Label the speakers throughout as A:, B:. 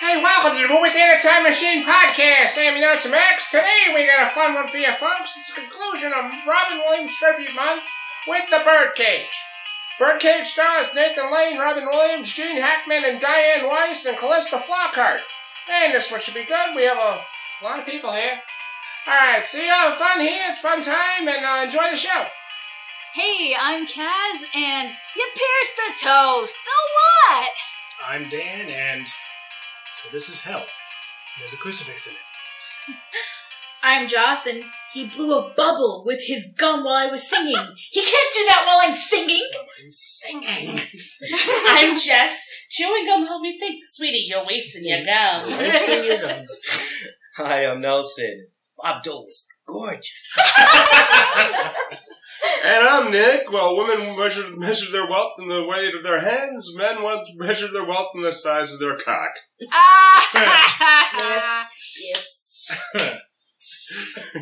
A: Hey, welcome to the Movie Theater Time Machine Podcast. I'm your announcer Max. Today we got a fun one for you folks. It's the conclusion of Robin Williams Tribute Month with The Birdcage. Birdcage stars Nathan Lane, Robin Williams, Gene Hackman, and Diane Weiss, and Callista Flockhart. And this one should be good. We have a lot of people here. Alright, so you have fun here. It's fun time, and uh, enjoy the show.
B: Hey, I'm Kaz, and you pierced the toe. So what?
C: I'm Dan, and so this is hell. There's a crucifix in it.
D: I'm Joss, and he blew a bubble with his gum while I was singing. He can't do that while I'm singing.
A: Singing.
E: I'm Jess. Chewing gum help me think. Sweetie, you're wasting your gum.
C: Wasting your gum.
F: Hi, I'm Nelson. Bob Dole is gorgeous.
G: And I'm Nick. While women measure, measure their wealth in the weight of their hands, men once measure their wealth in the size of their cock.
B: Ah!
D: Yes.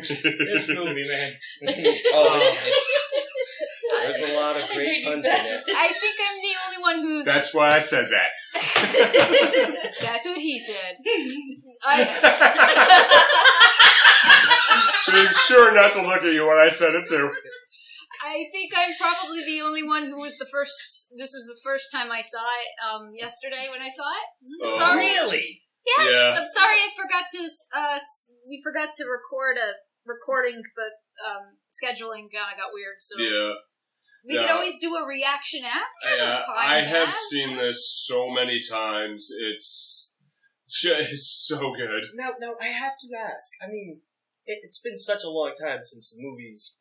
C: This movie, man.
F: Oh, there's a lot of great puns in there.
B: I think I'm the only one who's.
G: That's why I said that.
B: That's what he said. I,
G: Be sure not to look at you when I said it too.
B: I think I'm probably the only one who was the first. This was the first time I saw it um, yesterday when I saw it. Mm,
G: Oh.
B: Sorry.
F: Really?
B: Yes.
G: Yeah.
B: I'm sorry. I forgot to. Uh, s- we forgot to record a recording, but um, scheduling kind of got weird. So
G: Yeah,
B: we could
G: yeah.
B: always do a reaction after.
G: I, uh,
B: the podcast.
G: I have seen this so many times. It's just so good.
F: Now, now I have to ask. I mean, it, it's been such a long time since the movie's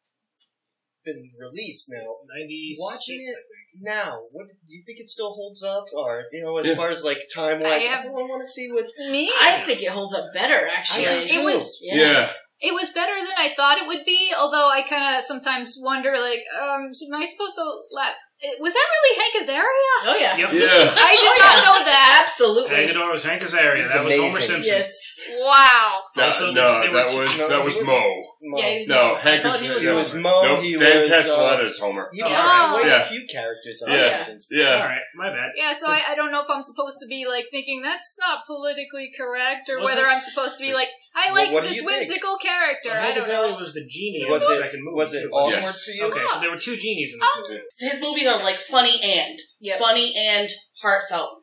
F: been released. Now,
C: 96,
F: Watching
C: I
F: it-
C: think.
F: now, what do you think it still holds up, or you know, as
G: Yeah.
F: far as like time wise?
B: I
F: I,
B: have-
F: want to see what.
B: Me.
D: I think it holds up better, actually.
F: I do
B: It
F: too.
B: was-
G: Yeah,
B: it was better than I thought it would be. Although I kind of sometimes wonder, like, um, am I supposed to laugh? Was that really Hank Azaria?
D: Oh yeah.
C: Yep.
G: yeah.
B: I did not know that.
D: Absolutely.
C: Agador was Hank Azaria.
F: It's
C: That was Homer
F: amazing.
C: Simpson.
D: Yes.
B: Wow.
G: No,
C: Also, they
G: no,
C: were-
G: that was that was Mo.
F: Mo.
D: Yeah, he was-
G: No,
D: I
G: Hank
D: thought
G: was.
D: he was-
F: he
G: yeah.
F: was Mo.
G: Nope,
F: he
G: Dan
F: was uh,
G: Castellaneta is Homer.
F: He was
C: Oh.
F: quite
G: Yeah.
F: a few characters on
G: Yeah.
F: Simpsons.
G: Yeah,
C: Alright, my bad.
B: Yeah, so I, I don't know if I'm supposed to be like thinking that's not politically correct, or
C: Was
B: whether I'm
C: it-
B: supposed to be like I
F: Well,
B: like
F: what do
B: this
F: you think?
B: whimsical character.
C: Well,
B: I
C: Hank
B: don't
C: Azaria
B: know.
C: was the genie
F: Was
C: in the
F: it-
C: second movie.
F: Was it
C: too,
F: all
C: wasn't
G: Yes.
F: to you?
C: Okay, so there were two genies in
B: Oh,
C: the movie.
E: So his movies are like funny and.
D: Yep.
E: Funny and heartfelt.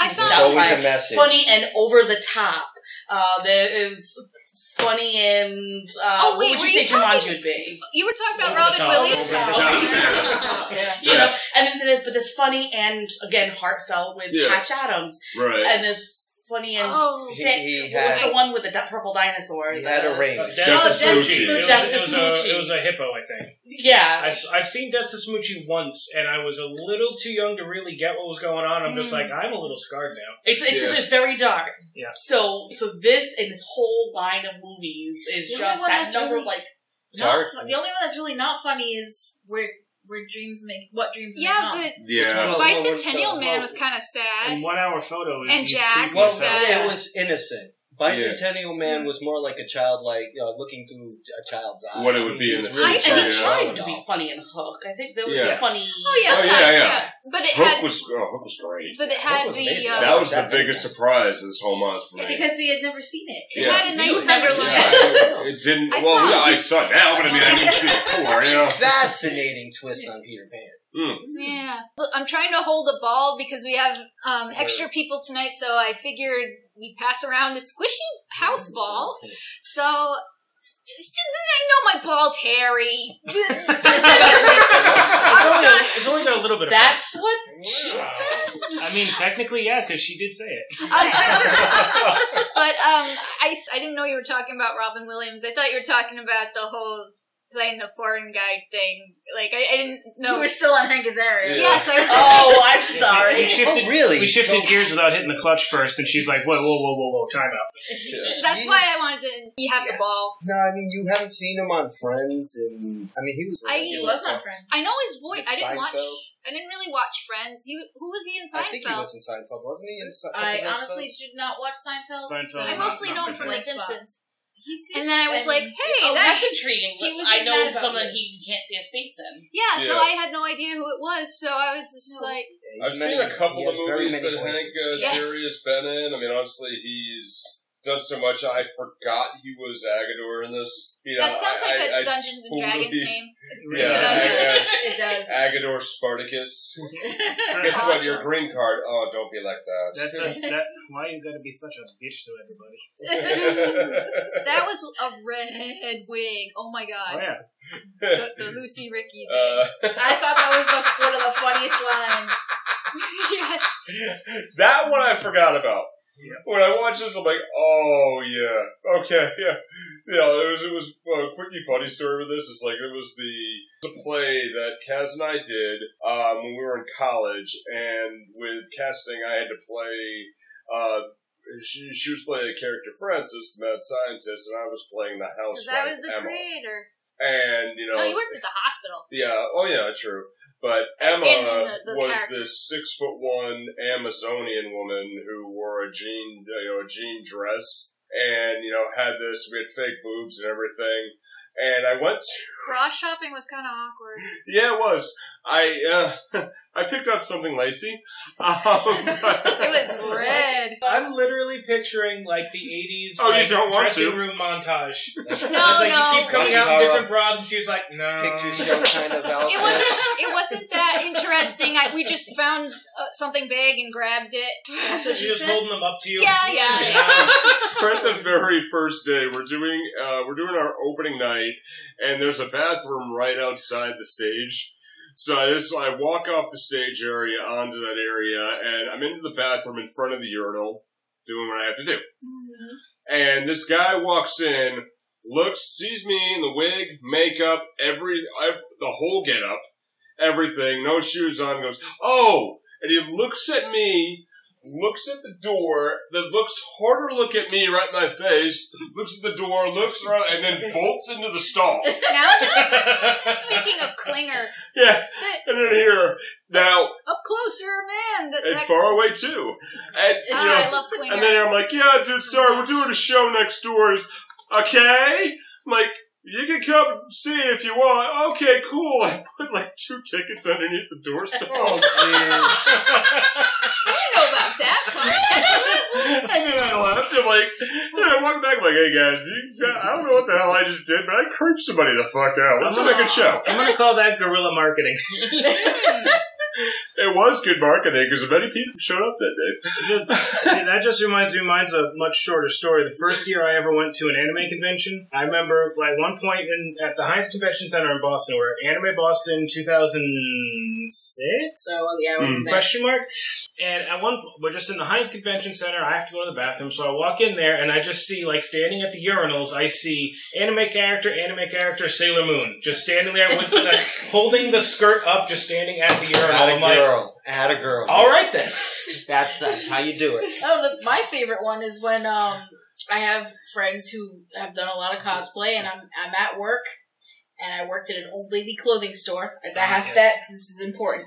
B: I
E: It's
F: There's
B: found
E: always
F: always
E: like
F: a message.
E: Funny and over the top. Uh, there is funny and. Uh,
B: Oh, wait,
E: what would
B: were
E: you
B: you
E: say Jumanji
B: talking-
E: would be?
B: you were talking about
C: Over
B: Robin
C: the top,
B: Williams.
C: over the
G: top.
E: You know, and then there's, but there's funny and, again, heartfelt with
G: Yeah.
E: Patch Adams.
G: right.
E: And there's funny and
B: Oh.
E: sick.
F: He- he
E: what was
F: had-
E: the one with the di- purple dinosaur?
F: He had
E: The-
F: a range.
C: Death to
G: Death to
C: It
G: Smoochie.
C: was,
E: Death
C: it
E: to
C: was
E: Smoochie.
C: a, it was a hippo, I think.
E: Yeah.
C: I've, I've seen Death to Smoochie once, and I was a little too young to really get what was going on. I'm just
B: Mm.
C: like, I'm a little scarred now.
E: It's it's,
G: Yeah.
E: it's very dark.
C: Yeah.
E: So so this and this whole line of movies is
D: You know
E: just
D: what,
E: that
D: that's
E: number
D: really-
E: of like
D: Not
F: Dark.
D: fu- the only one that's really not funny is where where dreams make what dreams make
B: Yeah,
D: not.
B: but
G: Yeah.
F: Well,
B: Bicentennial
F: well,
B: Man
F: well,
B: was kind of
C: And
B: sad.
C: one hour photo is
B: And
C: he's
B: Jack
C: creeping
F: Well,
C: us out.
B: Yeah.
F: it was innocent. Bicentennial Man was more like a child, like uh, looking through a child's eyes.
G: What it would be in the
F: It's
G: future,
E: and
G: Yeah.
E: he tried to
F: child.
E: be funny in Hook. I think there was
G: Yeah.
E: a funny
B: Oh yeah,
G: Oh, yeah,
B: sometimes,
G: yeah.
B: But it
G: Hook
B: had,
G: was oh, Hook was great.
B: but it had
F: was
B: the
F: amazing.
B: uh,
G: That was the
F: That made
G: biggest
F: sense.
G: surprise this whole month for me.
D: because he had never seen it.
B: it
G: yeah.
B: had a nice
E: would never
B: underline.
G: Yeah, I- it didn't.
B: I
G: well,
B: saw
G: yeah, I saw. Now, but I mean, I didn't see it before. You know.
F: Fascinating twist on Peter Pan.
B: Yeah. Look, I'm trying to hold a ball because we have um, extra people tonight, so I figured we'd pass around a squishy house
F: Mm-hmm.
B: ball. So. I know my ball's hairy.
C: It's
B: I'm
C: only,
B: sorry.
C: it's only got a little bit of
E: That's what
C: fur.
E: she
C: Wow.
E: said.
C: I mean, technically, yeah, because she did say it.
B: But um, I, I didn't know you were talking about Robin Williams. I thought you were talking about the whole playing the foreign guy thing. Like, I, I didn't know.
D: We were still on Hank Azaria.
B: yes, I was
E: Oh, I'm
C: Yeah, she-
E: sorry.
C: We shifted,
F: Oh, really?
C: we shifted
F: So-
C: gears without hitting the clutch first, and she's like, whoa, whoa, whoa, whoa, whoa, time out.
B: That's
F: You-
B: why I wanted to. You have the ball.
F: No, I mean you haven't seen him on Friends, and I mean he was.
B: I-
D: He was on Friends.
B: I know his voice. I didn't watch.
F: Seinfeld.
B: I didn't really watch Friends. He, who was he in
F: I think he
B: Seinfeld?
F: was in Seinfeld, wasn't he? In a couple
D: I
F: episodes?
D: honestly did not watch Seinfeld.
C: Seinfeld,
B: I
C: I'm
B: mostly
C: not
B: know him
C: a
B: from The
C: fan.
B: Simpsons. And then I was like, hey,
E: oh,
B: that's,
E: that's intriguing.
D: he was
E: I
D: like mad
E: know
D: about
E: someone
D: it.
E: he can't see his face in.
B: yeah, So
G: Yeah.
B: I had no idea who it was. So I was just like,
G: I've seen a couple of movies that Hank uh,
B: Yes.
G: Sherry has been in. I mean, honestly, he's done so much. I forgot he was Agador in this. You know,
B: that sounds like
G: a
B: a Dungeons and Dragons name.
G: Yeah,
B: does.
D: it does.
G: Agador Spartacus. Guess
C: That's,
G: what? Your green card. Oh, don't be like that.
C: that's a, that. Why you gotta be such a bitch to everybody?
B: That was a red wig. Oh my
C: Oh
B: god,
C: yeah,
B: the, the Lucy Ricky. Thing.
G: Uh,
D: I thought that was the, one of the funniest lines.
B: yes,
G: that one I forgot about. When I watched this, I'm like, oh yeah, okay, yeah, yeah. It was it was a quickie funny story with this. It's like it was the, the play that Kaz and I did um, when we were in college, and with casting, I had to play. Uh, she, she was playing a character Francis, the mad scientist, and I was playing the
B: because
G: housewife
B: I was the
G: Emma.
B: creator.
G: And you know,
B: No, you worked at the hospital.
G: yeah. Oh, yeah. True. But Emma
B: And then the- the
G: was
B: character.
G: this six foot one Amazonian woman who wore a jean, you know, a jean dress, and you know had this. We had fake boobs and everything. And I went to
B: Bra shopping was kind of awkward.
G: yeah, it was. I uh, I picked up something lacy. Um,
B: It was red.
C: I'm literally picturing like the '80s.
G: Oh, you
C: like,
G: don't want
C: dressing
G: to.
C: room montage.
B: No,
C: It's like you keep
B: no,
C: coming out in different bras, and she's like, "No."
G: uh,
F: Pictures show kind of outfit.
B: It wasn't. It wasn't that interesting. I, we just found uh, something big and grabbed it.
D: That's what she
C: She's just
D: said.
C: holding them up to you.
B: Yeah, yeah,
C: yeah.
G: We're at the very first day. We're doing uh, we're doing our opening night, and there's a bathroom right outside the stage. So I just I walk off the stage area onto that area, and I'm into the bathroom in front of the urinal, doing what I have to do.
B: Mm-hmm.
G: And this guy walks in, looks, sees me in the wig, makeup, every I, the whole get up, everything, no shoes on. Goes, oh, and he looks at me looks at the door, then looks harder look at me right in my face, looks at the door, looks around, and then bolts into the stall.
B: Now I'm just thinking of Klinger.
G: Yeah,
B: That,
G: and then here, now,
B: up closer, man. That,
G: and
B: that,
G: far away too. And, you
B: ah, I
G: know,
B: love Klinger.
G: and then uh, I'm like, yeah, dude, sorry, we're doing a show next door. Is okay? I'm like, you can come see it if you want. Okay, cool. I put like two tickets underneath the door stall.
B: I didn't
F: Oh,
B: know about that part.
G: and then I left. I'm like, and I walked back. I'm like, hey guys, you, I don't know what the hell I just did, but I creeped somebody the fuck out. Let's make a show.
C: I'm gonna call that guerrilla marketing.
G: It was good marketing because many people showed up that day.
C: Just- see, that just reminds me. Mine's a much shorter story. The first year I ever went to an anime convention, I remember like one point in at the Heinz Convention Center in Boston, where Anime Bastille 2006.
D: So, well, yeah, I wasn't there.
C: Question mark. And at one, po- we're just in the Heinz Convention Center. I have to go to the bathroom, so I walk in there and I just see, like, standing at the urinals, I see anime character, anime character, Sailor Moon, just standing there with, like, holding the skirt up, just standing at the urinal.
F: At
C: I'm
F: a
C: like,
F: girl. At a girl.
C: all right then.
F: That's that's how you do it.
D: Oh, the, my favorite one is when um I have friends who have done a lot of cosplay, and I'm I'm at work, and I worked at an old lady clothing store. Like, That
C: Ah,
D: has
C: yes.
D: that. This is important.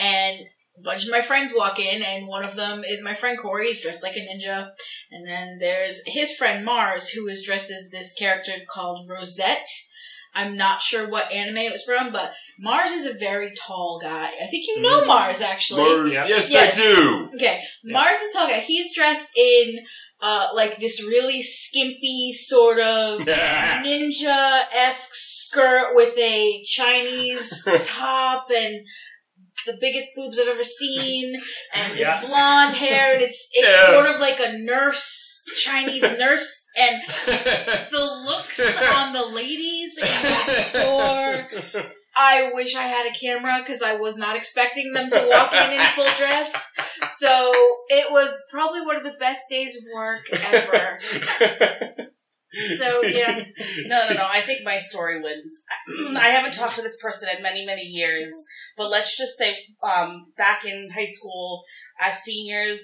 D: And a bunch of my friends walk in, and one of them is my friend Corey. He's dressed like a ninja, and then there's his friend Mars, who is dressed as this character called Rosette. I'm not sure what anime it was from, but Mars is a very tall guy. I think you
C: Mm-hmm.
D: know Mars actually.
G: Mars-
C: Yeah.
G: Yes,
D: Yes.
G: I do.
D: Okay,
C: Yeah.
D: Mars the Tall Guy. He's dressed in uh, like this really skimpy sort of ninja esque skirt with a Chinese top and the biggest boobs I've ever seen, and this
C: Yeah.
D: blonde hair, and it's it's
G: Yeah.
D: sort of like a nurse, Chinese nurse, and the looks on the ladies in the store. I wish I had a camera because I was not expecting them to walk in in full dress. So it was probably one of the best days of work ever. So yeah,
E: No, no, no. I think my story wins. I haven't talked to this person in many, many years, but let's just say um, back in high school, as seniors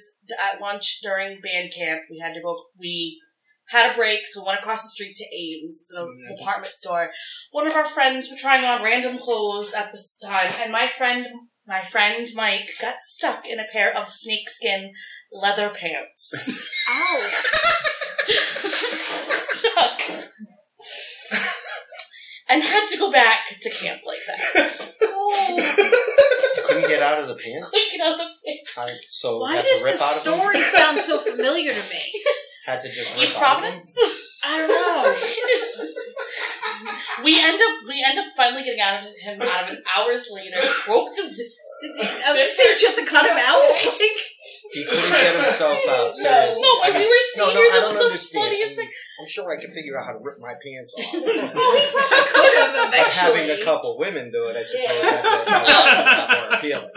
E: at lunch during band camp, we had to go. We had a break, so we went across the street to Ames, the
C: Mhm.
E: department store. One of our friends were trying on random clothes at this time, and my friend My friend Mike got stuck in a pair of snakeskin leather pants.
B: Oh.
E: stuck. and had to go back to camp like that.
F: Couldn't get out of the pants.
E: Like, you know, the-
F: I- so
D: Why
F: had
D: does
F: to
D: the
F: rip out of them.
D: story sound so familiar to me?
F: Had to just rip
E: East
F: out of them?
E: Providence?
D: I don't know.
E: we end up we end up finally getting out of him out of it hours later. Broke the zip.
D: I was just saying, oh, you have to cut him out. Like,
F: He couldn't get himself out. Seriously.
E: No,
F: I
E: when we
F: got-
E: were
F: no,
E: seniors,
F: no, I
E: it
F: don't
E: was the
F: understand.
E: funniest thing.
F: I'm sure I can figure out how to rip my pants off.
D: could have
F: But having
D: eventually.
F: a couple women do it, I suppose
D: Yeah.
F: that's a lot more appealing.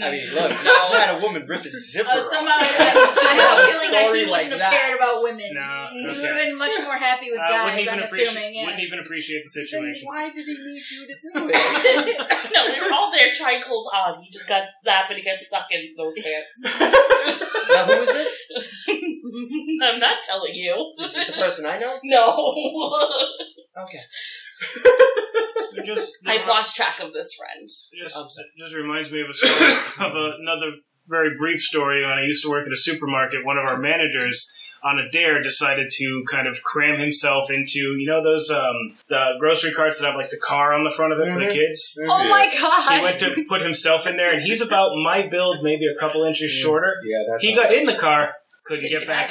F: I mean, look, you just had a woman rip his zipper.
D: Oh,
F: off.
D: somehow I, I have a feeling that he
F: Story like
D: wouldn't have
F: that.
D: cared about women.
C: No,
D: He would have
C: okay.
D: been much more happy with
C: Uh,
D: guys,
C: wouldn't even
D: I'm
C: appreciate.
D: assuming. Yeah.
C: Wouldn't even appreciate the situation.
F: why did he need you to do it?
E: No, we were all there trying clothes on. He just got that, but he got stuck in those pants.
F: now, who is this?
E: I'm not telling you.
F: This is the person I know?
E: No.
F: Okay.
C: It just
E: I've lost track of this friend.
C: just,
F: I'm sorry.
C: just reminds me of a story of another very brief story. When I used to work at a supermarket, one of our managers on a dare decided to kind of cram himself into you know those um, the grocery carts that have like the car on the front of it for the
F: Mhm.
C: kids.
B: Oh my god.
C: He went to put himself in there, and he's about my build, maybe a couple inches shorter.
F: Yeah, that's
C: He
F: not-
C: got in the car, couldn't get back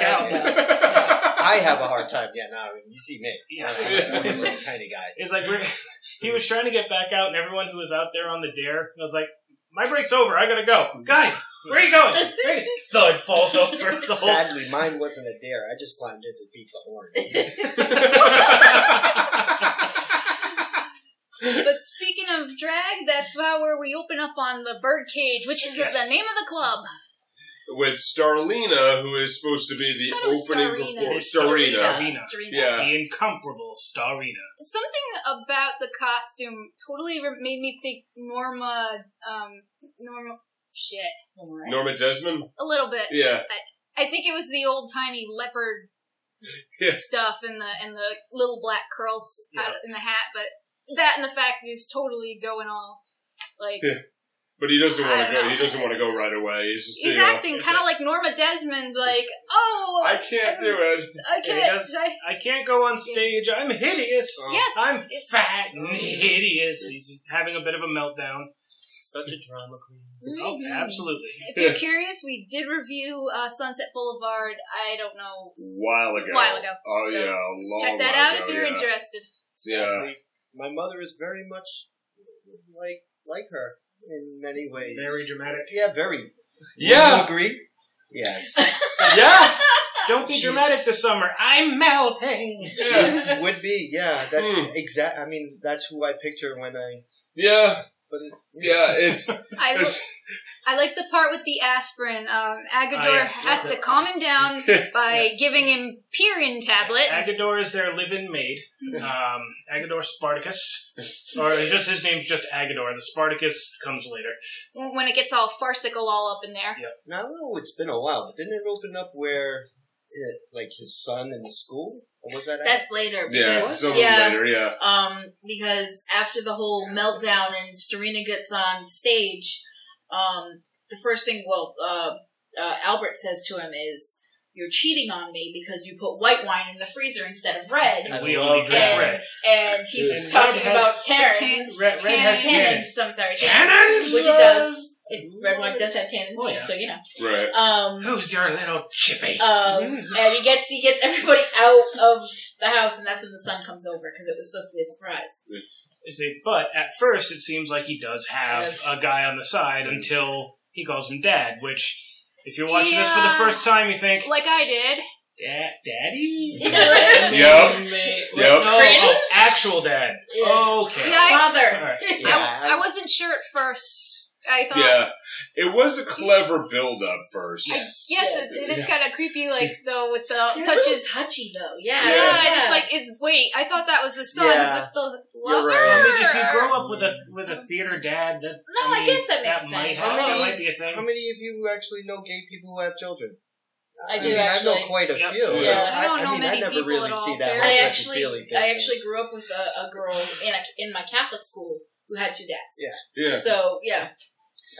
C: out.
F: I have a hard time. Yeah, no, you see me.
C: Yeah.
F: I'm a little tiny guy.
C: It's like we're, he was trying to get back out, and everyone who was out there on the dare was like, "My break's over. I gotta go." Guy, where are you going? Hey, thud falls over the whole.
F: Sadly, mine wasn't a dare. I just climbed in to beat the horn.
B: But speaking of drag, that's how where we open up on the birdcage, which is
C: Yes.
B: the name of the club.
G: With Starlina, who is supposed to be the
B: I thought it was
G: opening
B: Starina.
G: before
C: It's
G: Starina.
C: Starina. Arena.
D: Street-
G: Yeah.
C: The incomparable Starina.
B: Something about the costume totally re- made me think Norma, um, Norma, shit,
G: Norma Desmond?
B: a little bit.
G: Yeah.
B: I think it was the old timey leopard
G: Yeah.
B: stuff and the and the little black curls out
C: Yeah.
B: in the hat, but that and the fact is totally going all like
G: Yeah. But he doesn't want
B: I
G: to
B: don't
G: go.
B: know.
G: He doesn't want to go right away. He's just
B: he's
G: you know,
B: acting kind of like Norma Desmond, like oh
G: I can't do it.
B: I
C: Yeah, he
B: can't.
C: does-
B: should I-
C: I can't go on stage. I'm hideous.
G: Oh.
B: yes,
C: I'm
B: it's-
C: fat and hideous. He's having a bit of a meltdown.
F: Such a drama queen.
C: Oh,
B: Mm-hmm.
C: absolutely.
B: If you're curious, we did review uh, Sunset Boulevard. I don't know.
G: While ago.
B: While ago.
G: Oh
B: So,
G: yeah, a long
B: Check that
G: while
B: out
G: ago,
B: if you're
G: yeah.
B: interested.
G: Yeah.
F: My mother is very much like like her in many ways.
C: Very dramatic.
F: Yeah, very.
G: Yeah.
F: Would you agree? Yes.
G: Yeah.
B: Ah,
C: Don't be dramatic this summer. I'm melting.
G: Yeah.
F: Would be, yeah. That
G: Hmm.
F: exact. I mean, that's who I picture when I.
G: Yeah.
F: But it,
G: Yeah. It's.
B: I, li-
G: it's
B: I like the part with the aspirin. Um, Agador
C: Ah, yes.
B: has to calm him down by giving him Pyrin tablets.
C: Agador is their live-in maid.
D: Mm-hmm.
C: Um, Agador Spartacus, or it's just his name's just Agador. The Spartacus comes later.
B: When it gets all farcical all up in there.
F: now, I don't know it's been a while, but didn't it open up where, it, like his son in the school, or was that? after?
D: That's later.
G: yeah.
D: because-
G: It's a little later. Yeah.
D: um, because after the whole meltdown and Serena gets on stage, um, the first thing well uh, uh, Albert says to him is, "You're cheating on me because you put white wine in the freezer instead of red."
C: And we
F: I
C: only
F: love
C: drink
F: that.
C: red.
D: And, and he's
C: Red
D: talking
C: has-
D: about Taryn.
B: Tans-
C: Red- red
B: tans-
C: has tans.
D: Tannins, I'm sorry,
C: Tannins?
D: Which it does. It, red wine does have tannins,
C: Oh,
D: just so you know.
G: Right.
D: Um,
C: Who's your little chippy?
A: Uh,
D: um, and he gets he gets everybody out of the house, and that's when the sun comes over because it was supposed to be a surprise.
C: Is it? But at first, it seems like he does have
D: Yes.
C: a guy on the side until he calls him Dad. Which, if you're watching this for the
B: Yeah.
C: first time, you think
B: Like I did.
C: Dad, Daddy.
G: Yep.
C: Mate.
G: Yep.
C: No, oh, actual Dad.
D: Yes.
C: Okay.
B: Yeah, I,
D: Father.
C: All right.
F: Yeah,
B: I wasn't sure at first. I thought,
G: Yeah. It was a clever build up first.
B: yes, yes, it, it is
G: Yeah.
B: kind of creepy, like, though, with the
D: They're a little
B: touches.
D: touchy though. Yeah.
B: Yeah, and it's like, is wait, I thought that was the son.
F: Yeah.
B: Is this the
F: You're
B: lover?
F: right.
C: I mean, if you grow up with a with a theater dad, that
D: No, I
C: mean,
D: guess that makes
C: might happen.
D: sense.
F: How
C: that
F: many-
C: might be a thing.
F: How many of you actually know gay people who have children?
D: I do
F: mean, I know
D: actually.
F: quite a
C: Yep.
F: few.
D: Yeah.
B: I don't know
F: mean,
B: many
F: I never
B: people
F: really
B: at all.
F: see that.
B: I
F: whole
D: I
F: touchy
D: actually,
F: feely thing.
D: I actually grew up with a, a girl in a, in my Catholic school who had two dads.
F: Yeah.
G: Yeah.
D: So yeah,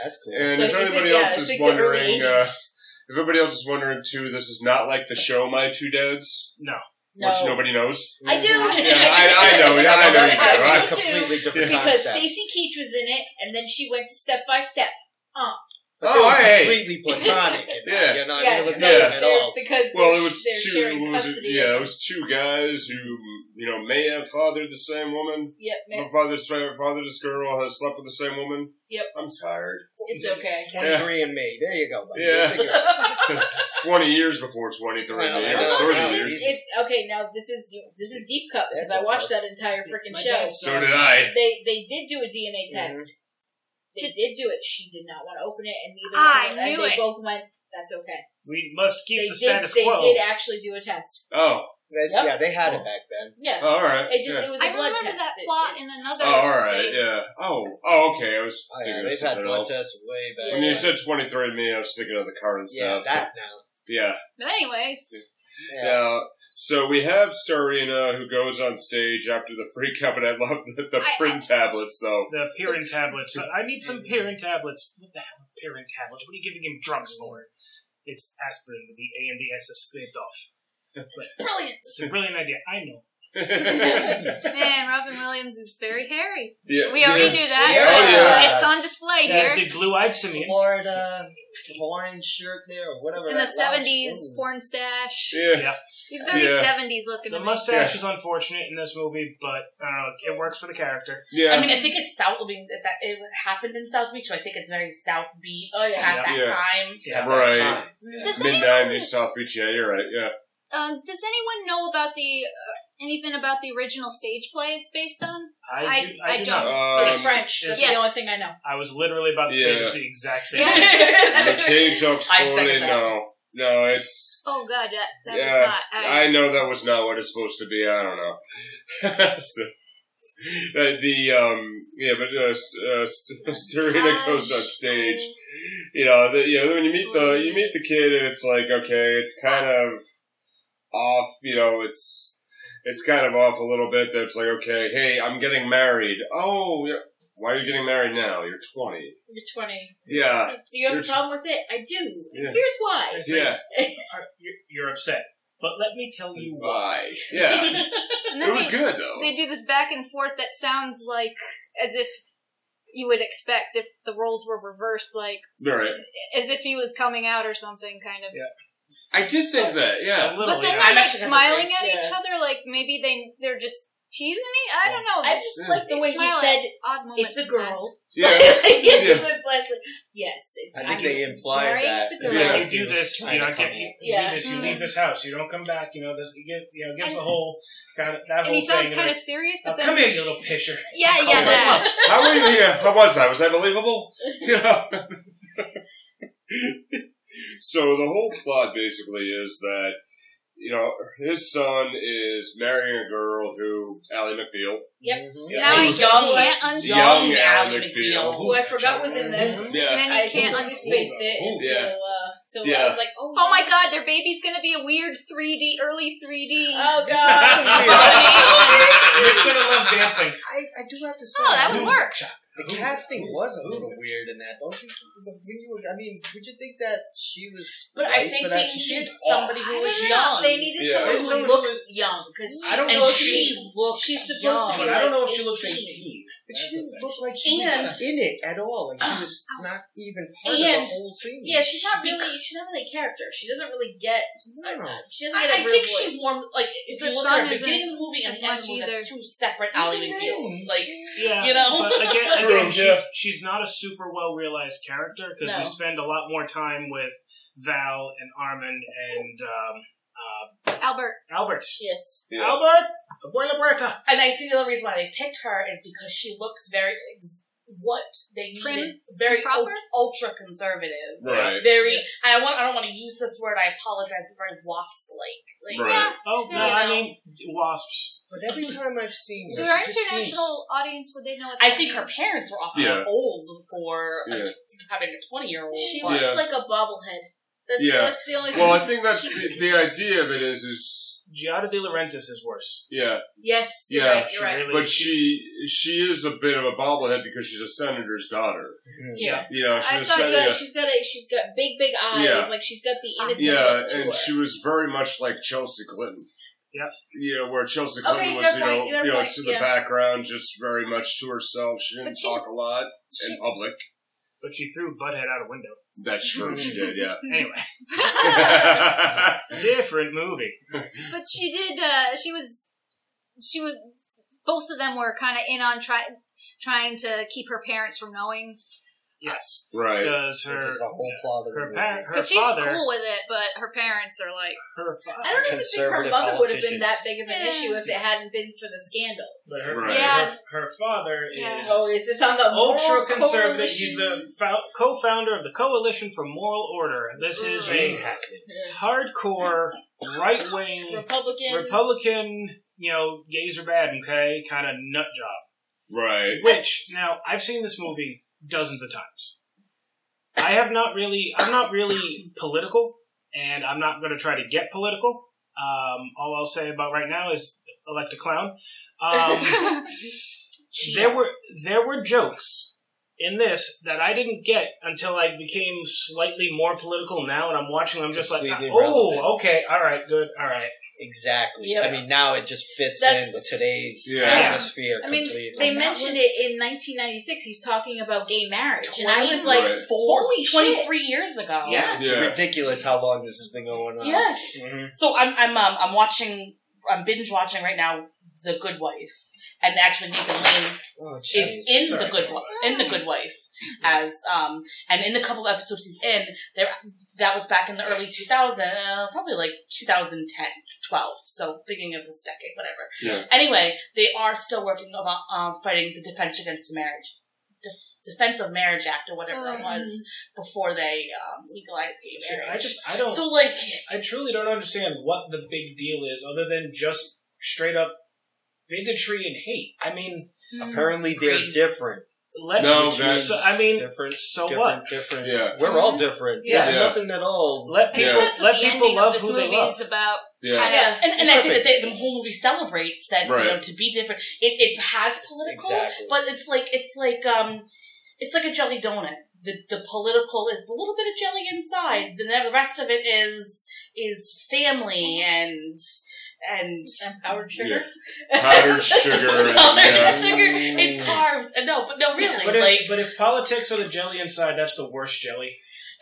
F: That's cool.
G: And
E: So
G: if
E: I think-
G: anybody
E: yeah,
G: else
E: I
G: is
E: think the early
G: wondering, uh,
E: 80s.
G: if anybody else is wondering too, this is not like the show My Two Dads,
C: No.
G: which nobody knows.
E: I do.
G: Yeah, I, I know. Yeah, I know you do.
E: I
G: I-
E: do too,
F: completely different
E: because
F: concept.
E: Stacy Keach was in it, and then she went to Step by Step.
F: But they
G: Oh,
F: were
G: hey.
F: completely platonic. and,
G: Yeah.
F: You know, I mean, it
E: yes,
F: was
E: they-
G: no,
F: nothing at
E: they're-
F: all.
E: because
G: Well,
E: they're,
G: it was
E: they're
G: two.
E: sharing
G: what Was it?
E: custody.
G: Yeah, it was two guys who you know may have fathered the same woman.
E: Yep, man,
G: My father's father, this girl has slept with the same woman.
E: Yep.
G: I'm tired.
E: it's okay.
F: 23 and me. There you go. buddy.
G: Yeah.
F: Figure it out.
G: Twenty years before twenty three,
F: Well,
G: yeah,
F: I
E: Well,
F: know.
G: thirty
E: it
G: years.
E: is- it's- okay, now this is this is deep cut because I watched that entire freaking
A: My
E: show.
A: dad's
G: So did I.
E: They they did do a DNA
F: Mhm.
E: test. They
B: Did-
E: did do it. She did not want to open it, and neither
B: I
E: one- and
B: knew
E: they
B: it.
E: both went. That's okay.
C: We must keep
E: they
C: the
E: did.
C: status
E: They
C: quo.
E: did actually do a test.
G: Oh,
F: They-
E: Yep.
F: Yeah, they had it
C: Oh.
F: back then.
E: Yeah,
G: all right.
E: it just
G: Uh, yeah.
E: it was a
B: I
E: blood
B: remember
E: test.
B: that
E: It-
B: plot in
E: it's-
B: another-
G: Oh, all right.
B: They-
G: Yeah. Oh. Oh. Okay. I was
F: Oh, yeah,
G: thinking of
F: they've had
G: something
F: blood
G: else.
F: tests way back.
G: When you
E: Yeah.
G: said twenty three and me, I was thinking of the current
F: yeah,
G: stuff.
F: that now.
G: yeah.
B: But anyway,
F: Yeah.
G: Now, so we have Starina who goes on stage after the freak out, and I love the, the
B: I-
G: print tablets though.
C: The Pirin tablets. I need some Pirin tablets. What the hell, are Pirin tablets? What are you giving him drugs for? It's aspirin with the A and the S is scraped off.
E: Brilliant.
C: It's a brilliant idea. I know.
G: yeah.
B: man, Robin Williams is very hairy. We
G: yeah.
B: already knew that,
G: Yeah.
B: but it's on display
C: That's
B: here.
C: the blue-eyed simian.
F: Florida orange shirt there or whatever.
B: In the
F: that lounge-
B: seventies,
F: Ooh.
B: porn stash.
G: Yeah.
B: He's very
G: Yeah.
B: seventies looking
C: The
B: to me.
C: mustache is unfortunate in this movie, but uh, it works for the character.
G: Yeah.
A: I mean, I think it's South. I mean, that it happened in South Beach, so I think it's very South Beach
E: Oh, yeah.
A: at that
G: Yeah.
A: time.
C: Yeah.
G: right.
B: Does
G: Mid
B: anyone-
G: nineties South Beach. Yeah, you're right. Yeah.
B: Um, does anyone know about the uh, anything about the original stage play it's based on?
C: I,
B: I-
C: do,
B: I
C: do
B: don't.
C: Not.
G: Um,
E: But it's French. That's
B: yes.
E: the only thing I know.
C: I was literally about to say
G: Yeah.
C: this the exact same
B: Yeah.
C: thing.
G: the gay jokes
A: I second
G: totally
A: that.
G: no. No, it's.
B: Oh god, that, that
G: Yeah,
B: was not. I,
G: I know that was not what it's supposed to be. I don't know. So, uh, the um yeah, but uh, S- uh, St- Starina goes on stage. You know, the, you know when you meet the you meet the kid, and it's like okay, it's kind of off. You know, it's it's kind of off a little bit. That's like okay, hey, I'm getting married. Oh, yeah. why are you getting married now? You're 20.
E: You're 20.
G: Yeah,
E: Do you have
G: You're-
E: a problem with it? I do.
G: Yeah.
E: Here's why.
G: yeah,
C: Are- you're, you're upset. But let me tell you why.
G: why? Yeah,
B: and then
G: it was
B: they,
G: good though.
B: they do this back and forth that sounds like as if you would expect if the roles were reversed, like
G: All right.
B: as if he was coming out or something, kind of.
C: Yeah.
G: I did think that, yeah.
C: Literally,
B: But then they're
C: I-
A: I'm
B: like
A: actually gonna
B: smiling
A: agree,
B: at each
A: yeah.
B: other, like maybe they they're just teasing me. I don't know.
E: I just
G: Yeah.
E: like the way he
B: Smile at
E: said,
B: odd moments.
E: it's a
B: sometimes.
E: girl.
G: Yeah.
E: It's
G: Yeah.
E: a good blessing. Yes. It's,
F: I think they implied
E: married
F: that.
E: to
C: It's
G: Yeah.
C: like
G: Yeah.
C: you do this, you don't get you, you
E: Yeah.
C: do this, you
B: Mm.
C: leave this house, you don't come back. You know this, you get, you know, gives
B: And-
C: the whole kind of that
B: And
C: whole
B: he sounds
C: thing.
B: kind of
C: like,
B: serious,
C: "Now
B: but
C: come
B: then
C: here, you little pisher.
B: yeah, yeah,
G: Oh,
B: that.
G: How were you here? How was I? Was I believable? You know? so the whole plot basically is that, you know, his son is marrying a girl who, Ally McBeal.
E: Yep.
F: Mm-hmm.
G: Yeah.
B: Now I
A: And young-
B: can't unsee.
G: Young
A: Young
G: Ally
A: Ally McBeal.
G: McBeal.
E: Who I forgot was in this.
G: Yeah.
B: And then you
E: I
B: can't
E: totally
B: unsee.
E: spaced it
C: Ooh.
E: until,
G: Yeah.
E: uh, till
G: Yeah.
E: I was like, oh,
B: Oh my
E: yeah.
B: god, their baby's gonna be a weird 3D, early 3D.
E: Oh god.
C: It's gonna love dancing.
F: I, I do have to say,
B: oh, that would work.
F: the casting was a little weird in that, don't you? When you were, I mean, would you think that she was?
A: But I
F: right
A: think
F: for
A: they
F: that? She
A: needed
F: seemed
A: somebody
F: off.
A: who
E: I
A: was
E: don't know.
A: young.
E: They needed
G: Yeah.
E: someone
G: They
E: who looked young because
F: I don't
A: and
F: know if
A: she looked
E: she's
A: young.
E: supposed to be
F: But
E: like
F: I don't know if she looks
E: 18.
F: eighteen. But
C: That's the
F: she didn't
C: thing.
F: look like she was in it at all. Like she was not even part of
A: And-
F: the whole scene.
E: Yeah, she's not really. She's not really a character. She doesn't really get.
F: No.
E: She doesn't
A: I,
E: get
A: I
E: a real
A: think
E: voice.
A: she warmed like if
B: The
A: you look at
B: sun
A: her
B: isn't
A: beginning of the movie and
B: as
A: the end
B: much
A: of the movie, that's two separate Ally
F: Even
A: McBeals.
F: then.
A: Like
C: Yeah,
A: You know?
C: But again,
G: True, yeah.
C: again she's she's not a super well realized character because we
E: No.
C: spend a lot more time with Val and Armin and um,
B: Albert.
C: uh, Albert.
E: Yes.
G: Yeah.
C: Albert, abuela Berta.
A: And I think the only reason why they picked her is because she looks very ex- what they
B: Prim
A: needed, very
B: and proper?
A: ultra conservative,
G: Right.
A: very. I want. I don't want to use this word. I apologize, but very wasp like. Like
G: Right.
C: Oh no,
B: Yeah.
C: I mean wasps.
F: But every time I've seen
B: To
F: her,
B: our
F: she just seems.
B: international audience, would they know what
A: I
B: that
A: think her
B: means?
A: parents were awfully
G: Yeah.
A: old for a,
G: Yeah.
A: having a twenty year old.
E: She
G: Yeah.
E: looks like a bobblehead. That's,
G: Yeah.
E: that's the only.
G: Well, I
E: thing.
G: think that's the, the idea of it is, is
C: Giada De Laurentiis is worse.
G: Yeah,
D: Yes, you're
G: Yeah,
D: right. You're right.
C: really-
G: but she she is a bit of a bobblehead because she's a senator's daughter.
D: Yeah.
G: You know,
D: I
G: she's a
D: thought she's
G: sen- yeah.
D: got, she's got a she's got big big eyes
G: Yeah.
D: like she's got the innocent
G: Yeah,
D: look to her.
G: and she was very much like Chelsea Clinton.
C: Yep.
G: You know, where Chelsea
D: Okay,
G: Clinton
D: you
G: was,
D: got a
G: you know,
D: point, you got a
G: you know,
D: point,
G: to the
D: yeah.
G: background, just very much to herself. She didn't
B: But she-
G: talk a lot
B: She-
G: in public.
C: But she threw Butthead out a window.
G: That's true, she did, yeah.
C: Anyway, different movie.
B: but she did. Uh, she was. She was. Both of them were kind of in on try, trying to keep her parents from knowing
C: Yes,
G: right.
C: because her
F: Which is the whole plot of the
C: her
F: movie.
C: parent her
B: because she's
C: father
B: cool with it, but her parents are like,
C: her father.
D: I don't even think her
F: Conservative
D: mother would have been
F: politicians.
D: that big of an
B: Yeah.
D: issue if it hadn't been for the scandal.
C: But her,
G: Right.
B: Yeah.
C: her, her father
B: Yeah.
C: is
D: Oh, is this on the moral
C: ultra conservative.
D: coalition?
C: He's the fou- co-founder of the Coalition for Moral Order. This is
F: Gene
C: a
F: Hackman.
C: hardcore right wing
D: Republican.
C: Republican, you know, gays are bad, okay, kind of nut job.
G: Right.
C: Which now I've seen this movie dozens of times. I have not really, I'm not really political, and I'm not going to try to get political. Um, all I'll say about right now is elect a clown. Um, there were there were jokes in this that I didn't get until I became slightly more political now, and I'm watching. I'm just like,
F: Completely
C: oh,
F: relevant.
C: okay, all right, good, all right.
F: Exactly.
D: Yeah.
F: I mean, now it just fits in
D: That's-
F: with today's
G: Yeah.
F: atmosphere
D: I mean,
F: completely.
D: they
E: And that
D: mentioned
E: was-
D: it in 1996. He's talking about gay marriage, and I was like,
G: Right.
D: "Holy shit!"
E: 23 years ago.
D: Yeah.
F: It's
G: Yeah.
F: ridiculous how long this has been going
C: Uh,
F: on.
D: Yes.
F: Mhm.
E: So I'm I'm um, I'm watching I'm binge watching right now The Good Wife, and actually Nathan Lane
F: Oh, jeez.
E: is in
F: Sorry.
E: the Good Wife in the Good Wife as um and in the couple of episodes he's in there that was back in the early 2000 uh, probably like 2010 12 so beginning of this decade whatever
G: Yeah.
E: anyway they are still working about um, fighting the defense against marriage Def defense of marriage act or whatever it was before they um, legalized gay
C: See, I
E: marriage
C: just I don't
E: so like
C: I truly don't understand what the big deal is, other than just straight up bigotry and hate. I mean,
F: Apparently, they're
E: Great.
F: different.
C: let
G: No,
C: me
G: that's-
C: so, I mean,
F: Different.
C: so
F: different,
C: what?
F: Different.
G: Yeah.
F: We're all different.
D: Yeah.
F: There's
G: Yeah.
F: nothing at all.
C: Let
B: I think
C: people
G: Yeah.
B: that's what
C: let
B: the
C: people
B: ending of
C: love
B: this
C: who they
B: movie
C: love.
B: is about.
G: Yeah.
D: Yeah.
E: and, and I think that
F: Perfect.
E: they, the whole movie celebrates that you know
G: Right.
E: to be different. It, it has political,
F: Exactly.
E: but it's like it's like um, it's like a jelly donut. The the political is a little bit of jelly inside. The, the rest of it is is family and and
D: Power trigger.
G: Powdered sugar. And, yeah.
E: sugar and carbs. And no, but no, really,
C: But
E: like
C: if, but if politics are the jelly inside, that's the worst jelly.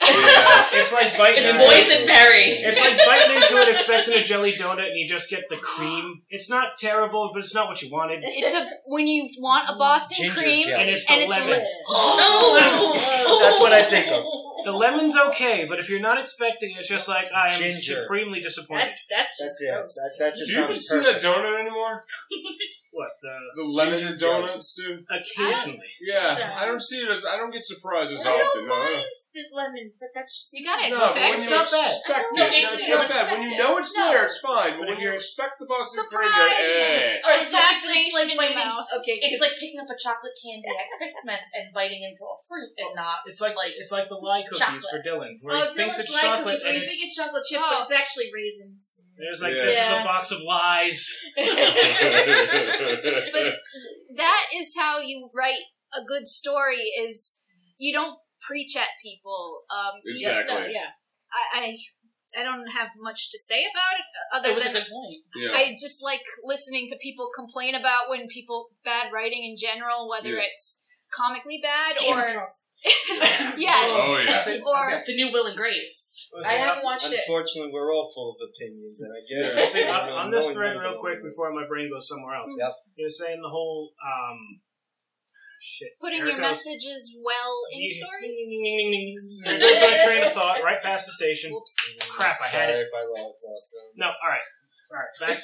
G: yeah.
C: It's like biting
E: it's
C: into
E: boysenberry.
C: It's like biting into it expecting a jelly donut and you just get the cream. It's not terrible, but it's not what you wanted.
B: It's a when you want a Boston
F: Ginger
B: cream
F: jelly.
C: And it's the
B: and it's
C: lemon.
B: a li-
E: Oh,
F: That's what I think of.
C: the lemon's okay, but if you're not expecting it, it's just like I am
F: Ginger.
C: supremely disappointed.
D: That's that's just
F: That's it.
D: gross.
F: That, that
G: Do
F: just
G: you even
F: sounds
G: see that
F: perfect.
G: donut anymore?
C: what the
G: The lemon
F: Ginger jelly.
G: donuts, dude?
C: occasionally.
G: Yeah. I don't see it as, I don't get surprised as
D: I don't
G: often. no.
D: mind the lemon, but that's just
B: You gotta
G: No, but
B: expect
G: when you
B: it.
C: not bad.
G: expect it,
E: No,
G: no,
E: it's-
G: it's
E: you
G: not bad. When you
D: expect
G: know
D: it.
G: it's
D: No.
G: there, it's fine. But
C: But
G: when
C: if
G: you
C: you-
G: expect the Boston cream,
B: Surprise!
G: eh.
B: Assassination in your
E: biting-
B: mouth.
D: Okay,
E: It's like picking up a chocolate candy at Christmas and biting into a fruit and not.
C: It's like it's like the lie cookies
E: Chocolate.
C: for Dylan, where he
D: Oh,
C: thinks
D: Dylan's
C: it's
D: like
C: chocolate
D: cookies,
C: and
D: we
C: it's,
D: think it's chocolate chip,
B: Oh.
D: but it's actually raisins.
C: there's like
G: Yeah.
C: this is a
D: Yeah.
C: box of lies.
B: that is how you write a good story is you don't preach at people um you-
G: Exactly.
D: No, yeah.
B: I, I i don't have much to say about it uh,
E: That
B: other
E: was a
B: than
E: good point.
G: yeah.
B: i just like listening to people complain about when people bad writing in general whether
G: Yeah.
B: it's comically bad
E: Game of
B: or
E: Thrones.
B: yes
G: Oh, yeah.
B: or
E: the new Will and Grace.
D: I haven't watched it.
F: Unfortunately, we're all full of opinions, and I guess
G: Yeah.
C: See, on,
F: No
C: on
F: one
C: this
F: knows
C: thread,
F: what's
C: real
F: going
C: quick,
F: on.
C: before my brain goes somewhere else,
F: Yep.
C: you're saying the whole um, shit.
B: putting
C: There it
B: your
C: goes.
B: messages well in
C: Yeah.
B: stories
C: Goes like train of thought right past the station.
B: Whoops.
C: Crap, I had
F: Sorry
C: it.
F: if I lost, lost them.
C: No, all right, all right, back.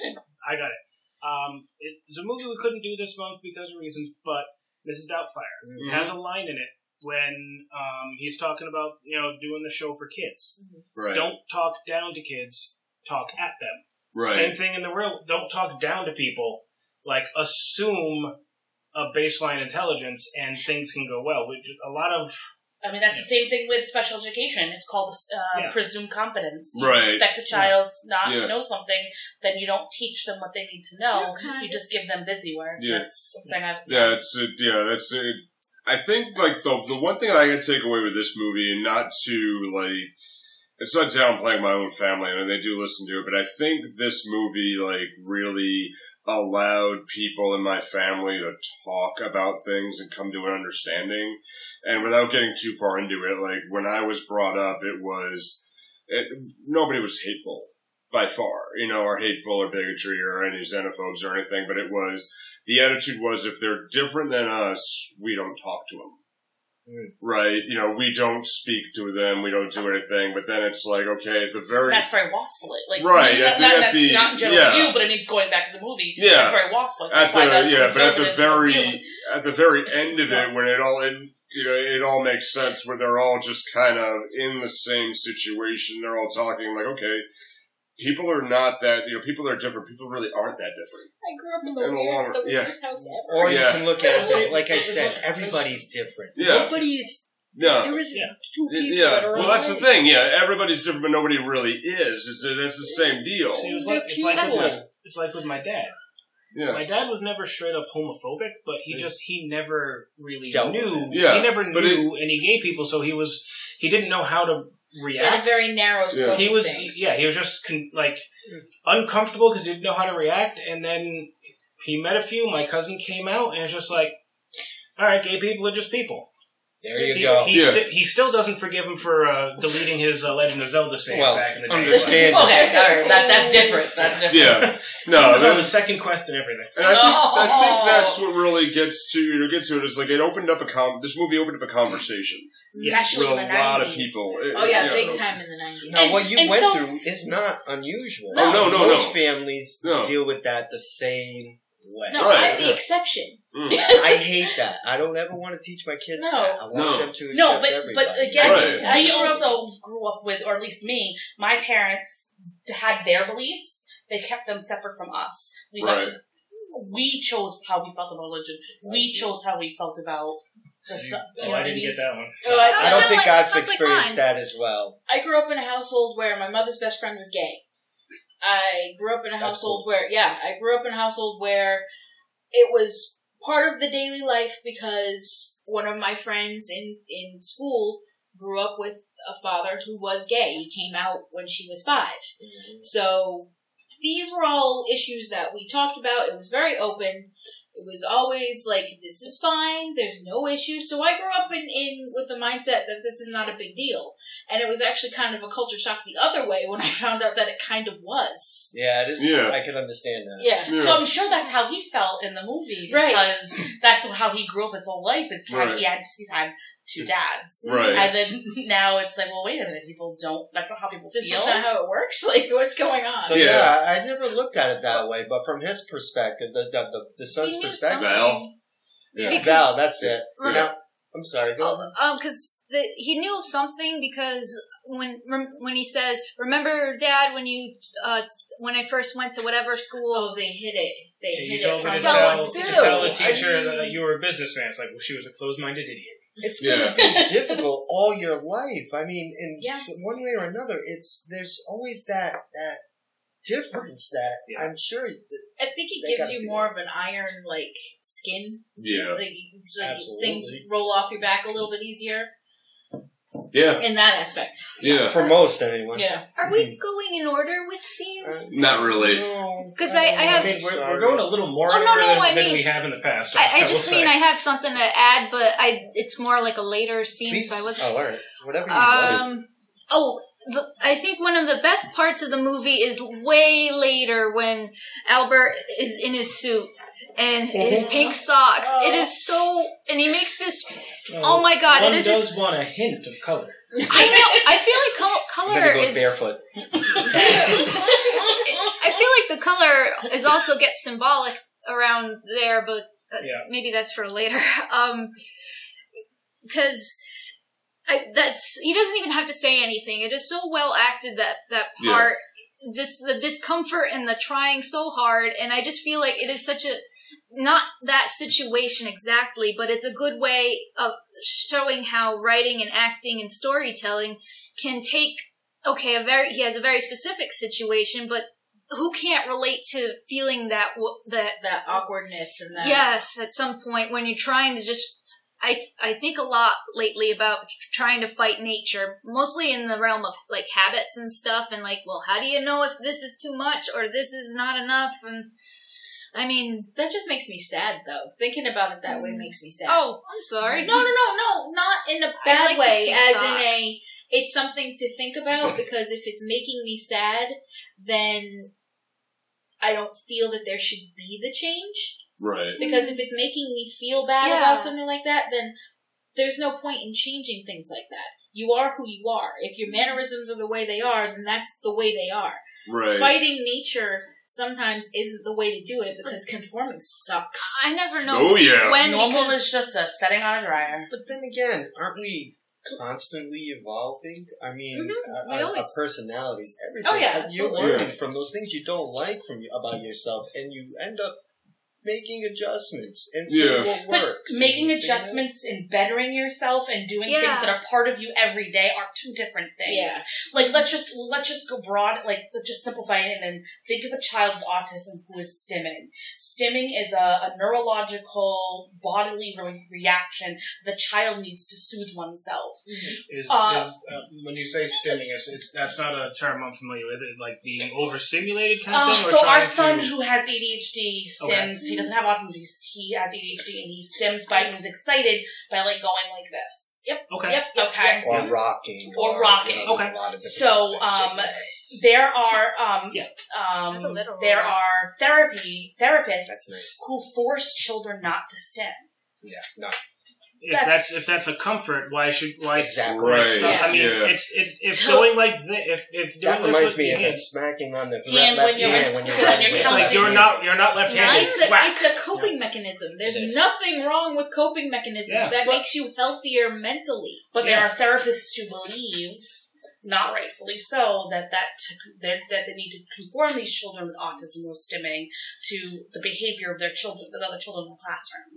C: I got it. Um, it- it's a movie we couldn't do this month because of reasons, but Mrs. Doubtfire
G: Mhm.
F: Mm-hmm.
C: has a line in it when um, he's talking about you know doing the show for kids.
G: Right.
C: Don't talk down to kids. Talk at them.
G: right.
C: Same thing in the real. Don't talk down to people. Like assume a baseline intelligence, and things can go well. Which a lot of
E: I mean, that's the same thing with special education. It's called uh,
C: Yeah.
E: presumed competence.
G: Right.
E: You expect a child not
G: Yeah.
E: to know something, then you don't teach them what they need to know.
B: Okay.
E: You just give them busy work.
G: Yeah.
E: That's something I've.
G: Yeah, it's it. Yeah, that's it. I think like the the one thing I can take away with this movie, and not to like, it's not downplaying my own family. I mean, they do listen to it, but I think this movie like really allowed people in my family to talk about things and come to an understanding. And without getting too far into it, like when I was brought up, it was it, nobody was hateful by far, you know, or hateful or bigotry or any xenophobes or anything, but it was the attitude was if they're different than us, we don't talk to them. Right? You know, we don't speak to them, we don't do anything, but then it's like, okay, at the very.
E: That's very waspily. Like,
G: Right,
E: That,
G: at the-
E: that-
G: at
E: that's
G: the-
E: not in general
G: yeah.
E: view, but I mean, going back to the movie,
G: Yeah.
E: that's very waspily.
G: at
E: That's why
G: the yeah, but at the
E: conservatives don't do it.
G: very at the very end of it, when it all in, you know it all makes sense, where they're all just kind of in the same situation. They're all talking like, okay, people are not that you know people are different. People really aren't that different.
H: I grew up in the,
G: In the long-
H: weird, the
G: yeah.
H: weirdest house ever.
F: Or
G: Yeah.
F: you can look at it and say, like I said, everybody's different.
G: Yeah.
F: Nobody is.
G: No,
F: There isn't
C: Yeah.
F: two people
G: yeah.
F: that are
G: Well, that's the
F: alike.
G: thing. Yeah, everybody's different, but nobody really is. It's that's the same deal.
C: See, it was like, it's, like with my, it's like with my dad.
G: Yeah,
C: My dad was never straight up homophobic, but he just he never really
F: Dealt with
C: knew.
G: it. Yeah,
C: he never
G: but it-
C: knew any gay people, so he was he didn't know how to
D: At
C: react.
D: a very narrow scope.
G: Yeah.
D: of
C: he was
D: things.
C: yeah he was just con- like uncomfortable because he didn't know how to react and then he met a few my cousin came out and it's just like all right gay people are just people
F: There you
C: he,
F: go.
C: he,
G: Yeah.
C: sti- he still doesn't forgive him for uh, deleting his uh, legend of zelda save
F: Well,
C: back in the day
F: understand-
E: Okay, all right, that, that's different. That's different.
G: yeah.
C: Like,
G: No,
C: he was on
G: that-
C: the second quest and everything
G: And I think, I think
E: No.
G: that's what really gets to you know, gets to it is like it opened up a con- this movie opened up a conversation
C: Yes.
G: with
E: Especially
G: a
E: in the
G: lot
E: 90s.
G: of people. It-
D: Oh yeah,
G: you know,
D: big time in the nineties.
F: Now,
E: And-
F: what you
E: and
F: went
E: so-
F: through is not unusual.
G: No. Oh, no, no,
F: Most
G: no.
F: families
G: No.
F: deal with that the same way.
D: No,
G: Right,
D: I'm the
G: yeah.
D: exception.
G: mm.
F: I hate that. I don't ever want to teach my kids
E: No.
F: that. I want
G: No.
F: them to accept
E: No, but
F: everybody.
E: but again,
G: Right.
E: I also grew up with, or at least me, my parents had their beliefs. They kept them separate from us. We left.
G: Right.
E: We chose how we felt about religion. We chose how we felt about the stuff.
C: oh i didn't get that one
D: Oh,
F: I
D: I,
F: don't
B: kinda
F: think
B: like-
F: I've
B: sounds like
F: experienced
B: mine.
F: that as well.
D: I grew up in a household where my mother's best friend was gay. I grew up in a
F: That's
D: household where, yeah, I grew up in a household where it was part of the daily life because one of my friends in, in school grew up with a father who was gay. He came out when she was five. So these were all issues that we talked about. It was very open. It was always like, this is fine, there's no issue. So I grew up in, in with the mindset that this is not a big deal. And it was actually kind of a culture shock the other way when I found out that it kind of was.
F: Yeah, it is.
G: Yeah.
F: I can understand that.
D: Yeah.
G: Yeah.
E: So I'm sure that's how he felt in the movie
D: Right.
E: because that's how he grew up his whole life. Is time
G: Right.
E: he had he's had two dads,
G: Right.
E: and then now it's like, well, wait a minute, people don't. That's not how people
D: This
E: feel.
D: is not how it works. Like, what's going on?
F: So
G: Yeah.
F: yeah. I never looked at it that way, but from his perspective, the the, the, the son's
B: knew
F: perspective,
G: Val.
B: something.
G: Yeah. Oh.
B: Because-
F: Val, that's it.
B: Yeah.
F: Now, I'm sorry. Go ahead.
B: um, because the, he knew of something because when rem- when he says, "Remember, Dad, when you uh, when I first went to whatever school,
D: Oh, they hid it. They
C: you
D: hid
C: told
D: it
C: me
D: from
C: to
B: So,
C: tell,
F: dude,
C: to tell the
F: I
C: teacher
F: mean-
C: that you were a businessman. It's like, well, she was a closed-minded idiot.
F: It's
G: Yeah.
F: gonna be difficult all your life. I mean, in
D: Yeah.
F: s- one way or another, it's there's always that that difference that
C: Yeah.
F: I'm sure. That,
D: I think it
F: They
D: gives
F: gotta
D: you
F: feel
D: more of an iron like skin.
G: Yeah,
D: Like, like
F: Absolutely.
D: things roll off your back a little bit easier
G: yeah,
D: in that aspect.
G: yeah.
F: for most, anyone.
D: Yeah.
B: are we going in order with scenes?"
G: Not really.
B: Because I, I
C: I
B: have
C: mean, we're, we're going a little more
B: Oh, no,
C: over
B: no,
C: than,
B: I
C: than
B: mean-
C: we have in the past.
B: I, I
C: will
B: just
C: say.
B: mean I have something to add, but I it's more like a later scene, so I wasn't.
F: Oh, all right. Whatever you want.
B: Um, oh, the, I think one of the best parts of the movie is way later when Albert is in his suit and
C: Uh-huh.
B: his pink socks. It is so, and he makes this.
C: No,
B: Oh my god!
C: One
B: It is
C: does
B: just.
C: want a hint of color.
B: I know. I feel like col-
F: Then he
B: color
F: goes
B: is
F: barefoot.
B: I feel like the color is also gets symbolic around there, but uh,
C: Yeah.
B: maybe that's for later. Um, because I that's he doesn't even have to say anything. It is so well acted that that
G: Yeah.
B: part, just the discomfort and the trying so hard, and I just feel like it is such a not that situation exactly, but it's a good way of showing how writing and acting and storytelling can take okay a very he has a very specific situation, but who can't relate to feeling that w- that
D: that awkwardness and that.
B: yes at some point when you're trying to just I, I think a lot lately about trying to fight nature, mostly in the realm of like habits and stuff, and like, well, how do you know if this is too much or this is not enough? And I mean,
D: That just makes me sad, though. Thinking about it that way makes me sad.
B: oh, I'm sorry.
D: No, no, no, no. Not in a
B: I
D: bad
B: like this
D: way,
B: pink
D: as in
B: socks.
D: a. It's something to think about because if it's making me sad, then I don't feel that there should be the change.
G: Right.
D: Because if it's making me feel bad
B: Yeah.
D: about something like that, then there's no point in changing things like that. You are who you are. If your mannerisms are the way they are, then that's the way they are.
G: Right.
D: Fighting nature sometimes isn't the way to do it because conforming sucks.
B: I never know
G: Oh yeah.
B: when
E: Normal
B: because
E: is just a setting on a dryer.
F: But then again, aren't we constantly evolving? I mean, our,
B: We
F: our- our
B: always-
F: personalities, everything.
D: Oh, yeah,
F: And you're
D: absolutely.
F: learning
G: Yeah.
F: from those things you don't like from you, about yourself, and you end up making adjustments and see
G: Yeah.
F: what
E: But
F: works.
E: making
F: You know?
E: adjustments and bettering yourself and doing
B: Yeah.
E: things that are part of you every day are two different things.
D: Yeah.
E: Like let's just let's just go broad like let's just simplify it and then think of a child with autism who is stimming. Stimming is a, a neurological bodily re- reaction. The child needs to soothe oneself.
C: Is,
E: Uh,
C: is uh, when you say stimming, it's, it's that's not a term I'm familiar with. It, like being overstimulated kind of
E: Um,
C: thing. or
E: so our
C: trying
E: son
C: to,
E: who has ADHD
C: Okay.
E: stims. He doesn't have autism. He, he has ADHD and he stims by he's excited by like going like this. Yep.
C: okay,
D: Yep.
E: Okay.
F: Or rocking.
E: Or rocking.
F: you know, there's
C: Okay.
F: a lot of different
E: So,
F: things.
E: um, there are um,
C: Yeah.
E: um
B: Have a literal
E: there
B: one.
E: are therapy therapists
F: That's nice.
E: who force children not to stim.
F: Yeah. No.
C: if
E: that's-
C: that's, if that's a comfort, why should why
F: Exactly.
C: why
G: Right,
C: stop? I mean,
G: yeah.
C: it's it's if
E: To-
C: going like this, if if doing
F: That
C: this
F: reminds
C: with
F: me
C: your
F: of that
C: hand,
F: smacking on the
E: Hand
F: left
E: when you're
F: hand
E: in-
F: when you're
E: when you're
C: it's like
E: counting.
C: you're not you're not left-handed.
D: It's a,
C: Whack.
D: it's a coping mechanism. There's
F: It is.
D: nothing wrong with coping mechanisms.
C: Yeah.
D: That
E: But-
D: makes you healthier mentally.
E: But
C: Yeah.
E: there are therapists who believe, not rightfully so, that that to, that that they need to conform these children with autism or stimming to the behavior of their children, the other children in the classroom.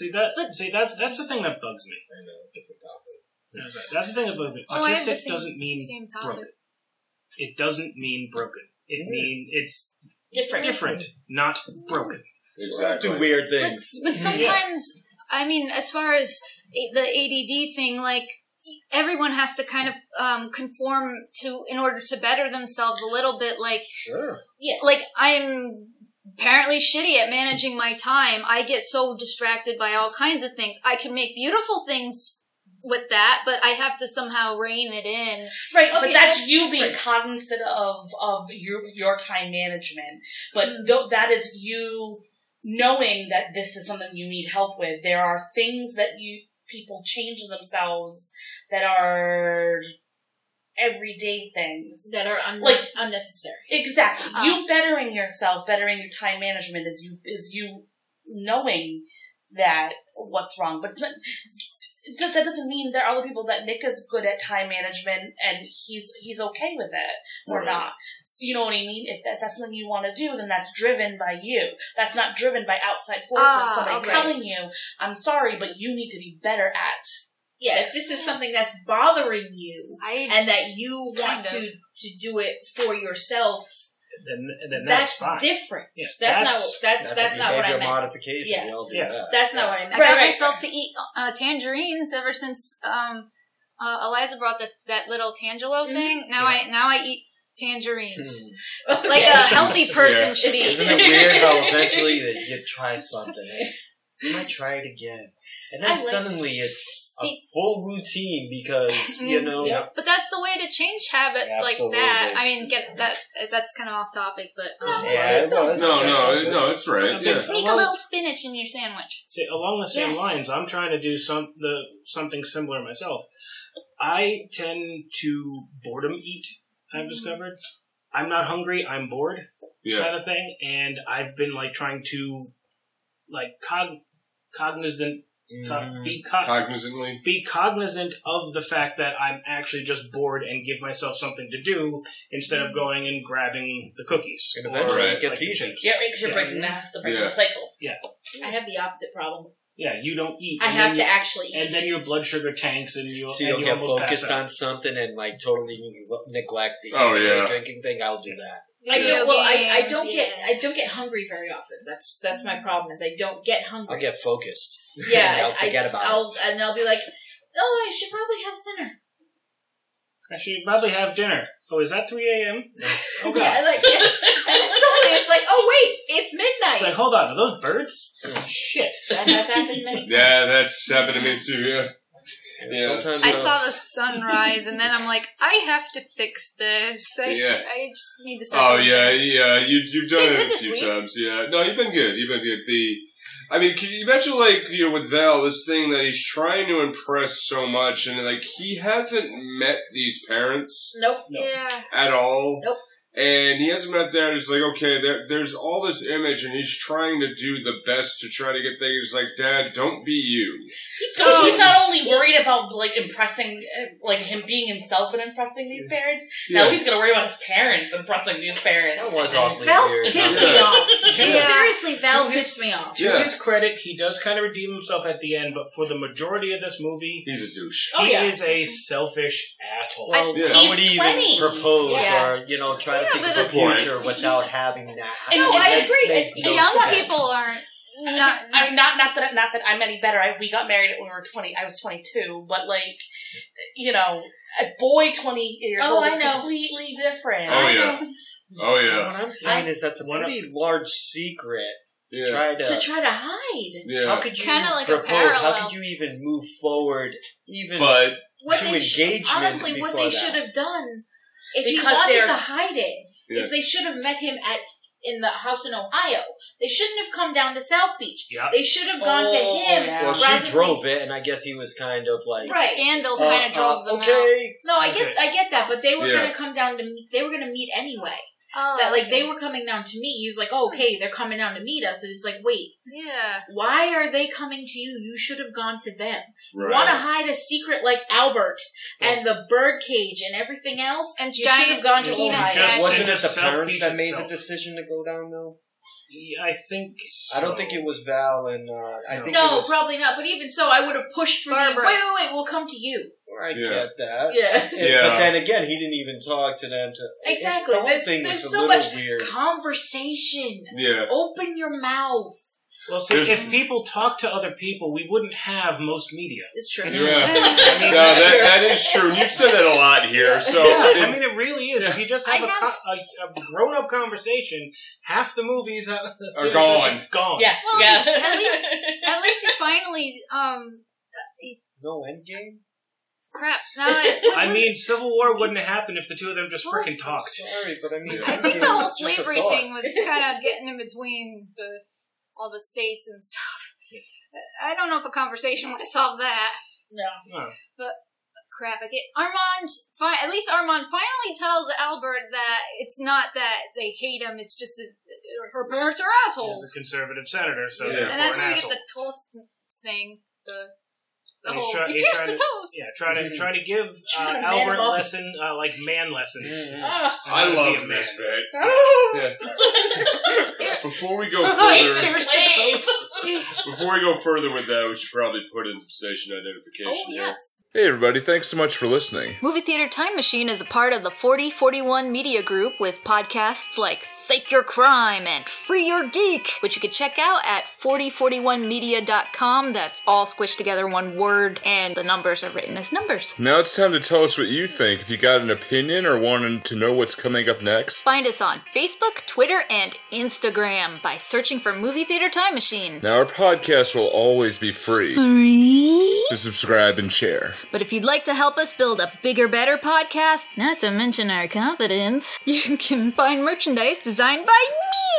C: See that?
B: But-
C: see that's that's the thing that bugs me.
F: I know, different topic.
C: That's it. That's the thing that bugs me.
B: Oh, I have the
C: Autistic
B: same-
C: doesn't mean
B: same topic.
C: broken. It doesn't mean broken. It
F: Mhm.
C: mean it's
D: Different.
C: different, not broken.
G: Exactly.
F: Do weird
B: but,
F: things.
B: but sometimes I mean, as far as a- the ADD thing, like everyone has to kind of um, conform to in order to better themselves a little bit. Like
F: Sure.
D: Yes.
B: like I'm apparently shitty at managing my time. I get so distracted by all kinds of things. I can make beautiful things with that, but I have to somehow rein it in.
E: Right,
D: Okay,
E: but that's,
D: that's
E: you being
D: different.
E: cognizant of of your your time management. But
D: Mm-hmm.
E: tho- that is you knowing that this is something you need help with. There are things that you people change in themselves that are everyday things.
D: that are un-
E: Like-
D: unnecessary.
E: Exactly.
B: Uh,
E: you bettering yourself, bettering your time management is you is you knowing that what's wrong. But that it does- that doesn't mean there are other people that Nick is good at time management and he's he's okay with it or
G: Right.
E: not. So you know what I mean? If that, that's something you want to do, then that's driven by you. That's not driven by outside forces.
B: Ah,
E: Somebody
B: okay.
E: telling you, "I'm sorry, but you need to be better at."
D: Yeah, if this is something that's bothering you
B: I
D: and that you
B: Kind
D: want to to do it for yourself,
C: Then then that's,
D: that's,
C: fine.
D: different.
C: Yeah,
D: that's, not
C: that's-
D: what- that's that's,
F: a
D: not what I
F: behavior
D: meant.
F: modification.
D: Yeah.
F: We all do
C: Yeah.
F: that.
D: that's not what I
B: I
D: meant.
B: got
E: right.
B: myself to eat uh, tangerines ever since um, uh, Eliza brought that that little Tangelo
D: Mhm.
B: thing. Now I now I eat tangerines
H: Mm.
F: Hmm.
B: like a healthy person
G: Yeah.
B: should eat.
F: Isn't it weird how eventually that you try something and you might try it again, and then
D: I like-
F: suddenly it's a
B: It-
F: full routine because you know
D: Yep.
B: But that's the way to change habits
F: Absolutely.
B: like that. I mean, get that that's kind of off topic, but um,
F: Yeah, it was.
G: No, no, no. It's right.
C: Yeah.
B: just sneak a little spinach in your sandwich.
C: See, along the same
D: Yes.
C: lines, I'm trying to do some the something similar myself. I tend to boredom eat.
D: Mm-hmm.
C: I've discovered. I'm not hungry. I'm bored.
G: Yeah. Yeah.
C: kind of thing, and I've been like trying to like cog- cognizant
G: Mm.
C: Co-
D: Mm-hmm.
H: Mm.
C: be, co-
G: Cognizantly.
C: be cognizant of the fact that I'm actually just bored and give myself something to do instead
D: Mm-hmm.
C: of going and grabbing the cookies.
F: And
C: or,
F: eventually it
C: like,
F: gets
C: the
F: easy.
C: chips.
E: Yeah, right, because you're
C: Yeah.
E: breaking the, that's the breaking
G: Yeah.
E: the cycle.
D: I have the opposite problem.
C: Yeah, you don't eat.
D: I
C: and
D: have
C: then
D: to
C: you-
D: actually eat.
C: And then your blood sugar tanks, and you
H: So
C: and
H: you'll
C: you
H: get
C: almost pass
H: focused
C: out.
H: on something and like totally neg- neglect the
G: Oh,
H: eating or
G: yeah.
H: drinking thing. I'll do that.
D: I
B: Video
D: don't. Well, I, I
B: games,
D: don't get.
B: yeah.
D: I don't get hungry very often. That's that's my problem. Is I don't get hungry.
H: I'll get focused.
D: yeah,
H: and I'll forget
D: I,
H: about it.
D: I'll and I'll be like, oh, I should probably have dinner.
C: I should probably have dinner. Oh, is that 3 a.m.? Oh, God.
D: Yeah, like, yeah. and then suddenly it's like, oh wait, it's
C: It's like,
D: midnight.
C: hold on, are those birds? Shit.
D: that has happened many.
G: Yeah, that's happened to me too, yeah. Yeah.
H: Sometimes
B: I
H: uh,
B: saw the sunrise, and then I'm like, I have to fix this. I,
G: Yeah.
B: I just need to stop.
G: Oh
B: doing
G: yeah,
B: this.
G: yeah. You you've done
B: Been
G: it
B: good
G: a
B: this
G: few
B: week.
G: times. Yeah. No, you've been good. You've been good. The, I mean, can you imagine like you know with Val this thing that he's trying to impress so much, and like he hasn't met these parents
D: Nope.
B: Yeah.
G: at all.
D: Nope.
G: And he hasn't met that. It's like okay, there, there's all this image, and he's trying to do the best to try to get things. He's like, Dad, don't be you.
E: So she's not only worried about like impressing, uh, like him being himself and impressing these parents. Now he's gonna worry about his parents impressing these parents.
H: that was awfully
D: Val
H: weird.
D: pissed me
G: Yeah.
D: off.
B: Yeah.
D: Seriously, Val
C: To his-
D: pissed me off.
C: To
G: Yeah.
C: his credit, he does kind of redeem himself at the end, but for the majority of this movie,
G: He's a douche.
D: Oh,
C: he
D: yeah.
C: is a selfish asshole.
H: Well,
G: Yeah.
H: how
E: He's
H: would he
E: 20.
H: even propose
D: Yeah.
H: or you know try
B: Yeah,
H: to think
B: but
H: of the
B: it's-
H: future without having that?
E: And-
D: No,
H: It
D: I
H: make-
D: agree.
H: make
D: It's-
H: no
B: Young
H: sense.
B: people aren't not.
E: I'm not not that not that I'm any better. I, we got married when we were twenty. I was twenty two, but like, you know, a boy twenty years
D: Oh,
E: old
D: I
E: is
D: know.
E: completely different.
G: Oh yeah. Oh yeah.
H: What I'm saying is that's a
C: What
H: pretty large secret. to
G: Yeah.
H: Try to.
D: To try to hide.
G: Yeah.
H: how could you
B: Kinda
H: even
B: like a
H: propose? How
B: parallel.
H: could you even move forward? Even
G: But
D: What
H: To
D: they sh-
H: engagement
D: honestly, what
H: before
D: they
H: that.
D: should have done, if he
E: Because
D: wanted
E: they're-
D: to hide it, is
G: Yeah.
D: they should have met him at in the house in Ohio. They shouldn't have come down to South Beach.
C: Yeah.
D: They should have gone to
E: Oh,
D: him.
E: yeah.
H: well,
D: rather
H: she
D: than-
H: drove it, and I guess he was kind of like
D: Right.
B: Scandal
H: uh,
B: kind of drove
H: uh,
B: them out.
H: Okay,
D: No, I get,
C: Okay.
D: I get that, but they were
G: Yeah.
D: gonna come down to. meet They were gonna meet anyway.
B: Oh,
D: That like they were coming down to meet. He was like, oh, "Okay, they're coming down to meet us," and it's like, "Wait,
B: Yeah.
D: why are they coming to you? You should have gone to them."
G: right.
D: want to hide a secret like Albert and the birdcage and everything else,
B: And
D: you
B: giant
D: should have gone to
C: penis
D: Ohio.
C: Just
H: wasn't
C: in
H: it
C: the
H: the
C: South
H: parents
C: Beach
H: that made the
C: itself.
H: decision to go down though?
C: Yeah, I think so.
H: I don't think it was Val and uh, I think
D: no,
H: it was,
D: probably not. But even so, I would have pushed for you.
B: Barbara.
D: Wait, wait, wait. We'll come to you.
H: I
G: Yeah.
H: get that.
D: Yeah.
G: Yeah.
H: But then again, he didn't even talk to them. To
D: Exactly.
H: the whole
D: There's-
H: thing
D: there's
H: was
D: so
H: a little
D: much
H: weird.
D: Conversation.
G: Yeah.
D: Open your mouth.
C: Well, see,
G: There's-
C: if people talk to other people, we wouldn't have most media.
D: It's true.
C: I
G: Yeah. No,
C: mean,
G: that, that is true. You've said that a lot here. So
C: Yeah, I mean, it really is. If you just have,
B: I
C: a, co- a, a grown-up conversation, half the movies are,
G: Are gone.
C: Gone.
E: Yeah,
B: Well,
E: yeah.
B: at least- At least he finally. Um.
H: No end game.
B: Crap. Now I. what
C: I
B: was
C: mean, Civil War wouldn't have happened if the two of them just
B: What was
C: freaking talked.
H: Sorry, but I mean,
B: I think the whole slavery thing was kind of getting in between the all the states and stuff. I don't know if a conversation would have solved that.
C: No.
B: Crap! I get Armand. Fi- at least Armand finally tells Albert that it's not that they hate him. It's just that uh, her parents are
C: He's
B: assholes,
C: a conservative senator, so
G: Yeah.
C: therefore
B: and that's
C: an
B: where we get
C: asshole.
B: the toast thing. The, the
C: And he's
B: whole
C: try-
B: you
C: he's
B: kiss the
C: trying
B: toast.
C: yeah, try to
E: Mm-hmm.
H: Mhm.
C: try to give uh,
D: Trying to man
C: Albert
D: him up.
C: lesson uh, like man lessons.
H: Mhm.
D: Ah.
G: I
C: Be a
G: love
C: man.
G: this bit.
D: Oh.
G: Before we go further,
D: Here's the toast.
G: before we go further with that, we should probably put in some station identification.
B: Oh yes.
G: Hey everybody! Thanks so much for listening.
B: Movie Theater Time Machine is a part of the 4041 Media Group with podcasts like Sake Your Crime and Free Your Geek, which you can check out at 4041media.com. That's all squished together in one word, and the numbers are written as numbers.
G: Now it's time to tell us what you think. If you got an opinion or wanted to know what's coming up next,
B: Find us on Facebook, Twitter, and Instagram by searching for Movie Theater Time Machine.
G: now our podcast will always be free. Free to subscribe and share.
B: But if you'd like to help us build a bigger, better podcast, not to mention our confidence, you can find merchandise designed by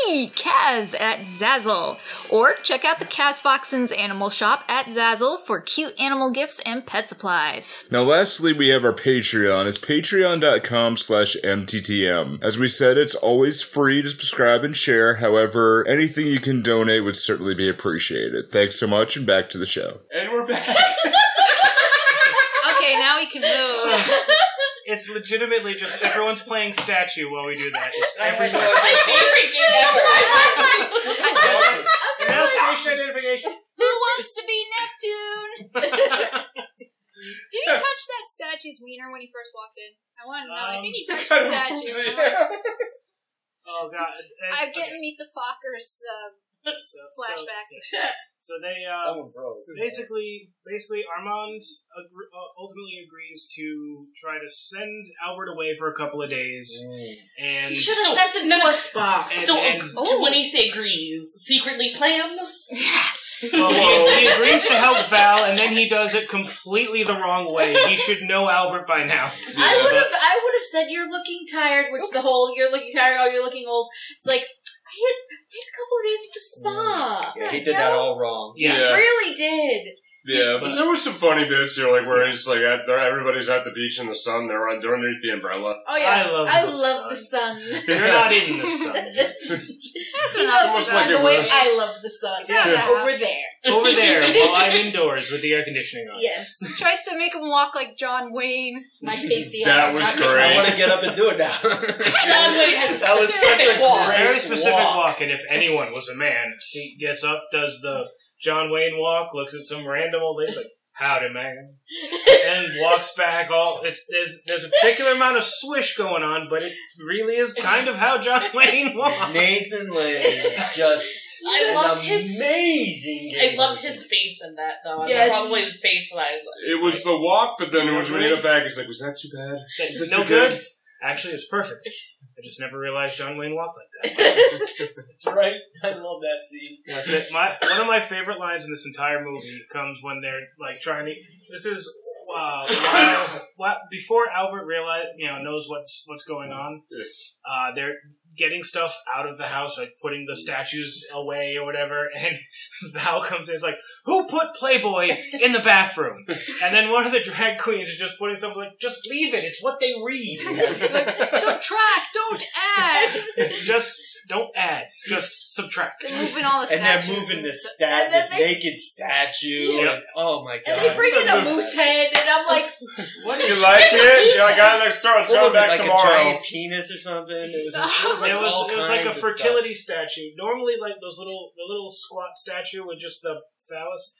B: me, Kaz, at Zazzle. Or check out the Kaz Foxen's Animal Shop at Zazzle for cute animal gifts and pet supplies.
G: Now, lastly, we have our Patreon. It's patreon.com slash mttm. As we said, it's always free to subscribe and share. However, anything you can donate would certainly be
I: appreciate it. Thanks so much, and back to the show.
G: And we're back.
B: Okay, now we can move.
C: It's legitimately just everyone's playing statue while we do that. It's
F: I
C: every
F: had no idea.
C: now station identification.
B: Who wants to be Neptune? Did he touch that statue's wiener when he first walked in? I want to know. I
C: Um,
B: think he touched the statue.
C: Oh god. Uh,
B: I'm
C: okay.
B: getting meet the Fockers uh,
C: So, so,
B: flashbacks.
C: so they
E: Oh,
C: uh,
H: I'm a bro.
C: basically basically Armand agr- uh, ultimately agrees to try to send Albert away for a couple of days and
D: You should
E: Mm. So-
D: have sent him
E: no,
D: to
E: no.
D: a spa.
C: and,
E: so
C: and-
E: ag- when you say agrees, secretly plans.
C: well, he, he agrees to help Val and then he does it completely the wrong way. He should know Albert by now.
D: I would have. I would have said you're looking tired, which the whole "you're looking tired" oh you're looking old. It's like I had, did a couple of days at the spa.
F: Mm,
H: Yeah, he did that all wrong.
C: Yeah.
G: Yeah.
D: Really did.
G: Yeah, but there were some funny bits here, like where he's like, at, they're, everybody's at the beach in the sun. They're, on, they're underneath the umbrella.
D: Oh yeah,
C: I love the
D: the sun.
C: You're not in the sun.
B: That's
D: He
B: enough.
D: loves the
G: almost
D: sun
G: like
D: the
G: it
D: way
G: was.
D: I love the sun.
B: Yeah. Yeah.
D: Over there,
C: Over there while I'm indoors with the air conditioning on.
D: yes,
B: Tries to make him walk like John Wayne.
D: my pasty.
G: That
D: eyes
G: was
D: not-
G: great.
H: I want to get up and do it now.
D: John Wayne has a
H: That was such
D: specific
H: a
D: walk.
H: great-
C: Very specific
H: walk.
C: walk, and if anyone was a man, he gets up, does the John Wayne walk, looks at some random old lady like, howdy man, and walks back all, it's, there's, there's a particular amount of swish going on, but it really is kind of how John Wayne walks.
H: Nathan Lane is just
E: I
H: an
E: loved his.
H: amazing
E: I
H: game
E: loved
H: person.
E: his face in that though.
D: Yes.
E: Probably his face when I was like,
G: It was the walk, but then it was when he got back, he's like, was that too bad? Is it
C: no
G: too
C: good?
G: good?
C: Actually, it's perfect. I just never realized John Wayne walked like that.
H: That's right. I love that scene.
C: Yeah, so my one of my favorite lines in this entire movie comes when they're like trying to. This is uh, while, while, before Albert realize you know knows what's what's going on. Uh, they're getting stuff out of the house, like putting the statues away or whatever. And Val comes in, and is like, "Who put Playboy in the bathroom?" And then one of the drag queens is just putting something like, "Just leave it. It's what they read.
B: Subtract, don't add.
C: just don't add. Just subtract."
B: They're moving all the
H: And
B: statues.
H: they're moving
B: and
H: this
B: stuff.
H: stat,
D: And then
H: this
D: they-
H: naked statue.
C: Yeah.
H: and- oh my
D: And they
H: god!
D: bring in a moose head, and I'm like,
G: What you like it? Yeah, I got it next door. Let's
H: what
G: go
H: was it,
G: back
H: like a
G: tomorrow.
H: giant penis or something? It was, it was like
C: it was,
H: all
C: it was like a
H: kinds of stuff.
C: fertility statue. Normally, like those little the little squat statue with just the phallus.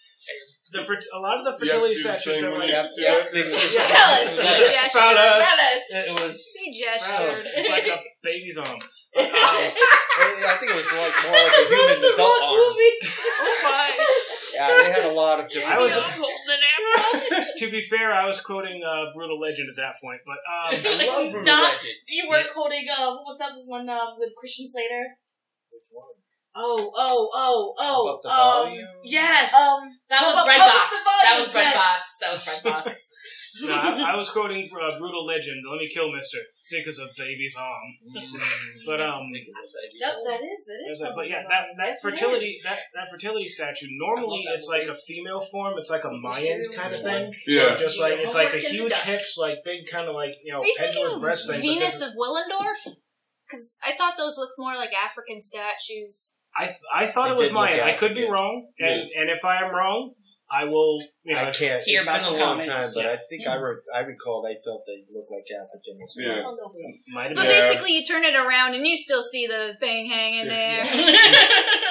C: The fer- a lot of the
G: You have to
C: fertility
G: do the
C: statues
G: thing
C: they're
G: when
C: like
G: you
H: Yep,
G: do
H: yep.
G: it.
H: They were-
C: Yeah.
D: fellas,
B: He gestured.
C: Phallus.
D: fellas.
H: It was. uh,
B: He
C: phallus.
B: gestured.
C: It's like a baby's arm.
H: I I think it was like more like a human adult arm.
B: Oh my.
H: Yeah, they had a lot of different.
C: I was-
B: I'm holding it.
C: to be fair, I was quoting uh, brutal legend at that point, but um,
H: I love Brutal
E: Not-
H: Legend.
E: you were quoting. Uh, what was that one uh, with Christian Slater?
D: Oh, oh, oh, oh,
H: Up the
D: um,
H: volume.
E: Yes.
D: um,
E: that was
D: Up-
E: Red
D: up
E: Box.
D: the
E: That was
D: volume,
E: Red
D: yes.
E: Box. That was Red Box.
C: no, I, I was quoting uh, brutal legend. Let me kill Mister because of baby's arm.
G: Mm.
C: But um,
D: nope, that is, that is.
C: There's a- but
D: probably
C: yeah,
D: wrong.
C: that, that
D: Yes, it
C: fertility
D: is.
C: that, that fertility statue. Normally,
E: I love that
C: it's like
E: movie.
C: a female form. It's like a Mayan
D: serial
C: kind of
H: killer.
C: thing.
G: Yeah.
C: just like it's like a huge
D: Homework and
C: hips, like big kind of like you know
B: Are you
C: pendulous breast
B: thinking of
C: thing. but
B: Venus
C: this is-
B: of Willendorf? Because I thought those looked more like African statues.
C: I th- I thought
H: It
C: it was
H: did look
C: Maya. I
H: African.
C: could be wrong, and and if I am wrong, I will. You
H: I
C: know,
H: can't.
E: Hear
H: It's been a
E: about
H: long
E: the comments.
H: time, but I think I re- I recall I felt they looked like Africans.
G: Yeah.
C: Might have
B: But
C: been.
G: Yeah.
B: basically, you turn it around and you still see the thing hanging there.
G: It was
D: Turn it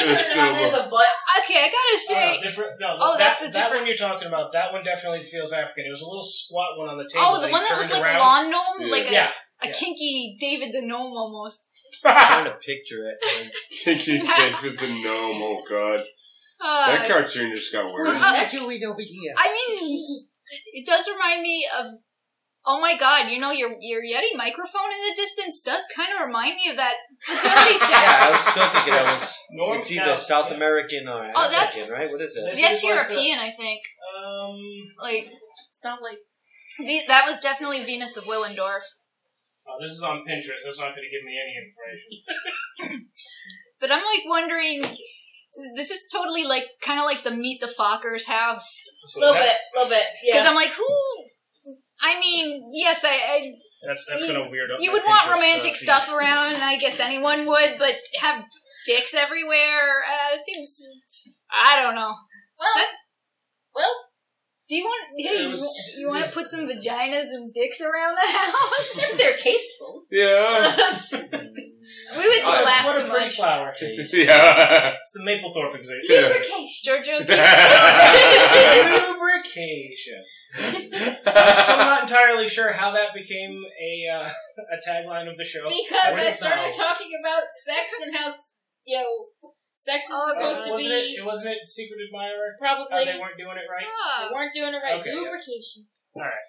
D: on,
G: still-
D: there's a butt.
B: Okay, I gotta
C: Oh,
B: say,
C: no, different. No,
B: Oh,
C: that,
B: that's a
C: that
B: different-
C: one you're talking about. That one definitely feels African. It was a little squat one on the table.
B: oh, the
C: you
B: one that
C: turned
B: looked like
C: around.
B: a lawn gnome,
G: Yeah.
B: like a,
C: Yeah,
B: a
C: yeah.
B: kinky David the gnome almost.
H: I'm trying to picture it. and
G: Kinky Kid with the gnome. Oh god, that
B: Uh,
G: cartoon just got weird.
B: Uh,
H: doing over here?
B: I mean, it does remind me of. Oh my god, you know your your Yeti microphone in the distance does kind of remind me of that fertility
H: Yeah,
B: statue.
H: I was still thinking I was.
C: Norm- Um,
H: It's either
C: now-
H: South American or African,
B: that's-
H: right? What is it?
C: This
B: That's
C: is like the-
B: European, I think.
C: Um,
B: Like
E: Stop like.
B: the, that was definitely Venus of Willendorf.
C: oh, this is on Pinterest. That's not going to give me any information.
B: But I'm like wondering. This is totally like kind of like the Meet the Fockers house
C: So
D: A little
C: that-
D: bit, a little bit.
B: because
D: Yeah.
B: I'm like who. I mean, yes, I, I
C: That's that's going to weird up.
B: You
C: my
B: would want
C: Pinterest
B: romantic
C: yeah.
B: stuff around, and I guess anyone would, but have dicks everywhere, uh, it seems. I don't know.
D: Well, well,
B: Do you want? Hey,
C: It
B: you,
C: was-
B: you want to put some vaginas and dicks around the house?
D: if they're tasteful.
G: Yeah.
B: we would just
C: What-
B: laugh
C: what a
B: too
C: pretty
B: much.
C: flower taste.
G: yeah.
C: It's the Maplethorpe example.
G: Yeah.
B: Giorgio keeps doing shit.
C: Lubrication. I'm still not entirely sure how that became a uh, a tagline of the show.
D: Because I
C: Where's the
D: started
C: sound?
D: talking about sex and how, s- you know, sex is
B: Oh,
C: Uh,
D: supposed to
C: wasn't
D: be
C: it, it wasn't it Secret Admirer?
G: Oh,
C: How
D: probably.
C: they weren't doing it right.
D: They
B: Oh,
D: weren't doing it right.
C: Okay, yeah.
D: Lubrication.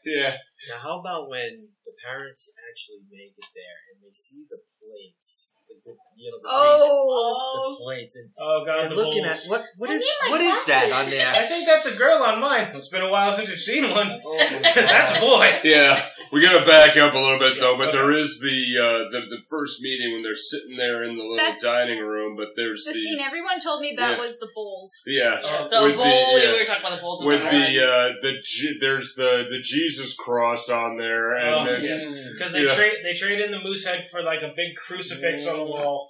G: Yeah.
H: Now, how about when the parents actually make it there and they see the plates, like the, you know, the,
D: Oh.
H: the plates, and
C: Oh god,
H: they're
C: the
H: looking at
C: Bulls.
H: what? What
D: I
H: is?
D: need my
H: What is that on
D: glasses.
H: there?
C: I think that's a girl on mine. It's been a while since I've seen one.
H: Oh my
C: 'Cause that's a boy.
G: Yeah. We gotta back up a little bit though, but there is the uh, the, the first meeting when they're sitting there in the little
B: That's-
G: dining room, but there's
B: the scene
G: the
B: everyone told me about
G: Yeah.
B: was the bowls.
G: yeah
E: Yeah,
C: Oh,
E: so
G: with
E: bowl,
G: the,
E: we
G: yeah.
E: were talking about the bowls of
G: with
E: the
G: the uh, the G- there's the the Jesus cross on there, and
C: Oh,
G: it's
C: yeah. Because they
G: Yeah.
C: trade they trade in the moose head for like a big crucifix on the wall.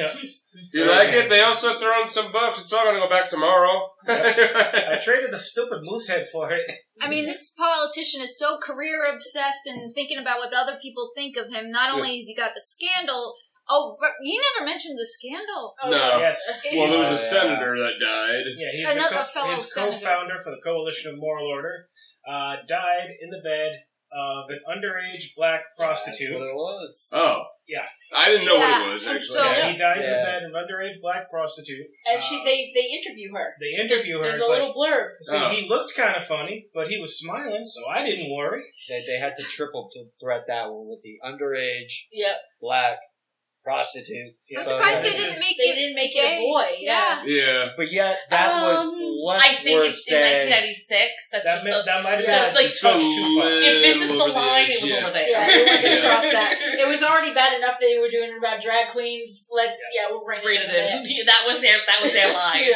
G: You like it? They also throw in some books. It's all gonna go back tomorrow.
C: I traded the stupid moose head for it.
B: I mean, this politician is so career obsessed and thinking about what other people think of him. Not only has he got the scandal. Oh, but you never mentioned the scandal.
D: Oh,
G: no.
C: Yes.
B: Is
G: Well, there was
H: Oh,
G: a
H: yeah.
G: senator that died.
C: Yeah, he's
B: Another
C: the co-
B: fellow
C: his
B: senator.
C: co-founder for the Coalition of Moral Order, uh, died in the bed of an underage black
H: That's
C: prostitute.
H: what it was.
G: Oh.
C: Yeah.
G: I didn't know what
B: Yeah,
G: it was
B: and
G: actually.
B: so-
C: yeah, he died in the
H: Yeah.
C: bed of an underage black prostitute.
D: And
C: Uh,
D: she, they, they interview her.
C: They interview her.
D: There's
C: it's
D: a
C: like,
D: little blurb.
C: See,
G: Oh.
C: he looked kind of funny, but he was smiling, so I didn't worry.
H: They, they had to triple to threat that one with the underage
D: Yep.
H: black prostitute.
C: Yeah.
B: I'm
H: So
B: surprised they
C: this
B: didn't
C: is-
B: make
D: They
B: it.
D: didn't make
B: gay.
D: it a boy.
B: Yeah.
D: Yeah.
G: yeah.
H: But yet that
E: Um,
H: was less
E: I think
H: worse
E: it's in
H: than
E: 1996. That's
C: That,
E: just
C: mi-
E: the,
C: that might have been
E: just
C: a
E: like
C: touch too far.
E: if this is the
G: Little over
E: line,
G: edge,
E: it was
G: yeah.
E: over there.
D: Yeah, they went
G: Yeah.
D: across that. It was already bad enough that they were doing it about drag queens. Let's, yeah, we'll bring
E: Rated
D: it in.
E: it. That was their that was their line.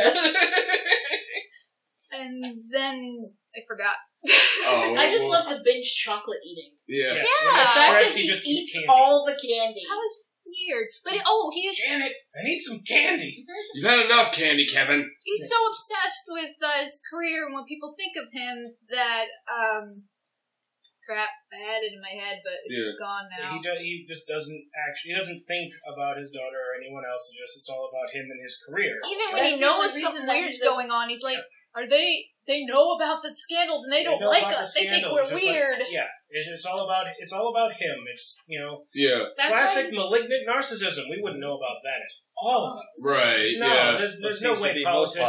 B: And then I forgot.
G: Oh,
D: I just
G: well,
D: love the binge chocolate eating.
G: Yeah.
C: Yes,
B: Yeah.
C: when
D: The
C: he's
D: fact
C: stressed,
D: that he,
C: just
D: eats
C: candy.
D: all the candy.
B: That was weird. But oh, he's
C: Janet, I need some candy.
G: You've had enough candy, Kevin.
B: he's so obsessed with uh, his career and what people think of him that um, crap. I had it in my head, but it's gone now.
C: He, do, he just doesn't actually. He doesn't think about his daughter or anyone else. It's just it's all about him and his career.
B: Even when
D: That's
B: he
D: the
B: knows
D: only reason
B: something
D: that
B: weird's
D: he's a-
B: going on, he's like, "Are they? They know about the scandals and they
C: They
B: don't
C: know
B: like
C: about the
B: us. They think
C: scandal,
B: we're
C: just like-
B: weird."
C: Yeah, it's, it's all about it's all about him. It's you know
G: Yeah.
D: That's
C: classic
D: why-
C: malignant narcissism. We wouldn't know about that at all.
G: Right.
C: Oh, no,
G: yeah.
C: there's, there's
H: It
C: no
H: seems to
C: way
H: be most
C: politics would do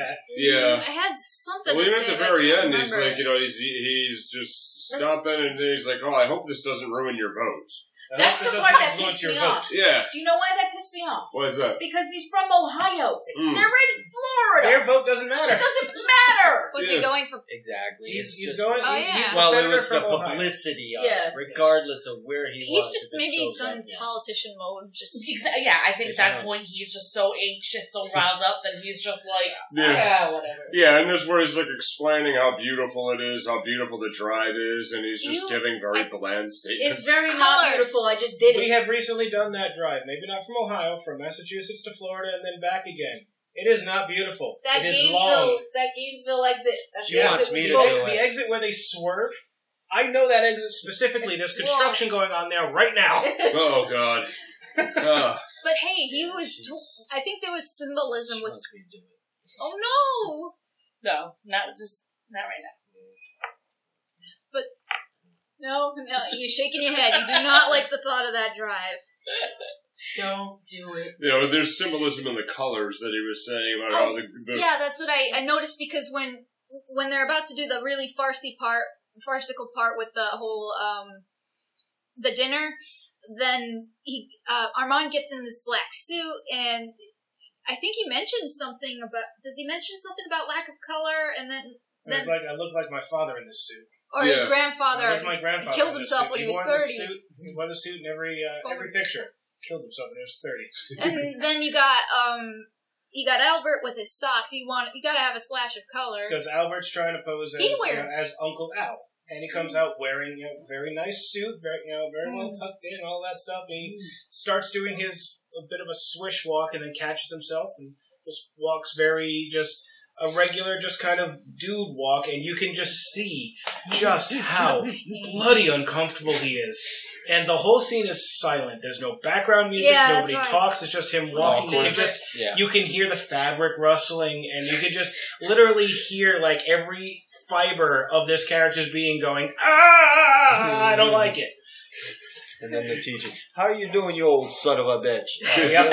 H: politicians.
C: that.
G: Yeah.
B: I had something.
G: Well,
B: to say,
G: even at the
B: but I
G: very
B: can't
G: end, he's
B: remember.
G: like, you know, he's he's just stopping and he's like, oh, I hope this doesn't ruin your vote.
C: I
D: That's
C: hope it
D: the part
C: doesn't
D: that
C: influence
D: pissed
C: your
D: me
C: vote.
D: off.
G: Yeah.
D: Do you know why that pissed me off?
G: What is that?
D: Because he's from Ohio.
G: Mm.
D: They're in Florida.
C: Their vote doesn't
D: It
C: matter.
D: doesn't matter.
B: Was
G: Yeah.
B: he going for?
H: exactly. It's
C: He's, he's
H: just-
C: going.
B: Oh,
C: he- he's
B: yeah.
C: a
H: Well, it
C: senator
H: was the
C: from Ohio.
H: publicity of
D: Yes.
H: it, regardless of where he
B: He's
H: was.
B: just
H: if it
B: maybe
H: shows
B: some
H: up, yeah.
B: politician mode. Just
E: Exactly. Yeah, I think at
H: It's
E: that
H: not.
E: point he's just so anxious, so riled up that he's just like,
G: Yeah.
E: ah, whatever.
G: Yeah, and that's where he's like explaining how beautiful it is, how beautiful the drive is, and he's
B: You-
G: just giving very
B: I-
G: bland statements.
D: It's very not
B: Colors.
D: beautiful. I just did
C: We
D: it.
C: have recently done that drive, maybe not from Ohio, from Massachusetts to Florida, and then back again. It is not beautiful.
D: That
C: it is
D: Gainesville,
C: long.
D: that Gainesville exit. That's
H: She
D: the
H: wants
D: exit
H: me
D: we
H: to
D: go-
H: do
C: The, the exit where they swerve. I know that exit specifically. There's construction going on there right now.
G: oh God. Ugh.
B: But hey, he was.
H: She's-
B: To- I think there was symbolism
H: she
B: with.
H: wants me to do it.
B: Oh no!
E: No, not just not right now.
B: No, no, you're shaking your head. You do not like the thought of that drive.
D: Don't do it.
G: you know, there's symbolism in the colors that he was saying about
D: Oh,
G: how the, the
B: Yeah, that's what I, I noticed because when when they're about to do the really farcy part, farcical part with the whole um the dinner, then he uh, Armand gets in this black suit and I think he mentions something about. Does he mention something about lack of color and then
C: And it's
B: Then-
C: like I look like my father in this suit.
B: or his
G: Yeah.
B: grandfather?
C: I look like my grandfather.
B: killed
C: in this
B: himself
C: suit.
B: when he was
C: wore this
B: 30.
C: Suit, he wore the suit in every uh,
B: Well,
C: every picture. Killed himself when he was thirty.
B: and then you got um you got Albert with his socks. You want you got to have a splash of color.
C: Because Albert's trying to pose as,
B: He
C: you know,
B: wears- Mm-hmm.
C: as Uncle Al. And he comes out wearing a you know, very nice suit, very you know, very
B: Mm.
C: well tucked in, all that stuff. And he starts doing his a bit of a swish walk, and then catches himself and just walks very just a regular, just kind of dude walk, and you can just see just how bloody uncomfortable he is. And the whole scene is silent. There's no background music.
B: Yeah, that's
C: nobody
B: why it's-
C: talks. It's just him walking. You can
B: Awkward.
C: just
H: Yeah.
C: you can hear the fabric rustling, and you can just literally hear like every fiber of this character's being going. Ah, I
B: Mm-hmm.
C: don't like it.
H: And then the teacher, how you doing, you old son of a bitch?
C: Oh, yep.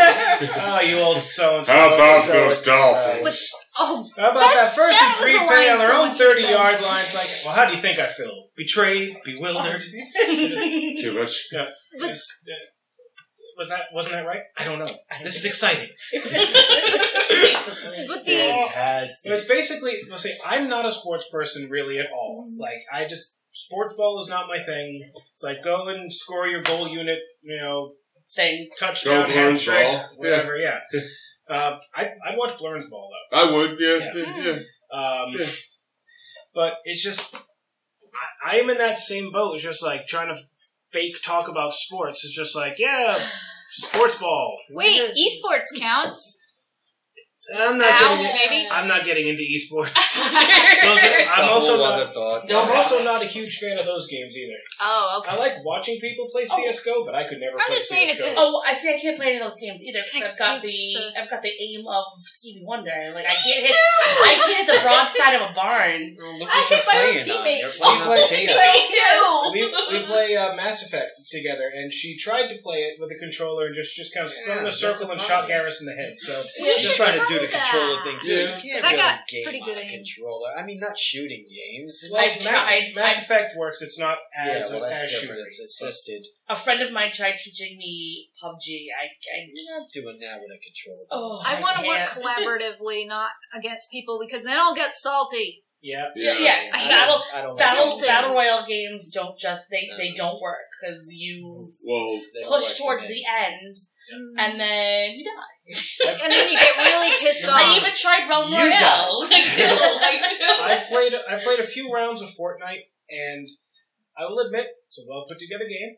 C: oh you old so and so.
G: How about
H: so
G: those
H: it's-
G: dolphins?
B: Oh,
C: How about
B: That's-
C: that first
B: that was
C: and
B: a
C: three play
B: line
C: on their
B: so
C: own
B: much
C: 30
B: better.
C: yard line? It's like, well, how do you think I feel? Betrayed, bewildered.
G: Too much.
B: But-
C: Just, uh, was that wasn't that right? I don't know. This is exciting.
B: but the
H: Fantastic.
C: It's basically, well, see, I'm not a sports person really at all. Like, I just sports ball is not my thing. It's like go and score your goal unit, you know,
E: thing.
C: touchdown,
G: Go
C: hat
G: Blurns
C: trick,
G: ball.
C: whatever. Yeah. uh, I I watch Blurns ball though.
G: I would, yeah,
C: Yeah.
G: yeah. yeah.
C: Um,
G: Yeah.
C: but it's just, I, I am in that same boat. It's just like trying to fake talk about sports. It's just like, yeah, sports ball.
B: wait, esports counts.
C: I'm not
B: Now,
C: getting. it-
B: maybe.
C: I'm not getting into esports. Those are-
B: oh,
H: That's a
C: I'm also
H: whole
C: not.
H: other thought.
C: I'm also not a huge fan of those games either.
B: Oh, okay. Oh.
C: I like watching people play CS:GO, but I could never.
B: I'm
C: play
B: just saying it's
C: CS:GO.
B: an-
E: Oh, I see. I can't play any of those games either because I've got
B: Excuse
E: the
B: to-
E: I've got the aim of Stevie Wonder. Like I can't hit I can't hit the broadside of a barn.
H: Look
D: I
H: what
D: hit my own
H: you're playing on.
D: teammate.
H: You're playing on
C: Oh,
H: potato.
D: Me
E: too.
C: we, we play uh, Mass Effect together, and she tried to play it with a controller and just, just kind of spun in a
H: that's
C: circle
H: a
C: and shot
H: problem.
C: Garrus in the head. So
B: You should
H: just trying to
B: try
H: do the
B: that.
H: controller thing too.
G: Yeah.
H: You can't
B: 'Cause I
H: really
B: got
H: game
B: pretty good
H: on
B: aim.
H: a controller. I mean, not shooting games.
C: Well,
E: I've
C: Mass,
E: tried-
C: Mass
E: I've-
C: Effect works. It's not as
H: yeah, well,
C: as
H: that's
C: shooting.
H: different. It's assisted.
E: A friend of mine tried teaching me PUBG. I, I
H: You're not doing that with a controller.
E: oh
B: I want to work
E: can't.
B: collaboratively, not against people, because then I'll get salty.
C: Yeah,
E: Yeah, yeah.
H: I don't-
E: Battle
H: I don't
E: battle
B: Tilting.
E: battle royale games don't just they
H: No.
E: they don't work because you
G: Well,
H: They don't
E: push
H: work for
E: towards
H: me.
E: the end and then you die.
B: and then you get really pissed off.
E: I even tried Realm
H: You
E: Royale. I
C: I've played I've played a few rounds of Fortnite, and I will admit it's a well put together game.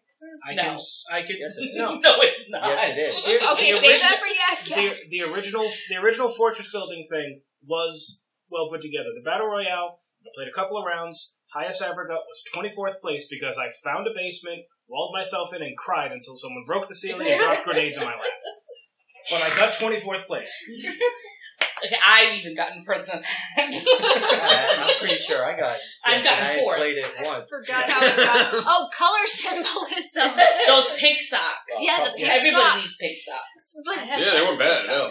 C: I
E: No.
C: can s- I can
H: Yes, it is.
C: no.
E: No, it's not.
H: Yes, it is.
B: okay,
C: the
B: save
C: origi-
B: that for yeah,
C: The, the original the original fortress building thing was well put together. The battle royale I played a couple of rounds. Highest I ever got was twenty fourth place because I found a basement, walled myself in, and cried until someone broke the ceiling and dropped grenades in my lap. But I got twenty fourth place.
E: Okay, I've even gotten first on that.
H: I, am pretty sure I got.
E: I've gotten
H: I
E: fourth.
H: played it
B: I
H: once.
B: forgot how it got. Oh, color symbolism.
E: Those pig socks.
B: yeah, the pink
E: Everybody
B: socks.
E: needs pig socks.
B: But
G: yeah, they weren't bad. No.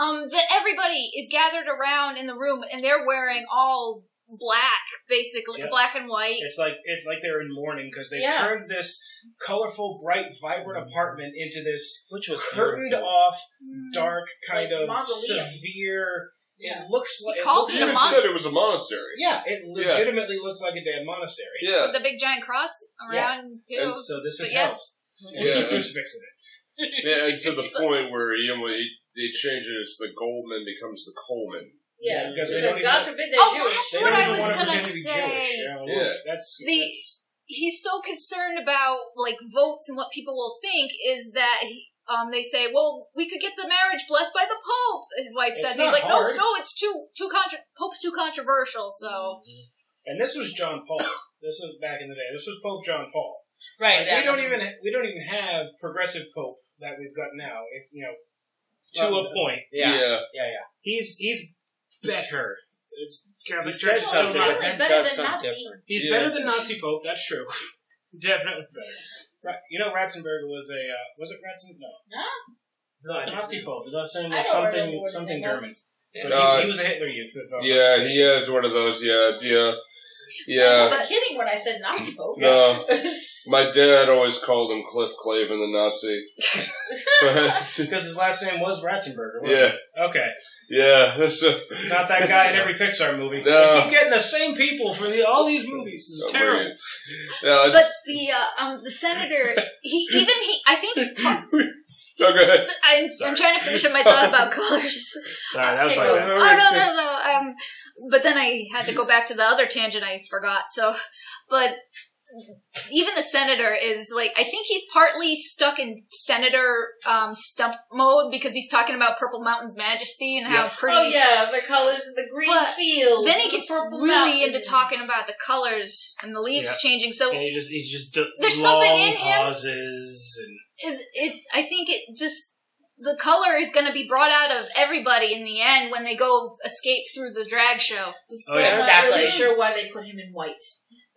B: um, that everybody is gathered around in the room, and they're wearing all black, basically
C: Yep.
B: black and white.
C: It's like it's like they're in mourning because they've
E: Yeah.
C: turned this colorful, bright, vibrant apartment into this
H: Which was
C: curtained
H: beautiful.
C: off,
B: Mm.
C: dark, kind
E: Like
C: of
E: mausoleum.
C: severe.
E: Yeah.
C: It looks like
B: called
C: looks
B: it a
G: You
C: like-
G: even
B: mon-
G: said it was a monastery.
C: Yeah, it
G: Yeah.
C: legitimately looks like a damn monastery.
G: Yeah,
B: With the big giant cross around too.
C: And so this
B: But
C: is
B: yes.
C: hell. And
G: Yeah.
C: There's a crucifix in it.
G: yeah. And to the point where um, you know they, they change it. It's the Goldman becomes the Coleman.
C: Yeah, because they don't
D: God
C: even-
D: forbid they're
B: Oh,
D: Jewish.
B: that's
C: They
B: what
C: don't
B: I
C: even
B: was
C: want to
B: gonna
C: pretend to be Jewish.
B: say.
C: You know,
G: Yeah.
C: that's
B: The-
C: that's-
B: he's so concerned about like votes and what people will think is that he, um they say well we could get the marriage blessed by the pope his wife
C: It's
B: says
C: not
B: he's like
C: hard.
B: no no it's too too contra- pope's too controversial so
C: and this was John Paul. This was back in the day. This was Pope John Paul.
E: Right.
C: Like,
E: that
C: we don't
E: was-
C: even we don't even have progressive pope that we've got now. If, you know, to
H: Well,
C: a point.
H: Yeah,
G: yeah.
H: yeah,
C: He's he's better. It's
H: yeah. He
C: Catholic Church
H: said
C: is
H: something,
C: still not.
H: but then
D: Better
H: does
D: than
H: something
D: Nazi.
H: different.
C: He's
G: Yeah.
C: better than Nazi Pope. That's true. Definitely better. Ra- You know, Ratzenberger was a uh, was it Ratzenberger? No.
D: Huh?
C: No, a Nazi Pope. His last name
D: I
C: was
D: don't remember
C: something
D: what his
C: something
D: name was.
C: German. But
G: Uh,
C: he, he was a Hitler youth. If I'm not
G: Yeah,
C: mistaken.
G: he had one of those. Yeah, yeah,
D: I
G: yeah.
D: wasn't kidding when I said Nazi Pope.
G: No, my dad always called him Cliff Clavin the Nazi. But-
C: because his last name was Ratzenberger. Wasn't
G: yeah,
C: It? Okay,
G: yeah. that's a-
C: not that guy in every Pixar movie.
G: No.
C: They keep getting the same people for the, all these movies. It's
G: Oh,
C: terrible.
G: man. No,
B: but
G: it's,
B: the uh, um the senator he even he i think he par-
G: no, go ahead.
B: I'm, I'm
C: Sorry.
B: trying to finish up my thought about colors
C: Sorry,
B: that was my
G: bad.
B: oh no no no um but then i had to go back to the other tangent i forgot so but even the senator is like I think he's partly stuck in senator um, stump mode because he's talking about Purple Mountain's majesty and how pretty.
D: Oh yeah, the colors of the green
B: But
D: fields.
B: Then
D: and
B: he
D: the
B: gets
D: purple
B: really into
D: mountains.
B: talking about the colors and the leaves changing. So
C: And he just he's just d-
B: There's
C: long
B: something in him.
C: pauses and
B: it, it I think it just the color is going to be brought out of everybody in the end when they go escape through the drag show.
D: So
C: Oh, yeah.
D: I'm not
E: Exactly.
D: really sure why they put him in white.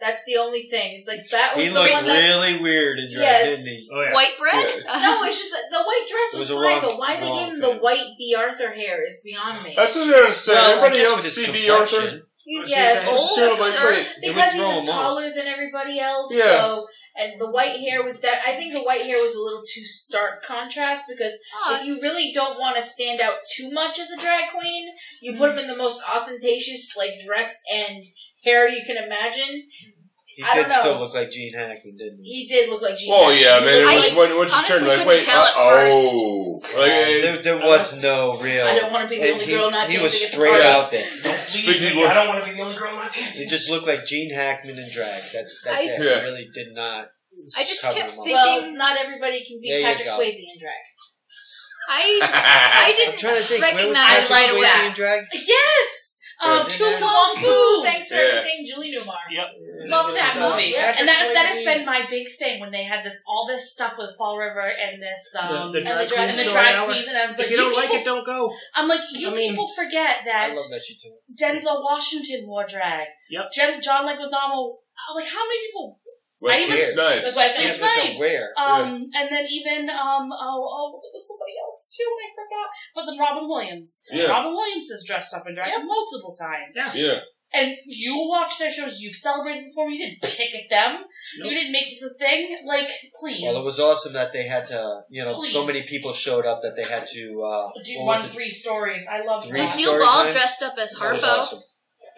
D: That's the only thing. It's like that was
H: He
D: the
H: looked
D: one that.
H: really weird in drag,
D: Yes.
H: didn't he?
C: oh yeah.
B: White bread? Uh-huh.
D: No, it's just that the white dress
H: It was
D: was,
H: a
D: fine,
H: wrong-
D: but why they
H: wrong
D: gave him
H: thing.
D: the white B. Arthur hair is beyond me.
G: That's what I was saying.
H: Well, I
G: Everybody
H: guess
G: else
H: with his
G: see B.
H: complexion,
G: Arthur?
D: yes,
G: That's
B: old,
G: sort of like,
B: sure.
G: wait,
H: It would
D: because he
H: throw
D: was
H: him off.
D: taller than everybody else.
G: Yeah.
D: So, and the white hair was. De- I think the white hair was a little too stark contrast because
B: Oh,
D: if you really don't want to stand out too much as a drag queen, you put
H: Mm-hmm.
D: them in the most ostentatious like dress and hair you can imagine.
H: He
D: I
H: did
D: don't know.
H: still look like Gene Hackman, didn't he?
D: He did look like Gene.
G: Oh
D: Hackman.
G: yeah,
D: He
G: man. It
D: looked
B: I
G: was when
D: like,
G: once you
B: honestly
G: turned like,
B: couldn't
G: wait,
B: tell
G: uh
B: at first.
G: oh, like it,
H: there, there was no real.
D: I don't want to be the
H: and
D: only
H: he,
D: girl not
H: he
D: dancing.
H: was
D: at the
H: straight
D: party.
H: out there.
C: Don't leave
G: Speaking
C: me.
G: of-
C: I don't want to be the only girl not
H: He
C: dancing.
H: just looked like Gene Hackman in drag. That's that's
B: I-
H: it.
G: Yeah.
H: He really did not.
B: I just
H: cover
B: kept
H: him up.
B: thinking-
D: Well, not everybody can be
H: There you
D: Patrick
H: go.
D: Swayze in drag.
B: I I
H: I'm
B: didn't
H: trying to think. where was Patrick
B: recognize him right
H: Swayze
B: away.
H: in drag?
D: Yes.
H: Yeah,
D: Um,
H: they
D: Two
H: did.
D: Wong Fu. Thanks for
G: Yeah.
D: everything, Julie Newmar.
C: Yep.
D: Love that
H: uh,
C: So,
D: movie.
E: Yeah,
D: Patrick
E: and that that has
D: Swayze.
E: been my big thing when they had this all this stuff with Fall River and this um
C: The- the
D: drag
E: and the
D: queen
E: drag
C: story.
E: queen and I was like
C: If you don't like
E: people,
C: it, don't go.
E: I'm like you
C: I mean-
E: people forget
H: I
E: that
H: love that she told.
E: Denzel Washington wore drag.
C: Yep.
E: Jen, John Leguizamo. oh, Like how many people?
G: Wesley
E: I even-
G: Snipes.
E: Wesley
H: She was
E: Snipes.
H: aware.
E: Um, and then even um, oh, oh, it was somebody else too, and I forgot. But then Robin Williams.
G: Yeah.
E: Robin Williams has dressed up in drag multiple times.
G: Yeah,
E: And you watch their shows. You've celebrated before. You didn't pick at them.
C: Nope.
E: You didn't make this a thing. Like, please.
H: Well, it was awesome that they had to. You know, so
E: Please.
H: many people showed up that they had to. Uh,
E: Do
H: what
E: one
H: was it?
E: three stories. I love
H: Three
E: that.
B: Lucille
H: story
B: Ball
H: times.
B: dressed up as
H: That was
B: Harpo. Oh,
H: awesome.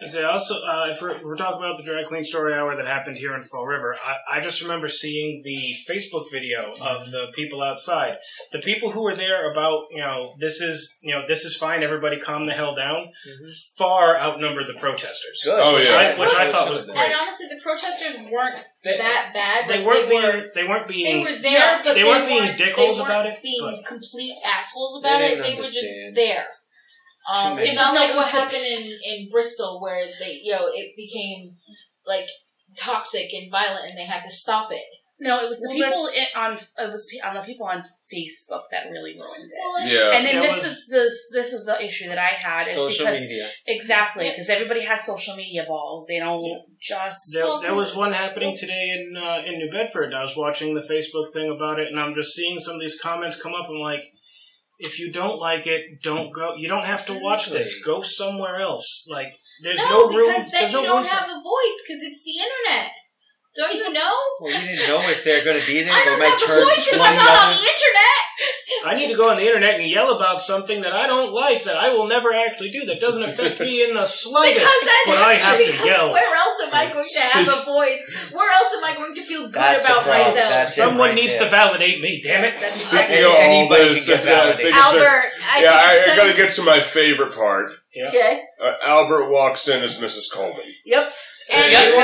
C: As I also, uh, if we're, we're talking about the drag queen story hour that happened here in Fall River, I, I just remember seeing the Facebook video of the people outside. The people who were there about, you know, this is, you know, this is fine, everybody calm the hell down, far outnumbered the protesters.
H: Good.
G: Oh, yeah.
C: Which I- which I thought was
H: Good.
D: And honestly, the protesters weren't
C: They,
D: that bad.
C: they
D: Like,
C: weren't
D: they
C: being,
D: were,
C: they weren't
D: they
C: being,
D: were there,
E: No,
D: but
C: they
D: they
C: weren't being
D: weren't- they
C: dickholes
D: weren't
C: about it,
D: Being
C: but-
D: complete assholes about
H: They
D: it.
H: didn't
D: They were just
H: understand.
D: there. Um,
H: Too
D: it's
H: many.
D: not
E: No,
D: like
E: it
D: what
E: was-
D: happened in, in Bristol, where they you know it became like toxic and violent, and they had to stop it.
E: No, it was the
D: Well,
E: people in,
D: that's-
E: on. It was pe- on the people on Facebook that really ruined it.
G: yeah.
E: and then
C: There
E: this
C: was-
E: is this this is the issue that I had is
H: Social
E: because
H: media.
E: exactly because everybody has social media balls. They don't just
C: there, there was one happening today in, uh, in New Bedford. I was watching the Facebook thing about it, and I'm just seeing some of these comments come up. I'm like, if you don't like it, don't go. You don't have to watch this. Go somewhere else. Like, there's no, room.
D: because then
C: there's
D: you
C: no room
D: don't
C: for
D: have a voice because it's the internet. Don't you know?
H: Well, you didn't know if they're going to be there.
D: I
H: They
D: don't
H: might
D: have a
H: turn
D: voice if
H: one
D: I'm not on
H: other-
D: the internet.
C: I need to go on the internet and yell about something that I don't like that I will never actually do that doesn't affect me in the slightest.
D: Because that's,
C: but I have
D: because
C: to yell.
D: Where else am I going to have a voice? Where else am I going to feel good
H: That's a
D: about
H: problem.
D: myself?
H: Oh, That's it
C: Someone
H: right
C: needs
H: there.
C: to validate me. Damn it!
D: That's-
G: Speaking
H: Any-
G: of all
H: anybody can
G: this,
H: get
G: I gotta
H: validated.
G: think it's a-
B: Albert, I
G: yeah,
B: think
G: I, I
B: so-
G: gotta get to my favorite part.
D: okay.
G: Uh, Albert walks in as Mrs. Coleman.
D: Yep.
B: and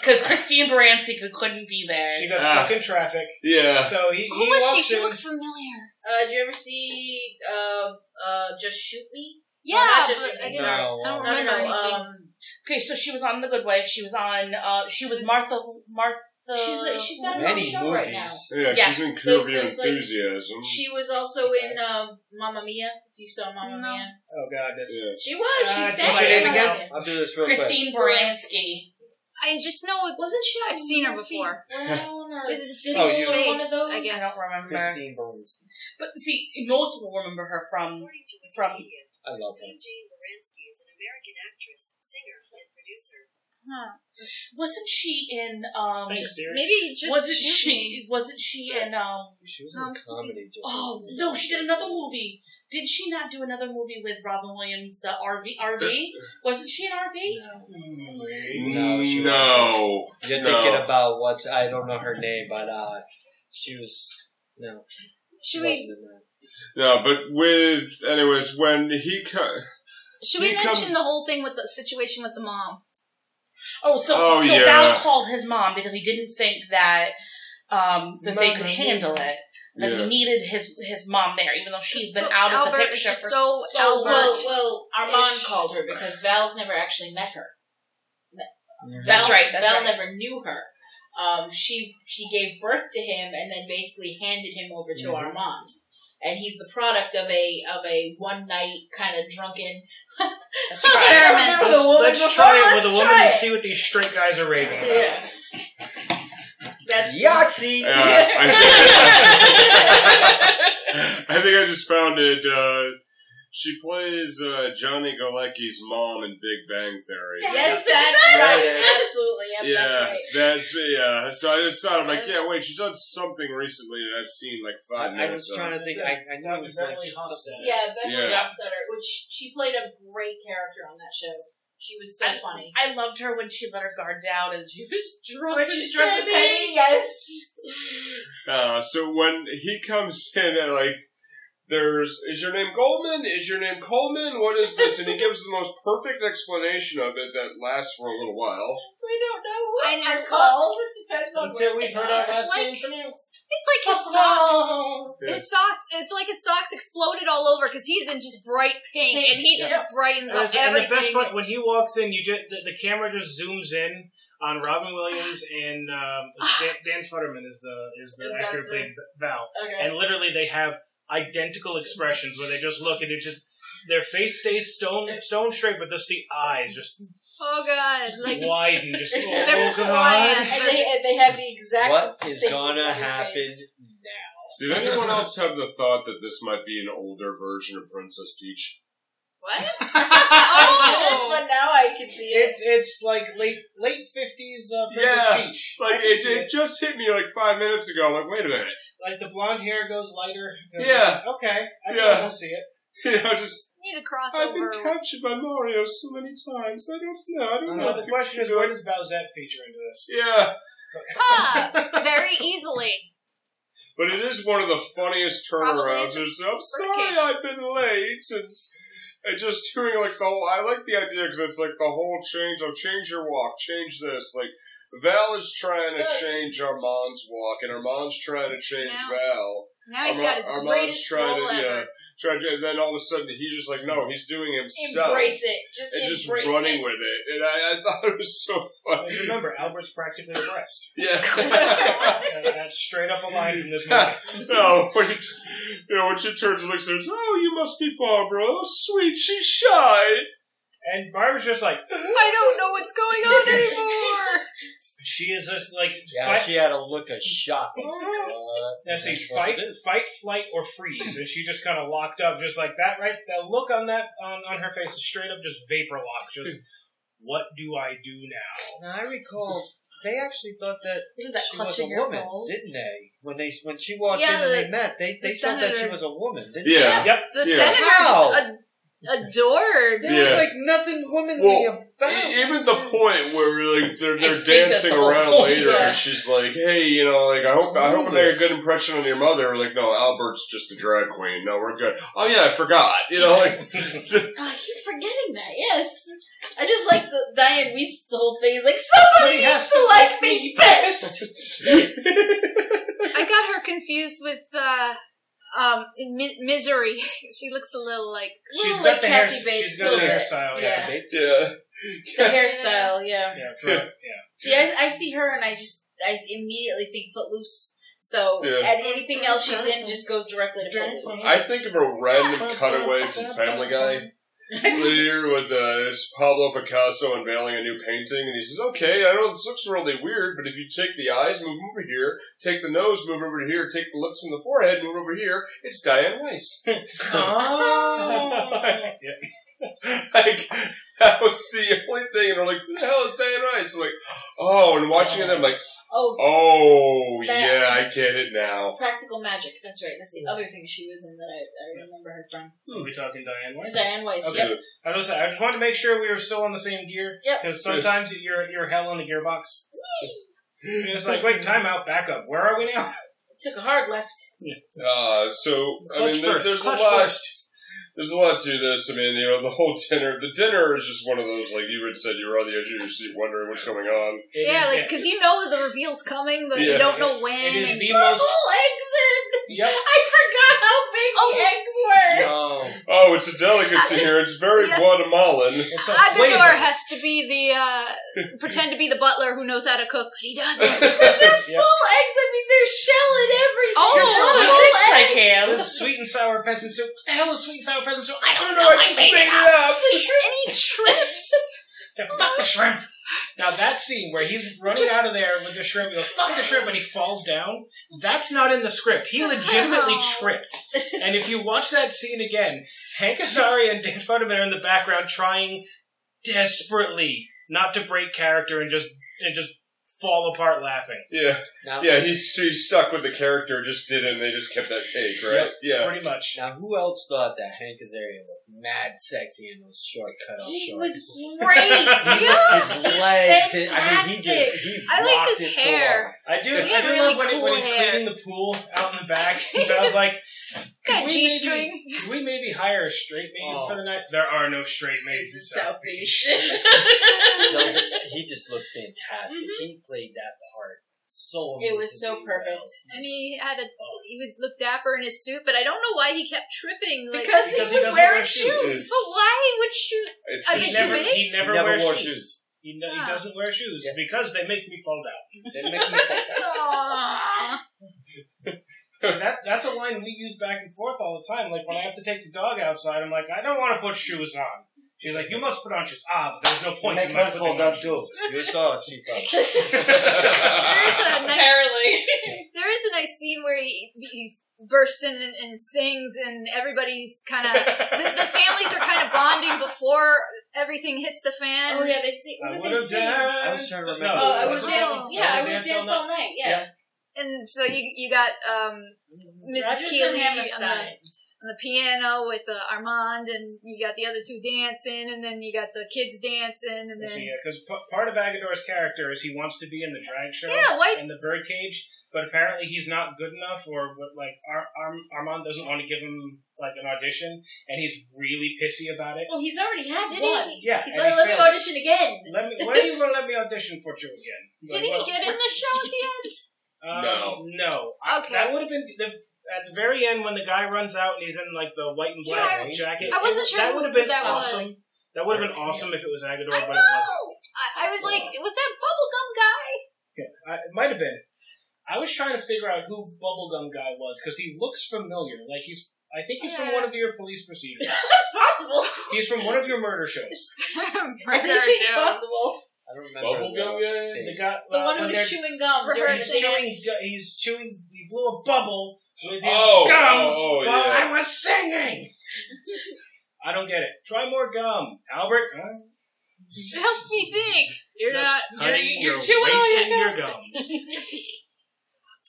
E: because Christine Baranski could, couldn't be there.
C: She got stuck in traffic,
G: Yeah,
C: so he,
B: who
C: he
B: was she?
C: walks
B: She
C: in.
B: looked familiar.
D: Uh, did you ever see uh, uh, Just Shoot Me?
B: Yeah,
D: not just
B: but I,
D: in-
B: guess,
H: No,
B: I don't
H: um,
D: No, no,
B: remember
D: no.
B: anything.
D: Um,
E: okay, so she was on The Good Wife. She was on. Uh, she was Martha. Martha.
D: she's like, she's got her own
H: Many
D: show
H: movies.
D: right now.
G: yeah.
E: Yes,
G: She's in
D: there's-
G: Curb Your
D: there's, like-
G: Enthusiasm.
D: She was also in um, Mamma Mia. If you saw Mamma
B: No.
D: Mia,
C: Oh god, that's
G: Yeah.
D: she was. She
C: Uh,
D: sang
H: What's your
D: in
H: name
D: Mamma
H: again?
D: Mia.
H: I'll do this real quick.
E: Christine Baranski.
B: I just know it
D: Wasn't she?
B: I've seen her before.
D: Brown or
B: It's just
D: Single
H: Oh, you-
D: or one of
B: face,
D: those?
B: I
E: I
B: guess.
E: don't remember.
H: Christine Baranski.
E: But see, most will remember her from from.
H: I love her.
B: huh.
E: Wasn't she in? Um,
C: thanks, Siri.
B: maybe just
E: wasn't
B: shoot
E: she?
B: me.
E: Wasn't she in? Um,
H: She was in
B: Um,
H: a comedy. Just
E: Oh
H: recently.
E: no, she did another movie. Did she not do another movie with Robin Williams? The RV RV wasn't she an RV?
H: No, she
G: no.
H: You're
G: No.
H: thinking about what? I don't know her name, but uh, she was no. She
B: Should we
H: wasn't in that.
G: No, but with anyways, when he co-
B: should we
G: He
B: mention
G: comes-
B: the whole thing with the situation with the mom?
E: Oh, so,
G: Oh,
E: so
G: yeah.
E: Val called his mom because he didn't think that um, that they could
F: Mama.
E: handle it. That
G: Yeah.
E: he needed his his mom there, even though she's been
B: So
E: out of the
B: Albert is
E: picture.
B: just
E: for-
B: so,
D: So,
B: Albert.
D: well, well, Armand
B: Ish.
D: called her because Val's never actually met her.
E: That's
D: Val,
E: right, that's
D: Val
E: right.
D: never knew her. Um, she she gave birth to him and then basically handed him over to
H: Mhm.
D: Armand. And he's the product of a of a one night kind of drunken
E: That's right.
B: Experiment.
D: With a woman
C: Let's
D: before,
C: try it
D: let's
C: with a woman
D: try
C: and
D: it.
C: see what these straight guys are raving about.
D: Yeah. That's
F: Yahtzee!
G: Uh, I, think I think I just found it. Uh, she plays uh, Johnny Galecki's mom in Big Bang Theory.
D: Yes, that's right.
F: right.
D: Absolutely, yep,
G: yeah,
D: that's right.
G: that's- yeah. So I just thought, I'm like, yeah, wait, she's done something recently that I've seen like five
F: I, I
G: minutes.
F: was
G: of.
F: trying to think. I, I knew it was like something.
D: Yeah, Beverly
G: Yeah.
D: Hofstadter, which she played a great character on that show. She was so
E: I-
D: funny.
E: I loved her when she let her guard down and she was drunk.
D: When she's drunk with Penny, yes.
G: Uh, so when he comes in and like, there's is your name Goldman? Is your name Coleman? What is this? And he gives the most perfect explanation of it that lasts for a little while.
D: We don't know what
B: And
D: they're
B: you're
D: called. It depends on
C: Until
D: what
C: we've
D: they
C: heard our
D: are.
C: last
B: like-
C: name from you.
B: It's like his socks.
G: Yeah.
B: His socks. It's like his socks exploded all over because he's in just bright pink,
D: Pink,
B: and he just
D: yeah.
B: brightens
C: And
B: up
C: it's- and the
B: everything.
C: best part, when he walks in, you just, the, the camera just zooms in on Robin Williams and um, Dan, Dan Futterman is the is the
D: Is that
C: actor who
D: the-
C: played Val,
D: Okay.
C: and literally they have identical expressions where they just look and it just their face stays stone stone straight, but just the eyes just
B: oh god! Like
C: widen, just oh,
B: they're
C: God.
B: quiet.
D: And they, and they have the exact
H: What is
D: same
H: gonna
D: look on his
H: happen
D: face.
H: now?
G: Did anyone else have the thought that this might be an older version of Princess Peach?
D: What?
B: Oh.
D: but now I can see it.
H: It's it's like late late fifties uh,
G: Princess
H: Princess
G: Yeah.
H: Peach.
G: Like it, it just hit me like five minutes ago. Like wait a minute,
H: Like the blonde hair goes lighter.
G: Yeah.
H: Okay. I
G: Yeah.
H: yeah. will see it.
G: you know, just
B: need a
G: I've been
B: crossover.
G: captured by Mario so many times. I don't know. I don't know.
H: Well, the question is, where does Bowsette feature into this?
G: Yeah,
B: Ah, very easily.
G: but it is one of the funniest
B: Probably
G: turnarounds.
B: the
G: It's, I'm sorry,
B: cage.
G: I've been late, and, and just doing like the whole. I like the idea because it's like the whole change. Oh, change your walk, change this. Like Val is trying to
D: Yes.
G: change Armand's walk, and Armand's trying to change
B: Now-
G: Val.
B: Now Oh, he's
G: Arma-
B: got his
G: Armand's
B: greatest role ever.
G: yeah, tried to, and then all of a sudden he's just like, no, he's doing himself
D: Embrace it. Just
G: and just
D: embrace
G: running
D: it.
G: with it. And I, I thought it was so funny.
H: Because remember, Albert's practically abreast.
G: Yeah.
H: That- That's straight up a line from this movie.
G: no, when it, you know, when she turns and looks at her, it's, oh, you must be Barbara. Oh, sweet, she's shy.
H: And Barbara's just like,
B: I don't know what's going on anymore.
H: she is just like,
F: Yeah,
H: fight,
F: she had a look of shock. Uh,
H: let's see,
F: that's what
H: fight,
F: it is.
H: fight, flight, or freeze. And she just kind of locked up, just like that, right? That look on that on, on her face is straight up just vapor lock. Just, what do I do now?
F: Now I recall they actually thought that
E: What is that,
F: she was a
E: clutching your
F: woman,
E: balls?
F: didn't they? When they when she walked
B: Yeah,
F: in and
B: the-
F: they met, they, they
B: the
F: thought that she
B: senator.
F: was a woman. Didn't
G: Yeah.
H: Yep.
B: The
G: Yeah.
B: senator
F: How?
B: just ad- adored.
F: There
G: Yeah.
F: was like nothing womanly
G: Well,
F: about.
G: E- Even the point where like they're
E: I
G: they're
E: think that's
G: dancing
E: the whole
G: around
E: point,
G: later,
E: yeah.
G: and she's like, "Hey, you know, like I hope I hope I make a good impression on your mother." Like, no, Albert's just a drag queen. No, we're good. Oh yeah, I forgot. You know, like
D: Oh, I keep forgetting that. Yes, I just like the Diane Weist's whole thing. Is like somebody needs to like me best.
B: I got her confused with uh, um, in mi- misery. she looks a little like
H: She's
D: Little
H: got the
D: like
H: hair.
D: Kathy Bates
H: She's got the
D: look.
H: hairstyle. Yeah.
D: Yeah.
G: yeah,
D: The hairstyle, yeah.
H: Yeah. for- yeah.
D: See, I, I see her and I just I immediately think Footloose. So
G: Yeah.
D: and anything else she's in just goes directly to Footloose.
G: I think of a random cutaway from Family Guy. later with uh, it's Pablo Picasso unveiling a new painting, and he says, "Okay, I know this looks really weird, but if you take the eyes, move 'em over here, take the nose, move over here, take the lips from the forehead, move over here, it's Diane Weiss."
H: Oh.
G: like that was the only thing, and we're like, "Who the hell is Diane Weiss?" I'm like, "Oh," and watching it, I'm like,
D: Oh,
G: "Oh yeah, I get it now."
D: Practical Magic. That's right. That's the other thing she was in that I, I remember her from.
H: Are we talking Diane Weiss?
D: Diane Weiss.
H: Okay.
D: Yep.
H: I was. I just wanted to make sure we were still on the same gear.
D: Yep.
H: Because sometimes you're you're hell on a gearbox. And it's like, wait, time out, back up. Where are we now?
D: Took a hard left.
G: Uh, so I
H: Clutch
G: mean, there-
H: first.
G: there's
H: Clutch
G: a lot.
H: first.
G: there's a lot to this. I mean, you know, the whole dinner. The dinner is just one of those like you had said. You were on the edge of your seat, wondering what's going on.
C: It
B: yeah,
C: is-
B: like because you know the reveal's coming, but
G: Yeah.
B: you don't know when.
C: it is
B: and-
C: the most.
E: exit.
C: Yep.
E: I forgot how big the eggs were.
F: Oh. No.
G: Oh, it's a delicacy here. It's very
B: Yes.
G: Guatemalan.
C: It's a flavor.
B: Avador has to be the uh, pretend to be the butler who knows how to cook, but he doesn't.
C: Yep.
E: Full eggs. I mean, their shell and everything.
B: Oh,
E: They're so
B: full
E: big, I can.
C: This is sweet and sour peasant soup. What the hell is sweet and sour peasant soup? I don't know.
B: No,
C: I
B: I
C: just
B: made
C: made
B: it
C: it up.
B: and he trips.
C: Yeah, fuck the shrimp. Now that scene where he's running out of there with the shrimp, he goes fuck the shrimp, and he falls down. That's not in the script. He legitimately
B: No.
C: tripped. And if you watch that scene again, Hank Azaria and Dan Futterman are in the background trying desperately not to break character and just and just fall apart laughing.
G: Yeah,
F: Now,
G: yeah. He's, he's stuck with the character. Just did it. and They just kept that take, right? Yeah.
C: Pretty much.
F: now, who else thought that Hank Azaria looked mad sexy in those short cut off
E: He
F: shorts?
E: was great.
B: Yeah.
F: his legs,
E: It's
F: I mean, he just
E: fantastic.
F: he
B: I liked
F: rocked
B: his
F: it
B: hair.
F: So hard.
C: I do.
B: He
C: I
B: had
C: do
B: really
C: love when, he-
B: cool
C: when he's
B: hair.
C: cleaning the pool out in the back.
B: He
C: I was
B: just-
C: like,
B: Got a G
C: Maybe.
B: string.
C: Can we maybe hire a straight maid
F: Oh.
C: for the night? There are no straight maids in South,
E: South
C: Beach.
F: No, he just looked fantastic. He played that part so.
E: It was so
F: amazingly well.
E: perfect.
B: And he had a he was looked dapper in his suit, but I don't know why he kept tripping. Like,
C: Because
E: because,
C: he
E: he was
C: doesn't
E: wearing
C: wear shoes.
E: shoes.
G: It's-
B: but why would she?
G: it's
B: I
C: He
B: mean,
G: just
B: too
C: never,
B: big?
C: he never,
F: he never
C: wears
F: wore
C: shoes.
F: shoes.
C: He, no,
B: Ah.
C: he doesn't wear shoes
F: Yes.
C: because they make me fall down.
F: They make me fall.
B: Aw.
C: So that's that's a line we use back and forth all the time. Like when I have to take the dog outside, I'm like, I don't want to put shoes on. She's like, you must put on shoes. Ah, but there's no
F: They
C: point
F: make
C: in my
F: her
C: putting
F: fall
C: on
F: down
C: shoes.
F: too. You saw it. She fell.
B: There's a nice
E: Apparently.
B: there is a nice scene where he, he bursts in and, and sings, and everybody's kind of the, the families are kind of bonding before everything hits the fan.
E: Oh yeah, they see.
C: I
E: What
C: would
E: did they
C: have
E: see?
C: danced.
F: I was trying to
C: No,
F: remember.
E: Oh, I would
C: wasn't
E: dance.
C: it?
E: Yeah, I would
C: Would've
E: dance all night. Yeah.
B: And so you you got um,
E: Rodgers
B: Mrs.
E: and
B: Keeley on the, on
E: Hammerstein.
B: the piano with uh, Armand, and you got the other two dancing, and then you got the kids dancing, and then
C: Because part of Agador's character is he wants to be in the drag show.
B: yeah, why?
C: in the birdcage, but apparently he's not good enough, or what, like Ar- Ar- Armand doesn't want to give him like an audition, and he's really pissy about it.
E: Well, he's already had
B: Did
E: one.
B: he?
C: Yeah,
E: He's
C: and he
E: like, let me
C: failed.
E: audition again.
C: Let me. When are you gonna let me audition for you again?
B: Didn't he get in the show at the end?
C: Um,
G: No.
C: no. I-
B: Okay.
C: that would have been the, at the very end when the guy runs out and he's in like the white and black
F: Yeah, I-
C: jacket.
B: I wasn't
C: It-
B: sure
C: That
B: who
C: would have been
B: that was.
C: awesome. That would have been awesome if it was Agador,
B: I
C: but it wasn't.
B: I, I was like, was that bubblegum guy?
C: I, it might have been. I was trying to figure out who Bubblegum Guy was because he looks familiar. Like he's, I think he's from
B: Yeah.
C: one of your police procedures.
E: That's possible.
C: he's from one of your murder shows.
E: Anything's possible.
F: I don't remember.
G: Bubblegum guy.
C: The guy,
E: The
C: uh,
E: one who
C: when
E: was
C: they're-
E: chewing gum. during
C: he's
B: rehearsing
E: the
C: chewing.
E: dance.
C: gu- He's chewing. He blew a bubble with his
G: Oh,
C: gum
G: oh, oh,
C: while
G: yeah.
C: I was singing. I don't get it. Try more gum, Albert. Huh?
B: It helps me think. You're
C: No.
B: not.
C: Honey,
E: you're chewing all
C: wasting
E: your
C: your gum.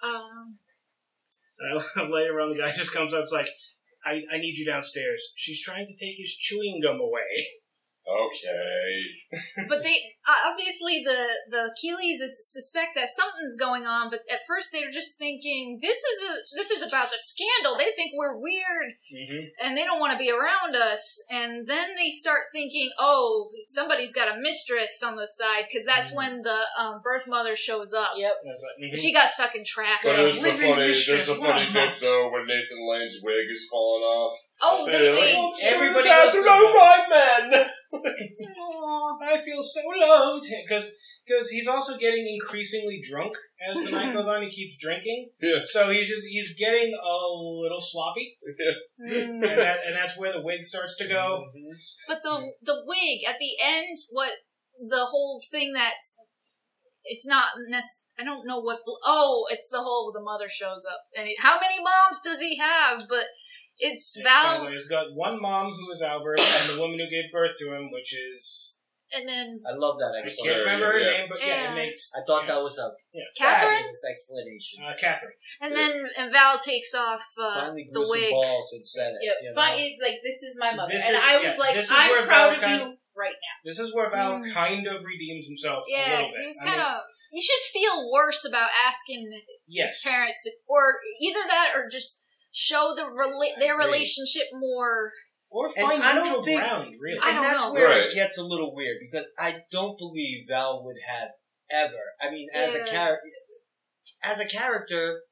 B: Um,
C: Uh, later on, the guy just comes up, is like, I, "I need you downstairs." She's trying to take his chewing gum away.
G: okay.
B: but they uh, obviously the the Keelys is- suspect that something's going on. But at first they're just thinking this is a, this is about the scandal. They think we're weird
F: "Mm-hmm."
B: and they don't want to be around us. And then they start thinking, oh, somebody's got a mistress on the side because that's when the um, birth mother shows up.
E: Yep.
C: And I was like, mhm.
F: "Mm-hmm."
B: She got stuck in traffic.
G: But there's the
C: living
G: funny,
C: mistress,
G: there's the
C: what a
G: funny bit
C: monster.
G: though when Nathan Lane's wig is falling off.
B: Oh, they,
G: Yeah,
B: they,
G: like,
C: Everybody
G: that's
C: does
G: no right
F: "Oh,
G: man.
B: Oh,
C: Aw, I feel so loved because because he's also getting increasingly drunk as the night goes on. He keeps drinking,
G: Yeah.
C: so he's just he's getting a little sloppy,
B: Mm.
C: and, that, and that's where the wig starts to go.
F: Mm-hmm.
B: But the the wig at the end, what the whole thing that it's not necess- I don't know what. bl- Oh, it's the whole the mother shows up, and it, how many moms does he have? But it's
C: And
B: Val,
C: finally, he's got one mom who is Albert, and the woman who gave birth to him, which is
B: and then
F: I love that
C: I
F: explanation.
C: can't remember her
G: Yeah.
C: name, but yeah,
B: Yeah.
C: it makes
F: I thought that was a
B: Catherine,
F: fabulous explanation.
C: uh, Catherine.
B: and then and Val takes off uh,
F: Finally,
B: the
F: grew some
B: wig.
F: balls and said it.
E: Yep.
F: you know?
E: Fine, it- like this is my mother,
C: This
E: and
C: is-
E: I
C: yeah,
E: was like,
C: this is where
E: I'm proud of
C: Valentine-
E: you right
C: This is where Val
B: Mm.
C: kind of redeems himself a
B: Yeah,
C: little
B: 'cause
C: bit.
B: he was
C: I mean,
B: kind of. You should feel worse about asking
C: yes.
B: his parents to, or either that, or just show the rela- their
C: agree.
B: relationship more
C: Or
F: And
C: find
F: I don't
C: neutral
F: think-
C: ground, really.
B: I
F: and
B: don't
F: that's
B: know.
F: where
G: Right.
F: it gets a little weird because I don't believe Val would have ever. I mean, as a
B: Yeah.
F: character, as a character,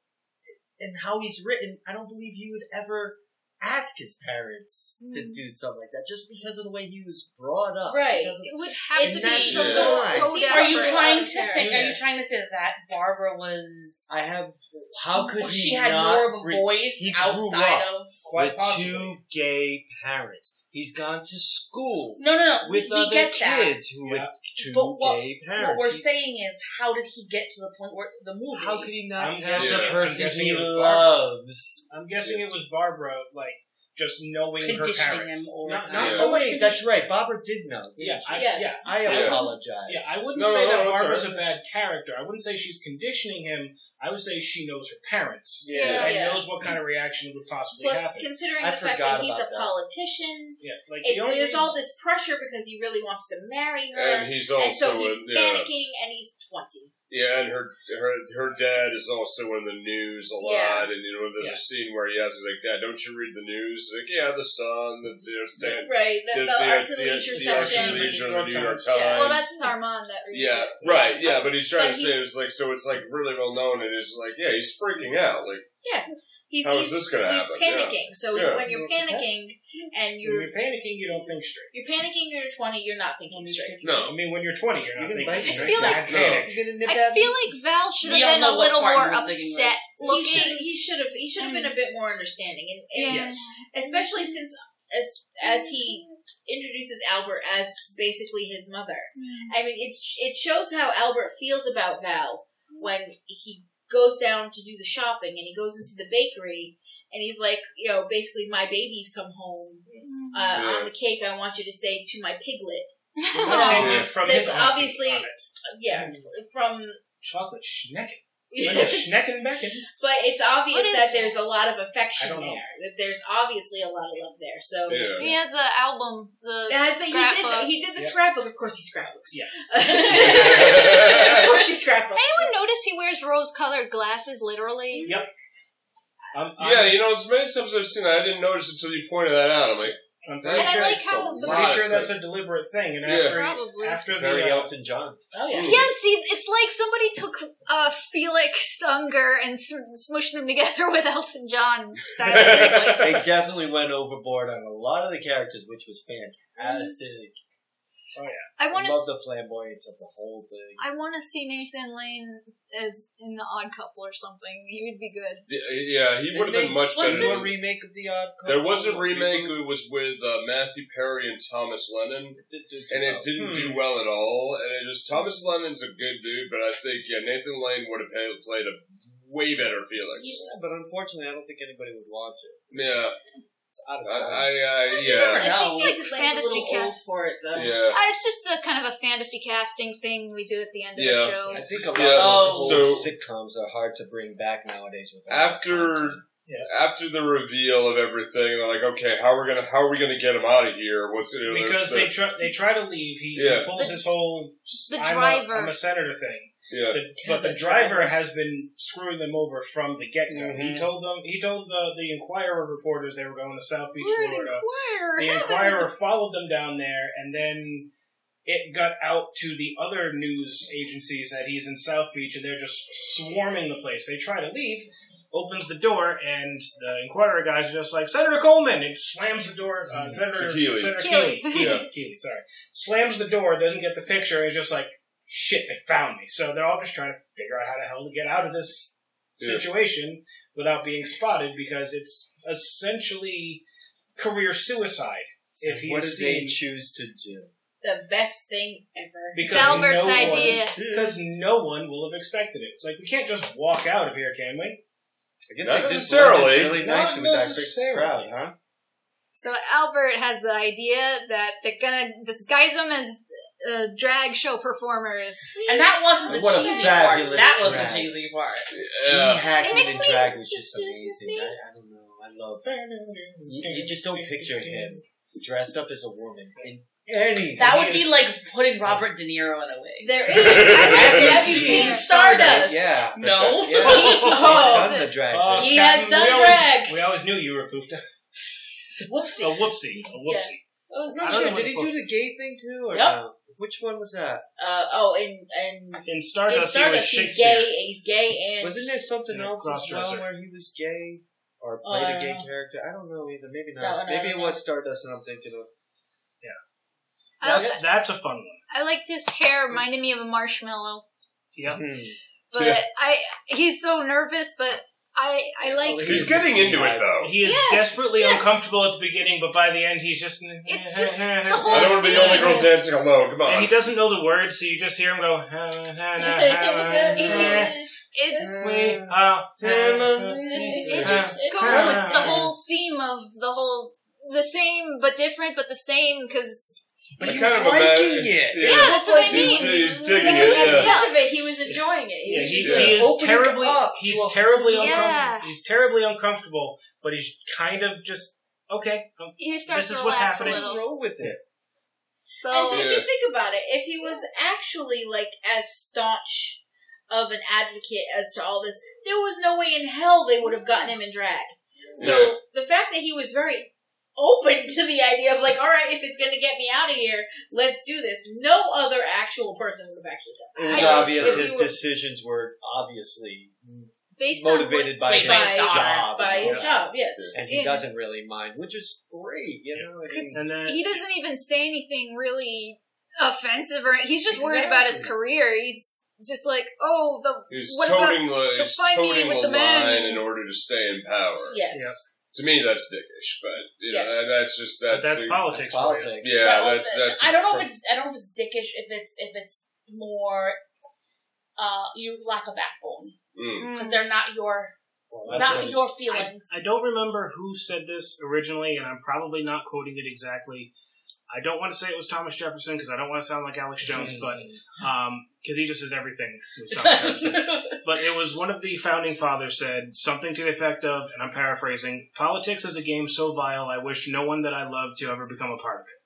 F: and how he's written, I don't believe he would ever ask his parents to
E: Hmm.
F: do something like that just because of the way he was brought up.
D: Right.
F: Because of-
B: It would have to be
F: Exactly.
B: so,
G: Yeah.
B: so
E: Are you
B: desperate.
E: trying to think? Are
C: Yeah.
E: you trying to say that that Barbara was?
F: I have. How could he
E: she had
F: not
E: more of a
F: re-
E: voice
F: he grew
E: outside
F: up
E: of?
C: Quite
F: with
C: possibly.
F: two gay parents? He's gone to school
E: No, no, no.
F: with
E: we, we
F: other
E: get that.
F: kids who
C: Yeah.
F: were two
E: But what-
F: gay parents.
E: What we're
F: He's-
E: saying is, how did he get to the point where the movie?
F: How could he not
C: I'm
F: tell
G: guessing-
F: the
G: I'm
F: person
C: guessing
F: he
C: it was Barbara.
F: loves?
C: I'm guessing it was Barbara, like, just knowing her
E: Conditioning
C: parents.
E: him all the
C: Not,
E: time.
C: not
G: Yeah.
C: so
F: Oh
C: much.
F: wait, that's right. Barbara did know.
C: Yeah, I,
D: Yes.
C: yeah,
F: I
G: Yeah.
F: apologize.
C: Yeah, I wouldn't
G: No,
C: say
G: no,
C: that
G: no, it's
C: Barbara's
G: all
C: a bad character. I wouldn't say she's conditioning him. I would say she knows her parents
B: Yeah.
C: and
D: Yeah.
C: knows what kind of reaction would possibly
D: Plus,
C: happen.
D: considering
F: I
D: the fact
F: forgot
D: that he's a
F: about that.
D: politician,
C: yeah, like
D: it,
C: the only
D: there's
C: reason-
D: all this pressure because he really wants to marry her,
G: And he's
D: and so
G: also
D: he's
G: in, yeah,
D: panicking, and he's twenty.
G: yeah, and her her her dad is also in the news a lot,
D: Yeah.
G: and you know there's
C: Yeah.
G: a scene where he asks he's like, "Dad, don't you read the news?" He's like, "Yeah, the Sun, the there's Dan,
D: Right, the,
G: the,
D: the, arts and
G: the-
D: leisure
G: the Arts
D: section.
G: and Leisure, the New York Times."
D: Yeah. Well, that's Armand that reads
G: Yeah,
D: it.
G: right. Yeah, but he's trying
D: But
G: to say
D: he's-
G: it's like so it's like really well known, and it's like yeah, he's freaking out. Like
D: He's,
G: How is
D: he's,
G: this gonna
D: he's
G: happen?
D: panicking. So
G: Yeah. Mm-hmm.
D: when you're panicking and
C: when
D: you're
C: you're panicking, you don't think straight.
D: you're panicking, you're 20, you're not thinking straight.
G: no,
C: I mean, when you're 20, you're
F: You
C: not
F: can
C: thinking
F: bite
B: me.
C: straight.
B: I feel
C: Bad
G: like-
C: panic.
B: I feel like Val should
E: We
B: have
E: all
B: been
E: know
B: a
E: what
B: little
E: part
B: more
E: he was thinking,
B: upset
D: He should
B: looking.
D: he should have Mm. he should have been a bit more understanding, and, and
B: Yeah.
D: especially since as as he introduces Albert as basically his mother. I mean, it sh- it shows how Albert feels about Val when he goes down to do the shopping and he goes into the bakery and he's like, you know, basically my baby's come home. Uh,
G: Yeah.
D: On the cake, I want you to say to my piglet.
C: You're
D: No.
C: not picking it from
D: There's
C: his outfit
D: obviously-
C: on it.
D: Yeah, from.
C: chocolate schnecking. When the schnecking beckons.
D: But it's obvious
B: What is
D: that
B: that?
D: there's a lot of
C: I
D: affection
C: don't know.
D: there. That there's obviously a lot of love there. So
G: yeah.
B: He has the album, the
D: As the- he did the,
B: scrapbook.
D: he did the
C: Yeah.
D: scrapbook. Of course, he scrapbooks.
C: Yeah.
D: of course, he scrapbooks.
B: Anyone notice he wears rose-colored glasses? Literally,
C: Yep. I'm, I'm,
G: Yeah, you know, it's many times I've seen that. I didn't notice until you pointed that out. I'm like,
C: I'm pretty
G: that
B: And I
G: sure,
B: like
G: it's
B: how
G: a
B: the-
G: lot
C: pretty
G: of
C: sure that's
G: sex.
C: a deliberate thing. And
G: Yeah.
C: after,
B: probably.
C: after
F: very
C: the, uh,
F: Elton John.
D: Oh yeah.
B: Yes, he's, it's like somebody took uh, Felix Unger and s- smushed him together with Elton John stylistically.
F: they definitely went overboard on a lot of the characters, which was fantastic.
B: I
F: I
B: want
F: love
B: to.
F: the flamboyance of the whole thing.
B: I want to see Nathan Lane as in the Odd Couple or something. He would be good.
G: Yeah, he would have
F: Didn't
G: been much
F: they do a
G: better. than-
F: remake of the Odd Couple.
G: There was a remake who was with uh, Matthew Perry and Thomas Lennon, and
C: Oh.
G: it didn't do well at all. And it was Thomas Lennon's a good dude, but I think yeah, Nathan Lane would have pa- played a way better Felix.
F: Yeah, but unfortunately, I don't think anybody would watch it.
G: Yeah,
F: It's out of
G: I,
F: time.
G: I, I
B: I
G: yeah,
B: think, like,
D: Nathan Lane's
B: fantasy
D: a little old
B: cast.
D: for it though.
G: yeah.
B: Uh, it's just a kind of a fantasy casting thing we do at the end of
G: Yeah.
B: the show.
F: I think a lot
G: Yeah,
F: of those
D: Oh.
G: so-
F: old sitcoms are hard to bring back nowadays. With all the
G: After
F: content.
G: after the reveal of everything, they're like, okay, how are we gonna how are we gonna get him out of here? What's it?
C: because they try, they try to leave. He, he
G: Yeah.
C: pulls
B: The-
C: his whole
B: the
C: I'm a-
B: driver.
C: I'm a senator thing.
G: yeah.
C: The, but the driver has been screwing them over from the get go.
G: Mm-hmm.
C: He
F: Mhm.
C: told them, he told the, the Inquirer reporters they were going to South Beach,
B: We're an
C: Florida.
B: inquirer.
C: The
B: heaven.
C: Inquirer followed them down there, and then it got out to the other news agencies that he's in South Beach, and they're just swarming the place. They try to leave, opens the door, and the Inquirer guy's just like, Senator Coleman! And slams the door. Uh, Senator
G: Mm-hmm. Keeley.
C: Senator
B: Keeley.
C: Keeley. Keeley. Keeley, sorry. Slams the door, doesn't get the picture, and is just like, shit, they found me. So they're all just trying to figure out how the hell to get out of this
G: Yeah.
C: situation without being spotted because it's essentially career suicide if he
F: what
C: is
F: did they
C: seen.
F: choose to do?
D: The best thing ever.
B: It's
C: Because
B: Albert's
C: no
B: idea.
C: One, because no one will have expected it. It's like, we can't just walk out of here, can we?
F: I guess
G: Not
F: they just
G: necessarily.
F: blended Really
C: Not
F: nicely with that big
C: necessarily.
F: crowd, huh?
B: So Albert has the idea that they're gonna disguise them as uh, drag show performers.
E: And that wasn't the
F: What a
E: cheesy part.
F: fabulous
E: That was
F: drag.
E: the cheesy part.
F: Gene
G: yeah.
B: It
F: Hackman
B: makes
F: in
B: me-
F: drag was just
B: it's-
F: amazing. I, I don't know. I love. You, you just don't picture him dressed up as a woman in anything.
E: That would be like putting Robert De Niro in a wig.
D: There is. I like
G: Have
D: it.
G: you
D: Have you
G: seen
D: seen Stardust?
F: Yeah.
E: No.
F: Yeah.
D: Oh.
F: He's done the drag.
C: Oh,
F: thing.
D: He
C: Captain,
D: has done
C: we always-
D: drag.
C: we always knew you were a poofta. A
E: Whoopsie.
C: whoopsie. A whoopsie.
E: What was
F: I'm
C: I don't
E: that?
F: not sure.
C: know
F: Did
C: what
F: he
C: it
F: do the gay thing too? Or
E: Yep.
F: no? Which one was that?
E: Uh, oh, and and
C: In
E: in
C: Stardust, he was
E: Stardust, he's
C: Shakespeare.
E: gay. He's gay, and
F: Wasn't there something
C: Yeah,
F: else as well
C: cross-dresser.
F: where he was gay or
E: Oh,
F: played
E: I
F: a
E: don't
F: gay
E: know.
F: character? I don't know either. Maybe
E: That
F: not.
E: one I
F: Maybe it
E: don't
F: was Stardust, and I'm thinking of.
B: I, liked,
C: That's that's a fun one.
B: I liked his hair. Reminded me of a marshmallow.
C: Yep.
F: Hmm.
B: But
I: Yeah.
B: I he's so nervous. But I I like
G: He's getting into it though.
C: He is
B: Yes,
C: desperately
B: yes.
C: uncomfortable at the beginning, but by the end, he's just.
B: It's just
C: the
B: whole-
G: I don't want to be the only girl dancing alone. Come
C: And
G: on.
C: he doesn't know the words, so you just hear him go. "Ha, ha, ha, ha,
B: it's.
C: we are family."
B: It just goes with the whole theme of the whole the same but different, but the same because
G: But
F: But he
G: kind
F: was
G: of imagine-
F: liking it.
B: yeah, that's what I mean.
G: He's, he's digging
B: He was
G: it. Yeah.
B: Yeah.
D: of it. He was enjoying it. He
C: Yeah,
D: was
C: he,
D: just
G: Yeah.
C: he is
F: Opening
C: terribly
F: up to
C: he's
F: a-
C: terribly
B: Yeah.
C: uncomfortable. He's terribly uncomfortable, but he's kind of just okay. um,
B: he starts
C: This is
B: to
C: what's
B: relax a
C: happening.
B: little.
F: Roll with it.
D: And
B: So
D: if you think about it, if he was actually like as staunch of an advocate as to all this, there was no way in hell they would have gotten him in drag. So
G: Yeah.
D: the fact that he was very open to the idea of like, all right, if it's going to get me out of here, let's do this. No other actual person would have actually done.
F: It was
B: I know,
F: obvious
B: if
F: his
B: you were-
F: decisions were obviously
B: based on
F: motivated by
E: Wait,
F: his
E: by
D: his
F: job,
E: daughter,
D: it. By
F: you
D: his
F: know,
D: job, yes.
F: and he
B: Yeah.
F: doesn't really mind, which is great. You know, I mean,
C: And then uh,
B: what he doesn't even say anything really offensive or he's just worried
F: Exactly.
B: about his career. He's just like, oh, the
G: He's
B: what about
G: toting the,
B: the
G: he's
B: fight me
G: toting
B: with
G: the
B: the men?
G: line in order to stay in power.
D: Yes.
C: Yeah.
G: To me, that's dickish, but you know,
D: Yes.
G: that- that's just that's,
C: but that's
G: a-
C: politics.
F: that's
C: for you.
F: politics.
G: Yeah,
E: Well,
G: that's that's.
E: I don't know if it's I don't know if it's dickish if it's if it's more uh you lack a backbone
G: Mm.
E: because
B: Mm.
E: they're not your
C: That's
E: not
C: what-
E: your
C: I,
E: feelings.
C: I don't remember who said this originally, and I'm probably not quoting it exactly. I don't want to say it was Thomas Jefferson because I don't want to sound like Alex Jones,
F: Mm.
C: but because he just says everything was Thomas Jefferson. But it was one of the founding fathers said something to the effect of, and I'm paraphrasing: "Politics is a game so vile. I wish no one that I love to ever become a part of it."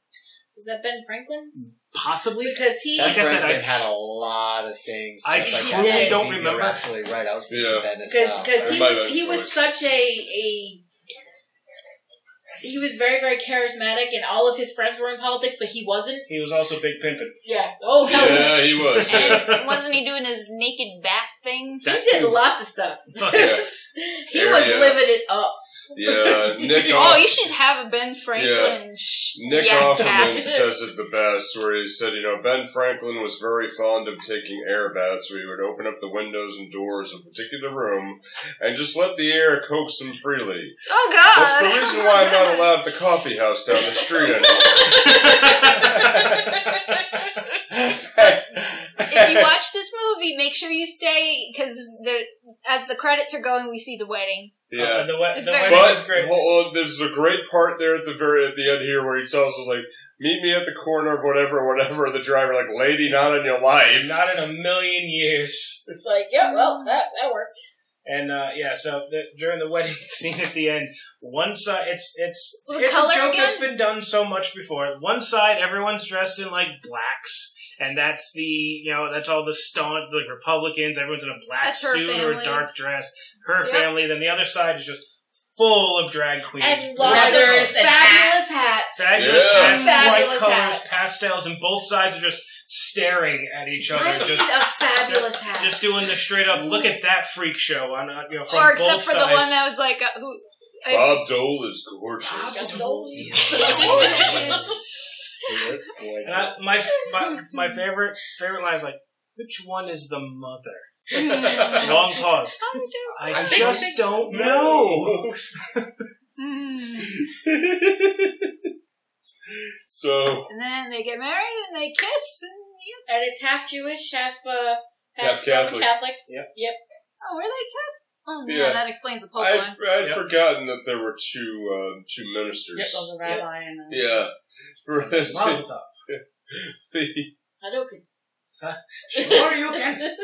D: Was that Ben Franklin?
C: Possibly,
D: Because he
F: That
C: Like I said,
F: Franklin
C: I-
F: had a lot of sayings.
C: I
F: just like
D: truly
F: that.
D: don't
F: You're
C: remember.
F: Absolutely right. I was thinking
G: Yeah.
F: that as
D: because
F: well.
D: because he
G: Everybody
D: was
G: likes
D: he was
G: boys.
D: such a a he was very very charismatic and all of his friends were in politics but he wasn't
C: he was also big pimpin'.
D: yeah oh hell yeah.
G: Yeah, he was. yeah.
B: and wasn't he doing his naked bath thing?
D: he did lots of stuff
G: Yeah,
D: he was
G: Area.
D: living it up
G: yeah. Nick
B: Oh,
G: off.
B: you should have a Ben Franklin. sh
G: Nick
B: yeah,
G: Offerman
B: cast.
G: says it the best, where he said, you know, Ben Franklin was very fond of taking air baths, where he would open up the windows and doors of a particular room and just let the air coax him freely.
B: Oh God!
G: That's the reason why I'm not allowed at the coffee house down the street anymore.
B: if you watch this movie, make sure you stay because as the credits are going, we see the wedding.
G: Yeah.
C: Uh, the we-
B: It's
C: the
B: very-
C: wedding is
G: But
C: great.
G: hold on, there's a great part there at the very at the end here where he tells us like, meet me at the corner of whatever, whatever. The driver like, lady, not in your life.
C: Not in a million years.
D: it's like yeah well that that worked
C: And uh, yeah, so the, during the wedding scene at the end, one side it's it's
B: The
C: it's a
B: color
C: joke
B: again?
C: that's been done so much before. One side, everyone's dressed in like blacks, and that's the you know that's all the staunch the Republicans. Everyone's in a black
B: That's her
C: suit or
B: family.
C: a dark dress. Her
B: Yep.
C: family. Then the other side is just full of drag queens,
D: and lots of
E: Leathers and
D: fabulous hats,
C: fabulous
G: Yeah.
C: hats,
D: Fabulous
C: white colors,
D: hats.
C: pastels, and both sides are just staring at each
D: I
C: other,
D: need
C: just
D: a fabulous hat
C: just doing the straight up look at that freak show on uh, you know from
B: or
C: both
B: except for the
C: sides.
B: one that was like, uh, who, I-
G: Bob Dole is gorgeous.
C: And I, my, f- my my favorite favorite line is like, which one is the mother? Long pause. I,
G: I think-
C: just don't know.
B: Hmm.
G: So
B: and then they get married and they kiss. And you,
D: and it's half Jewish half uh
G: Half
D: half,
G: Catholic.
D: Roman Catholic
B: oh, were they kids? Oh yeah,
G: Yeah.
B: that explains the Pope
G: I'd,
B: one.
G: I'd
C: Yep.
G: forgotten that there were two um, two
E: Yep,
G: ministers.
E: of the rabbi and uh,
G: Yeah. For this-
C: Mazel tov.
G: it
D: Hadouken.
C: Sure you can.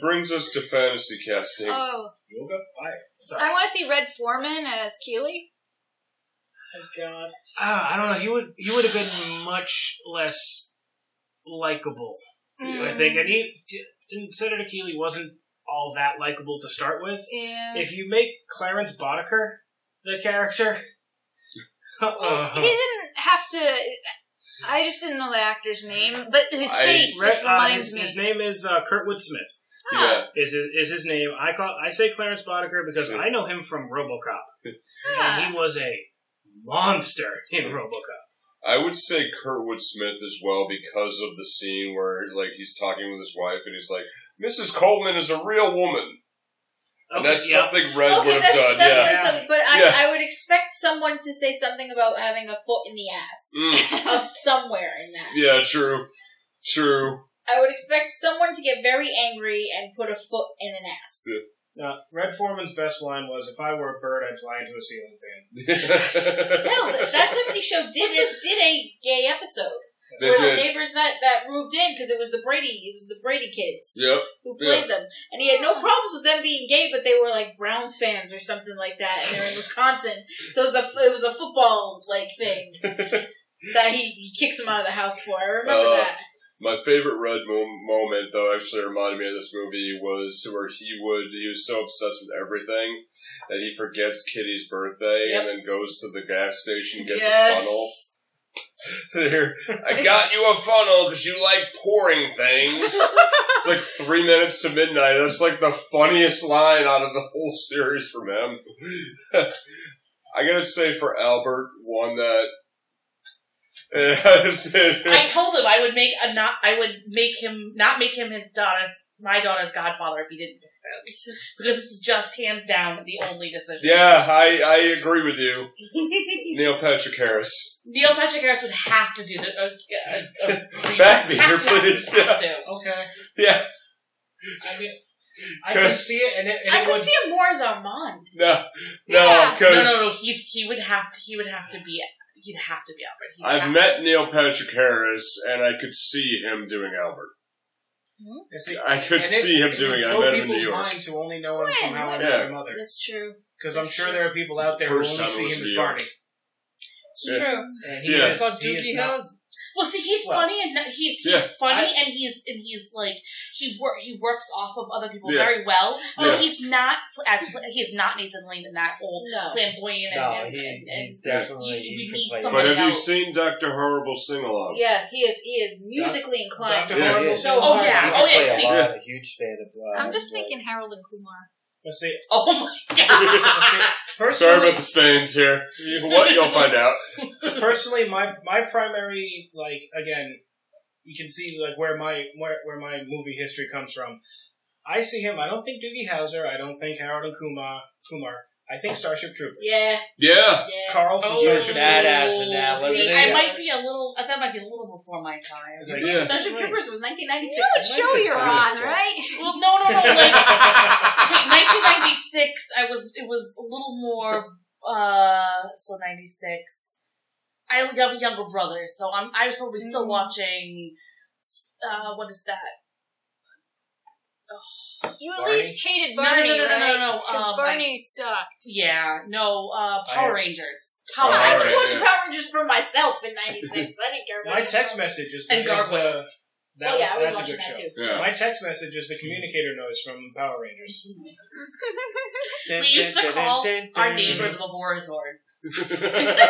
G: brings us to fantasy casting.
B: Oh,
C: Yoga fire. Sorry.
B: I want to see Red Foreman as Keeley.
E: God.
C: Ah, I don't know. He would he would have been much less likable. I
B: Mm.
C: think, and he and Senator Keeley wasn't all that likable to start with.
B: Yeah.
C: If you make Clarence Boddicker the character, uh,
B: He didn't have to. I just didn't know the actor's name, but his
G: I-
B: face
C: Re-
B: just
C: uh,
B: reminds
C: his,
B: me.
C: his name is uh, Kurtwood Smith.
G: Yeah.
C: Is his, is his name? I call I say Clarence Boddicker because I know him from RoboCop,
B: Ah.
C: and he was a monster in RoboCop.
G: I would say Kurtwood Smith as well because of the scene where like he's talking with his wife and he's like, Mrs. Coleman is a real woman. And
C: Okay,
G: that's
C: yeah.
G: something Red would have
D: that's,
G: done,
D: that's
G: yeah.
D: that's something- but I,
G: Yeah.
D: I would expect someone to say something about having a foot in the ass
G: Mm,
D: of somewhere in that.
G: yeah, true. True.
D: I would expect someone to get very angry and put a foot in an ass.
G: Yeah.
C: Now, Red Foreman's best line was, "If I were a bird, I'd fly into a ceiling fan."
D: Hell, that- that '70s show did a, did a gay episode.
G: they
D: We're the
G: did.
D: neighbors that that moved in because it was the Brady it was the Brady kids
G: Yep.
D: who played them, and he had no problems with them being gay, but they were like Browns fans or something like that, and they're in Wisconsin, so it was a it was a football like thing that he, he kicks them out of the house for. I remember
G: Uh,
D: that.
G: My favorite Red mo- moment, though, actually reminded me of this movie was where he would he was so obsessed with everything that he forgets Kitty's birthday
D: Yep.
G: and then goes to the gas station gets a funnel.
D: Yes.
G: There, I got you a funnel because you like pouring things. it's like three minutes to midnight. That's like the funniest line out of the whole series from him. I gotta say, for Albert, one that.
E: I told him I would make a not. I would make him not make him his daughter's my daughter's godfather if he didn't pick them. because this is just hands down the only decision.
G: yeah, I, I agree with you. Neil Patrick Harris.
E: Neil Patrick Harris would have to do the. Uh, uh, uh,
G: Back me
E: have
G: here,
E: to, have to,
G: please.
E: have
G: Yeah.
E: to.
C: Okay.
G: yeah.
C: I mean, I can
G: Cause-
C: see it, and it, and
D: I
C: it
D: could
C: would.
D: see him more as Armand.
G: No, no,
B: Yeah.
G: because.
E: No, no, no. He's, he would have to. He would have to be. He'd have to be Alfred. He'd
G: I've
E: have
G: met Neil Patrick Harris, and I could see him doing Albert.
C: I see-
G: I could
C: and it-
G: see him
C: it
G: doing.
C: would
G: I
C: blow
G: met him in New
C: people's
G: York.
C: minds who only know him from
B: When?
C: How I
B: When?
G: Yeah.
C: Met Your Mother,
D: That's true.
C: because I'm sure there are people out there
G: First
C: who
G: time I
C: only see
G: was
C: him
G: in New
C: as
G: York.
C: Barney,
G: Yeah.
D: True.
C: and he
G: Yes.
C: is. He is not.
E: Well, see, he's
C: Well,
E: funny and not- he's he's
G: yeah,
E: funny and he's and he's like he work he works off of other people
G: Yeah.
E: very well. But
G: Yeah.
E: he's not fl- as fl- he's not Nathan Lane in that whole
D: No.
E: flamboyant and-
F: No,
E: and,
F: he,
E: and,
F: he's
G: Yeah.
F: definitely.
E: You-
F: He
E: you
F: could
E: need
F: play
E: someone-
G: But have you
E: else.
G: seen Doctor Horrible sing along?
D: Yes, he is. He is musically inclined.
C: Dr.
G: Horrible.
D: He's so
E: Oh,
D: hard.
E: yeah.
F: he
E: Oh,
F: could play
E: yeah,
F: a
E: see-
F: lot. A huge fan of. Uh,
B: I'm just
F: like-
B: thinking Harold and Kumar.
C: Let's see.
E: oh my god.
C: Let's see.
G: Sorry
C: Personally,
G: about the stains here. You- What you'll find out.
C: personally, my my primary like again, you can see like where my where, where my movie history comes from. I see him. I don't think Doogie Howser. I don't think Harold and Kumar. Kumar. I think Starship Troopers.
D: Yeah,
G: Yeah,
D: yeah.
C: Carl from
E: Oh,
F: He was
C: Starship Troopers.
F: badass in that, wasn't
E: See,
F: he?
E: I might be a little that might be a little before my
C: It's
E: time.
C: like,
G: Yeah.
D: Starship Troopers was 1996.
B: You know what show
F: be
B: you're
F: time.
B: on, right?
E: Well, no, no, no. Like like, 1996, I was it was a little more. uh So 96. I have a younger brother, so I'm I was probably still watching. uh What is that?
B: You at
C: Barney?
B: least hated
E: No, no, no,
B: Barney,
E: no, no,
B: right?
E: no, no,
B: 'Cause
E: um,
B: Barney sucked.
E: Yeah, no, uh
F: I-
E: Power Rangers.
D: Oh,
E: Power
G: Alright,
D: I
E: Rangers
D: was watching
G: yeah.
D: Power Rangers for myself in '96. I didn't care about
C: my
D: it.
C: text message is
E: and
C: is the,
E: Gargoyles.
C: that,
D: well, Oh, yeah, I was
C: that's a
D: watching
C: good
D: that
C: show.
D: too.
G: yeah.
C: My text message is the communicator noise from Power Rangers.
E: We used to call Our neighbor, the Vorazord.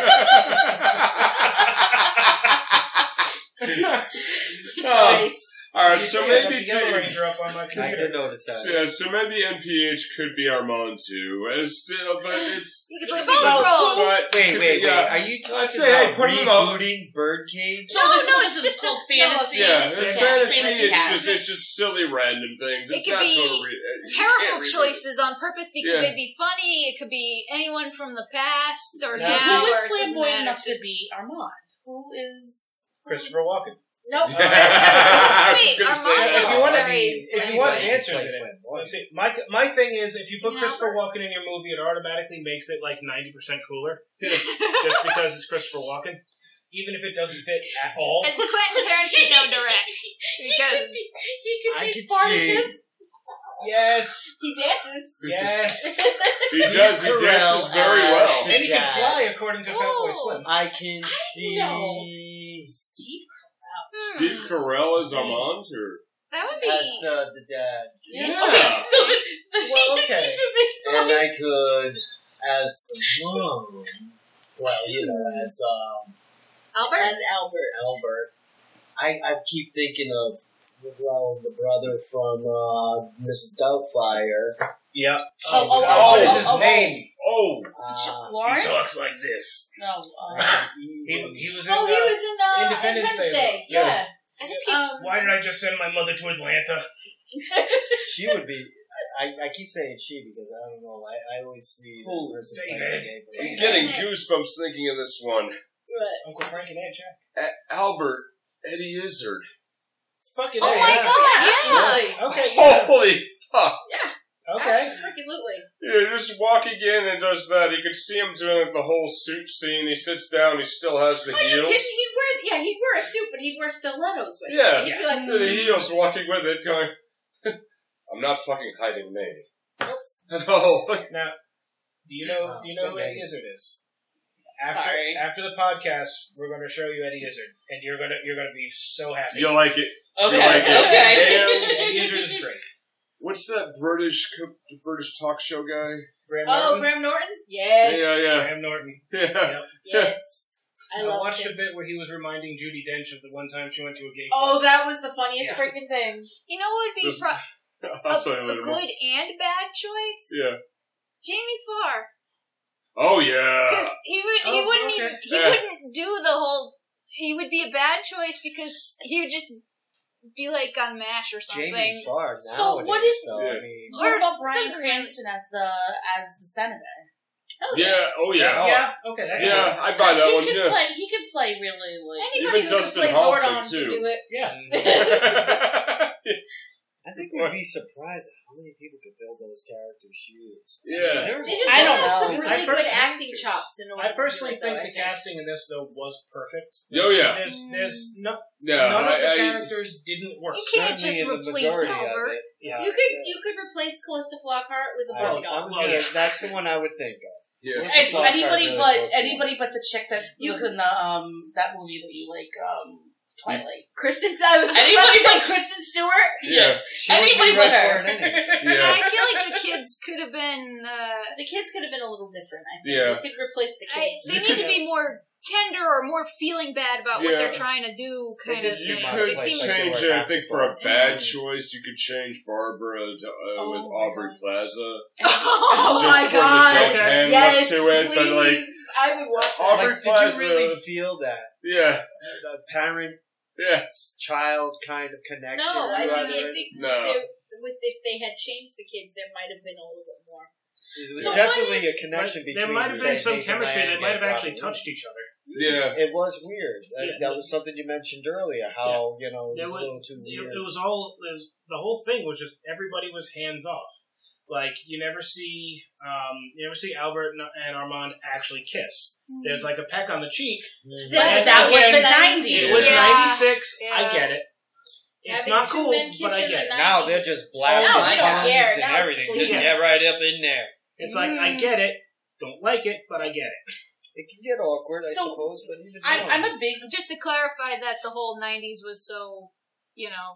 G: Oh,
D: Nice.
G: all right,
C: You
G: so
C: see, I got
G: maybe
C: the Yellow
G: two.
C: Ranger up on my
F: I
C: computer.
F: did notice that.
G: Yeah, so maybe NPH could be Armand too. It's still, but it's.
B: You could play
G: it's-
B: Bone Roll.
G: but-
F: Wait, wait, wait.
G: yeah.
F: Are you talking
G: I'd say, hey,
F: about
G: put it on.
F: rebooting Birdcage?
E: So
B: No,
E: this,
B: no,
E: this
B: it's
E: is
B: just
E: still
B: a-
E: fantasy.
G: Yeah,
E: It's
G: in
E: fantasy,
G: fantasy,
E: fantasy
G: it's
E: cast.
G: just it's just silly random things.
B: It
G: It's
B: could
G: not
B: be
G: total re- you can't
B: Terrible
G: re-
B: choices on purpose because
G: Yeah.
B: they'd be funny. It could be anyone from the past or
E: So
B: now. or
E: who
B: it
E: is
B: doesn't
E: flamboyant
B: matter.
E: enough to
B: Just-
E: be Armand? Who is who
C: Christopher
E: is-
C: Walken.
D: Nope.
G: I was
B: Wait,
G: gonna say
B: Armand
G: that.
B: was
C: If you wanna
B: very
F: be-
C: If you
B: flamboyant.
C: want answers in
F: Like
C: it,
F: flamboyant.
C: let's see, my my thing is if you put
B: Yeah.
C: Christopher Walken in your movie, it automatically makes it like ninety percent cooler, just because it's Christopher Walken, even if it doesn't fit at all.
B: And Quentin Tarantino directs because
E: he could
F: I
E: be
F: could
E: Spartacus.
F: see.
C: Yes,
D: he dances.
C: yes,
G: He does. He
F: Steve
G: dances
F: Carell
G: very
F: as
G: well.
F: the
C: and he can
F: dad.
C: fly according to Fatboy
B: Ooh.
C: Slim.
F: I can
E: know.
F: see
E: Steve
G: Steve Carell is Armand, or
B: that would be
F: as the, the dad,
E: Yeah.
G: Yeah.
E: Okay, so the,
C: Well, okay.
F: and I could as the mom. well, you know, as um,
B: Albert?
E: As Albert.
F: Albert, I, I keep thinking of well, the brother from uh, Mrs. Doubtfire.
C: Yep.
E: Oh, oh,
C: God, what
E: oh,
C: is his
E: oh, oh.
C: name?
G: Oh,
F: Uh,
E: Lawrence?
C: He talks like this.
E: No. Um,
C: He,
F: he-
C: he was in.
D: uh, Oh, he
C: uh,
D: was in uh,
C: Independence
D: Independence,
C: Day.
D: Day.
C: Yeah.
D: Yeah.
B: I just keep.
D: Um,
C: Why did I just send my mother to Atlanta?
F: she would be. I, I, I keep saying she because I don't know. I, I always see that
C: Who?
F: person
C: David.
F: playing David.
G: I'm getting goosebumps thinking of this one.
C: Uncle Frank and Aunt Jack.
G: A- Albert Eddie Izzard.
C: Fucking
B: Oh my god,
D: Oh,
B: yeah!
C: Okay. yeah.
G: Holy fuck!
C: Okay.
E: Absolutely.
G: Yeah, just walking in and does that. You can see him doing like, the whole suit scene. He sits down. He still has the
D: Are you kidding?
G: heels.
D: He'd wear yeah, he'd wear a suit, but he'd wear stilettos with
G: Yeah.
D: it. He'd be like,
G: To the heels, walking with it, going. I'm not fucking hiding name. At all.
C: Now, do you know? Do you know
F: Oh,
C: who
F: so
C: Eddie Izzard is? After,
E: Sorry.
C: After the podcast, we're going to show you Eddie Izzard, and you're gonna you're gonna be so happy.
G: You like it?
E: Okay.
G: You like it?
E: okay.
C: Eddie Izzard is great.
G: What's that British co- British talk show guy?
C: Graham
D: Oh,
C: Norton.
D: Graham Norton?
E: yes.
G: Yeah, yeah,
C: Graham Norton.
G: yeah.
D: Yes. I
C: I
D: love
C: watched
D: him.
C: a bit where he was reminding Judy Dench of the one time she went to a gay club.
D: Oh, that was the funniest freaking thing.
B: You know what would be
G: Uh, This-
B: pro-
G: I'll tell
B: a,
D: Oh,
B: a
G: you later. more.
B: good and bad choice?
G: Yeah.
B: Jamie Farr,
G: Oh
B: because
G: yeah.
B: he would he
D: Oh,
B: wouldn't
D: okay.
B: even he
G: Yeah.
B: wouldn't do the whole. He would be a bad choice because he would just be like on Mash or something.
F: Jamie Farr.
E: So what
F: nowadays,
E: is-
F: though,
G: Yeah.
F: I mean,
E: What about Brian
B: Doesn't really-
E: Cranston as the as the senator?
G: Yeah. Oh yeah.
C: Yeah. Okay. That
G: Yeah. I buy that
E: he
G: one.
E: could
G: Yeah.
E: play. He could play really like.
D: Anybody
G: Even
D: who
G: Dustin
D: could play
G: Hoffman,
D: Zordon
G: too.
D: could do it.
C: Yeah.
F: I think we'd be surprised at how many people could fill those characters' shoes.
G: Yeah.
F: There's-
D: They just
E: I don't
D: have
E: know.
F: I
D: some really good
F: personally-
D: acting chops in order
C: I
D: to do
C: personally
D: it, though,
C: think
D: I
C: the casting in this though was perfect.
G: Oh yeah.
C: There's there's no,
G: Yeah.
C: none of the
G: I, I,
C: characters didn't work.
B: You can't
F: Certainly
B: just
F: in the
B: replace
F: majority of
B: Albert.
F: it.
C: Yeah.
D: You could you could replace Callista Flockhart with
F: I,
D: a
F: I
D: Barbie doll.
F: was
C: Well,
F: gonna,
C: yeah.
F: that's the one I would think of.
G: yeah.
F: Melissa
E: It's
F: Clark
E: anybody
F: really
E: but
F: close to
E: anybody but the chick that
D: You
E: was
D: could-
E: in the um that movie that you like um Twilight.
D: Kristen, I was just about
E: Anybody
D: to say
E: but-
D: Kristen Stewart.
G: Yeah.
F: She would be
E: anybody
F: right
E: but her.
F: for it anyway.
B: Yeah,
G: Yeah.
B: I feel like the kids could have been. Uh,
D: The kids could have been a little different. I think
G: Yeah.
D: you could replace
B: I,
D: the kids.
B: they need to be more tender or more feeling bad about what
G: Yeah.
B: they're trying to do, kind
F: did
B: of thing.
G: You
F: Yeah.
G: could
B: It
F: Like,
B: seemed
F: like-
G: change it. I think for a bad choice, you could change Barbara to, uh, with
E: my
G: Aubrey Plaza.
D: oh
G: just
D: my
G: for the
D: god!
G: Jack Hand
D: Yes,
G: look to it,
D: please.
G: but like
D: I would watch that.
G: Aubrey
F: Like, did
G: Plaza.
F: you really feel that?
G: yeah.
F: The parent
G: Yeah.
F: child kind of connection.
D: No, I
F: throughout
D: think, I
F: it.
D: think
G: No.
D: if, with, if they had changed the kids, there might have been a little bit more.
F: It was
D: So what
F: definitely a
D: if-
F: connection between.
C: there might have been
F: say,
C: some
F: Nathan
C: chemistry.
F: Lane
C: They might have
F: and
C: actually
F: Robin
C: touched each other.
G: Yeah.
F: It was weird. That,
C: Yeah.
F: that was something you mentioned earlier. How you know it
C: There
F: was a
C: was-
F: little too weird.
C: It, it was all it was, the whole thing was just everybody was hands off. Like you never see um, you never see Albert and, and Armand actually kiss. There's like a peck on the cheek.
D: Mm-hmm. That,
C: And
D: that was
C: again,
D: the
C: It
D: nineties.
C: was
B: Yeah.
C: ninety six.
B: Yeah.
C: I get it. It's
D: Having
C: not
D: two
C: cool,
D: men
C: but I
D: kiss in
C: get
D: the
C: it.
F: now they're just blasting
D: No, I don't
F: tongues
D: care.
F: and
D: No,
F: everything.
D: please.
F: Just get right up in there.
C: It's like I get it. Don't like it, but I get it.
F: It can get awkward, I
E: So,
F: suppose, but even
E: I,
F: then-
E: I'm a big
B: just to clarify that the whole '90s was so, you know,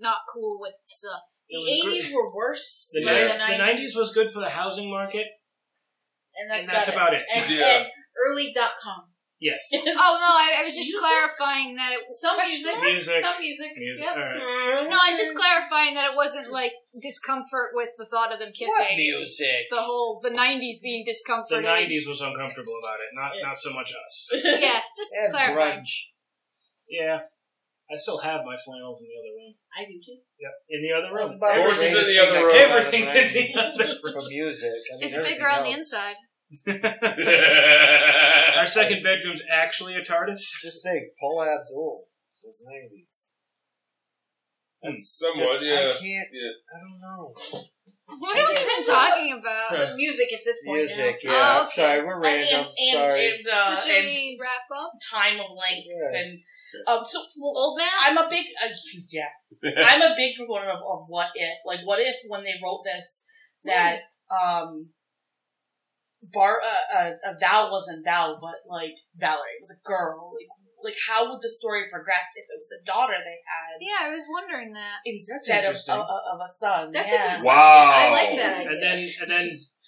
B: not cool with stuff.
C: It
D: The
C: was gr-
D: eighties were worse.
C: The,
D: than
G: Yeah.
C: ni- the 90s was good for the housing market,
D: and that's,
C: and that's
D: about,
C: about it.
D: it. And,
G: Yeah.
D: and early dot com.
C: Yes.
B: Oh no, I, I was just
D: Music?
B: clarifying that it.
D: Some music,
C: Music.
D: some music,
C: Music,
D: Yep. Mm-hmm.
C: alright.
B: No, I was just clarifying that it wasn't like discomfort with the thought of them kissing.
F: what music?
B: The whole the '90s being
C: The
B: discomforted.
C: 90s was uncomfortable about it, not not so much us.
B: Yeah, just
F: and
B: clarifying.
F: grunge.
C: Yeah. I still have my flannels in the other room.
D: I do too.
C: Yep. In the other
F: That's
C: room.
F: about
G: Horses in
F: greatest
G: the other
F: thing I
G: room.
F: can
C: Everything's in
F: imagine
C: the other room.
F: for music. I mean,
B: It's
F: everything
B: bigger on the
F: else.
B: inside.
C: Our second bedroom's actually a TARDIS.
F: Just think, Paula Abdul was nineties.
G: Somewhat.
F: Just,
G: yeah.
F: I can't.
G: yeah.
F: I don't know.
B: What are we even talking about?
D: The music at this point.
F: Music.
B: now.
F: Yeah.
B: Oh,
F: I'm
B: okay.
F: Sorry, we're random.
E: and and,
F: Sorry.
E: and, uh,
B: so should
E: and
B: we wrap up?
E: time of length
F: Yes.
E: and um so well,
B: Old man.
E: I'm a big uh, yeah I'm a big proponent of, of what if. Like, what if when they wrote this that um, Bar uh, uh, uh, Val wasn't Val, but like Valerie was a girl. Like, like how would the story progress if it was a daughter they had
B: yeah, I was wondering that.
E: instead of
F: interesting.
E: a, a- of a son?
D: That's a
E: yeah.
D: good
G: Wow.
D: I like that.
C: And then and then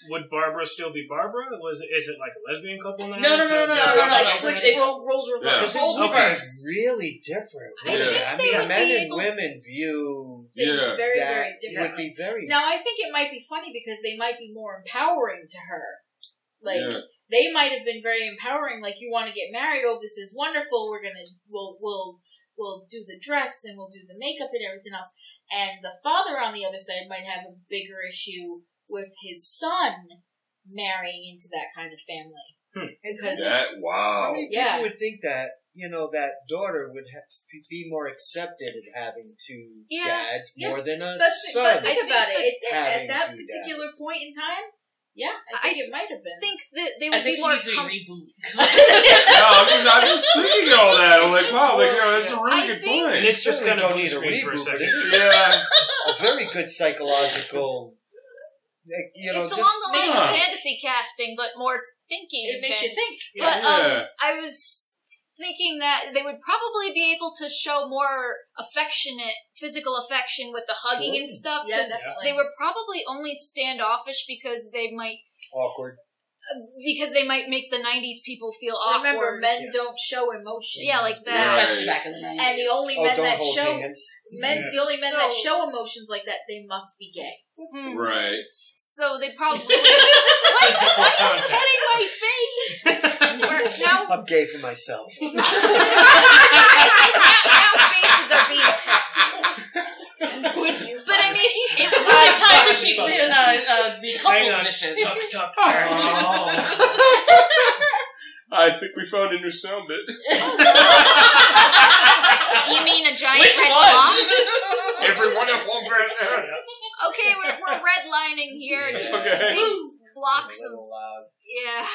H: would Barbara still be Barbara? Was is it like a lesbian couple now?
E: No, no, no, no, no,
H: It's a
E: no, no,
H: couple
E: no.
H: couple.
E: Switch it.
C: Oh.
E: Roles
G: Yeah.
E: reversed. Roles
H: Okay.
E: reversed.
F: really different.
B: I
G: Yeah.
B: think
F: I
B: they
F: mean,
B: would
F: men
B: be
F: and
B: able-
F: women view
G: Yeah.
D: It's very,
F: that
D: very different.
F: would be very.
B: Now I think it might be funny because they might be more empowering to her. Like
G: Yeah.
B: they might have been very empowering. Like you want to get married? Oh, this is wonderful. We're gonna we'll we'll we'll do the dress and we'll do the makeup and everything else. And the father on the other side might have a bigger issue with his son marrying into that kind of family
H: Hmm.
B: because
G: That
F: How
G: wow.
F: many
B: Yeah.
F: people would think that you know that daughter would have, be more accepted in having two
B: Yeah.
F: dads more
B: Yes,
F: than a
B: That's
F: son?
B: but think about it. it
F: having
B: at that
F: two
B: particular point in time, yeah, I think it might have been. think that they
E: I think he needs to
B: com-
E: be rebooted.
G: No, I'm just, I'm just thinking all that. I'm like, wow, like, you know, that's a
B: I
G: really good
B: think-
G: point.
H: And it's just kind
F: Certainly
H: of
F: don't
H: blue
F: need a
H: screen for a
F: reboot, but it
H: second.
F: is
G: Yeah.
F: a very good psychological. like, You know,
B: it's
F: just,
B: along the lines
G: Yeah.
B: of fantasy casting, but more thinking.
D: It makes
B: than-
D: you think.
B: But um,
G: Yeah.
B: I was thinking that they would probably be able to show more affectionate, physical affection with the hugging and
F: Sure.
B: stuff.
D: Yeah,
B: 'cause
D: definitely.
B: they were probably only standoffish because they might
F: awkward.
B: because they might make the '90s people feel awkward.
D: Remember, men
F: Yeah.
D: don't show emotion.
B: yeah, like that.
E: Especially back in the 90s.
D: And the only
F: Oh,
D: men
F: don't
D: that
F: hold
D: show
F: hands.
D: men, the only men that
B: So-
D: show emotions like that, they must be gay.
B: Hmm.
G: Right.
B: So they probably. Like,
H: Physical
B: why are you
H: contact.
B: petting my face? We're- now, now,
F: I'm gay for myself.
B: now faces are being pet.
D: Would you?
B: But I mean, if
E: Uh, time machine, uh, uh, the
H: Hang
E: couples
H: on.
E: edition.
H: Tuck, tuck.
F: oh,
G: I think we found a new sound bit.
B: you mean a giant
E: Which
B: red
E: one?
B: blob?
G: Everyone at one grand.
B: Okay, we're, we're redlining here. Just
G: Okay.
B: big blocks
F: A
B: of
F: little loud.
B: yeah.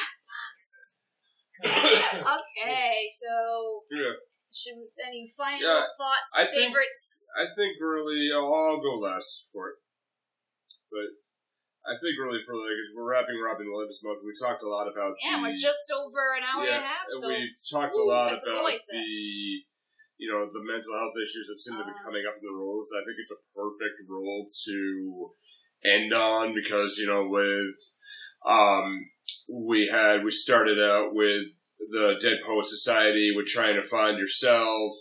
B: Okay, so
G: Yeah.
B: should any final
G: Yeah,
B: thoughts,
G: I think-
B: favorites?
G: I think really, I'll, I'll go last for it. But I think really for like, as we're wrapping Robin Williams month, we talked a lot about
B: yeah,
G: the,
B: we're just over an hour and a
G: Yeah,
B: half.
G: and
B: So
G: we talked
B: Ooh,
G: a lot
B: that's a
G: about
B: voice.
G: the you know the mental health issues that seem to be
B: Ah.
G: coming up in the roles. I think it's a perfect role to end on because you know with um we had we started out with the Dead Poet Society with trying to find yourself.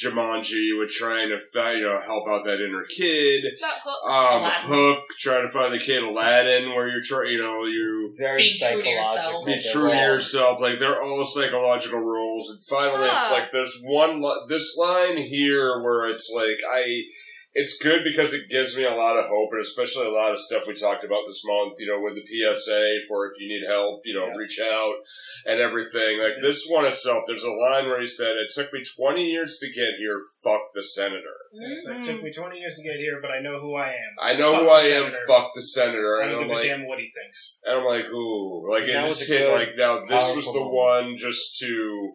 G: Jumanji with trying to fi- you know help out that inner kid.
B: but, well,
G: Um,
E: Aladdin.
G: Hook trying to find the kid Aladdin where you're trying you know you
F: Very
E: Be true to
F: psychological.
E: yourself.
G: be true to yourself. Like they're all psychological roles, and finally, it's
B: Ah.
G: like there's one li- this line here where it's like I. It's good because it gives me a lot of hope, and especially a lot of stuff we talked about this month. You know, with the PSA for if you need help, you know, reach out and everything. Like this one itself, there's a line where he said, "It took me 20 years to get here. Fuck the senator.
H: It's like,
B: mm,
H: It took me 20 years to get here, but I know who I am.
G: I know
H: Fuck
G: who
H: the
G: I am.
H: senator.
G: Fuck the senator."
H: I
G: And
H: don't
G: I'm
H: give a
G: like,
H: damn what he thinks.
G: And I'm like, ooh, like it
F: That
G: just
F: was a
G: hit
F: good,
G: like now this was
F: powerful
G: the
F: moment.
G: one just to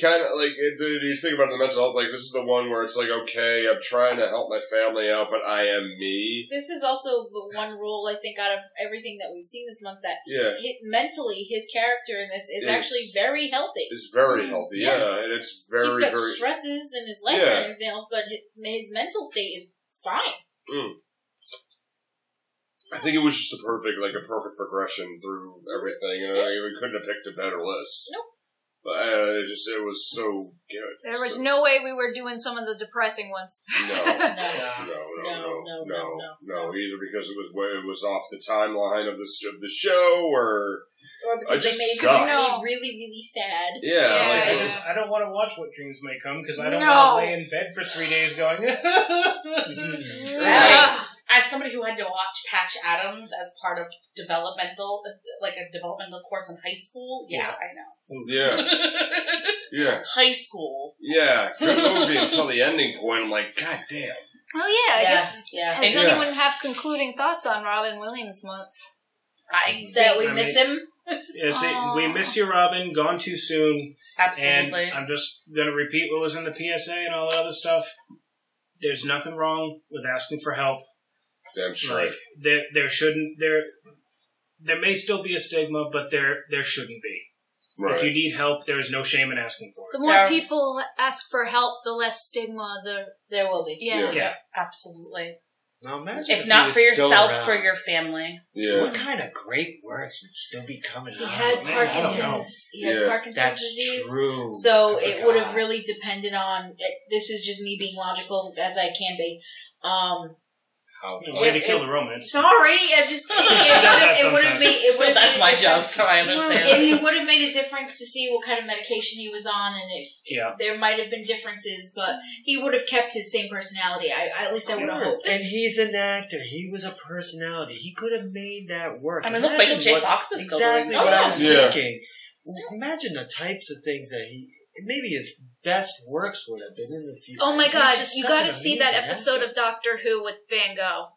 G: kind of like it, you think about the mental health like this is the one where it's like okay I'm trying to help my family out but I am me
B: this is also the one role I think out of everything that we've seen this month that
G: yeah
B: hi- mentally his character in this is
G: Is-
B: actually very healthy.
G: it's very healthy yeah,
B: Mm-hmm. Yeah.
G: and it's
B: He's
G: very
B: got
G: very
B: stresses in his life
G: Yeah.
B: and everything else, but his, his mental state is fine.
G: I think it was just a perfect like a perfect progression through everything and I even couldn't have picked a better list
B: Nope.
G: but uh, it just it was so good
B: There was
G: So-
B: no way we were doing some of the depressing ones.
G: no
H: Nah.
G: no, no,
E: No,
G: no,
E: no,
G: no,
E: no,
G: no, Either because it was it was off the timeline of the s- of the show, or
D: Or
G: I
D: because they
G: just
D: made
G: sucked.
D: them really, really sad.
G: yeah,
B: Yeah.
G: like,
H: I
G: it was-
H: just I don't want to watch what dreams may come because I don't
B: No.
H: want to lay in bed for three days going.
B: Ugh.
E: As somebody who had to watch Patch Adams as part of developmental, uh, like a developmental course in high school, yeah,
G: yeah,
E: I know.
G: yeah,
E: high school.
G: yeah. Good movie until the ending point. I'm like, God damn.
B: Well, yeah, I
D: Yeah,
B: guess.
D: yeah.
B: Does
G: Yeah.
B: anyone have concluding thoughts on Robin Williams month?
E: I
D: That
E: think-
D: we
H: I
D: miss him.
H: Yeah, see, we miss you, Robin. Gone too soon.
E: absolutely.
H: And I'm just gonna repeat what was in the PSA and all that other stuff. There's nothing wrong with asking for help.
G: Damn straight.
H: Like there, there shouldn't there. There may still be a stigma, but there there shouldn't be. If
G: Right.
H: you need help, there is no shame in asking for
B: The
H: it.
B: more
E: Yeah.
B: people ask for help, the less stigma. The
D: There will be.
B: yeah.
H: Yeah.
E: absolutely.
F: Now imagine
E: If
F: he
E: not
F: was
E: for
F: still
E: yourself,
F: around.
E: for your family.
G: Yeah.
F: What kind of great works would still be coming
B: He
F: out?
B: had
F: Man, I don't know.
B: Parkinson's. He had
G: Yeah,
B: Parkinson's
F: That's
B: disease.
F: true.
D: So
F: I
D: it would
F: forgot.
D: have really depended on. it- This is just me being logical as I can be. Um,
F: How
C: Yeah, Way to kill the romance.
D: sorry, I just
C: that
D: it would have
C: sometimes.
D: made it would
E: Well,
D: have
E: that's
D: made a
E: my job,
D: difference.
E: so I
D: Well,
E: understand.
D: it would have made a difference to see what kind of medication he was on, and if
C: Yeah.
D: there might have been differences, but he would have kept his same personality. I at least I would have hoped.
F: And he's an actor. He was a personality. He could have made that work.
E: I mean, look, Michael J. Fox is still doing Oh,
F: exactly
E: stuff.
F: what I was
G: Yeah.
F: thinking. Imagine the types of things that he. Maybe his best works would have been in the future.
B: Oh my
F: He's
B: god,
F: just
B: you
F: such
B: got to
F: an
B: see that
F: amazing
B: episode of Doctor Who with Van Gogh.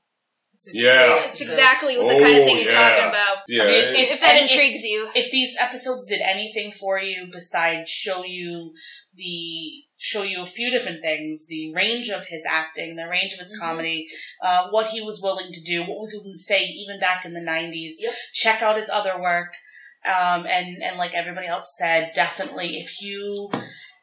G: Yeah.
B: That's exactly what the kind of
G: Oh,
B: thing you're
G: yeah.
B: talking about.
G: Yeah.
E: I mean,
G: it-
B: If that
E: and
B: intrigues you,
E: if these episodes did anything for you besides show you the show you a few different things the range of his acting the range of his comedy uh, what he was willing to do what was willing to say even back in the 90s
D: Yep.
E: check out his other work um, and and like everybody else said definitely if you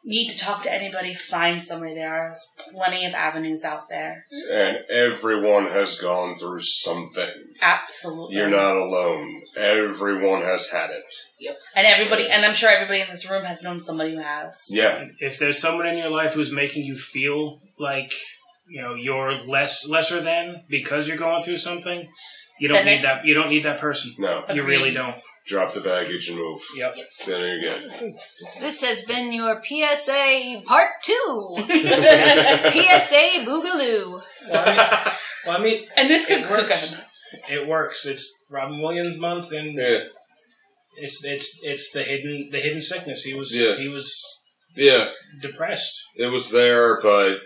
E: need to talk to anybody find somebody there are plenty of avenues out there
G: and everyone has gone through something.
E: absolutely
G: You're not alone. Everyone has had it.
E: and everybody and i'm sure everybody in this room has known somebody who has
G: Yeah.
C: If there's someone in your life who's making you feel like you know you're less lesser than because you're going through something, you don't
E: Then
C: need
E: it-
C: that. You don't need that person.
G: No.
C: You really don't.
G: Drop the baggage and move.
C: Yep.
G: Then you get.
B: this has been your PSA part two.
G: Yes.
B: PSA Boogaloo.
C: Well, I mean,
E: and this could
C: it works. It works. It's Robin Williams month, and
G: Yeah.
C: it's it's it's the hidden the hidden sickness. He was
G: Yeah.
C: he was
G: Yeah.
C: depressed.
G: It was there, but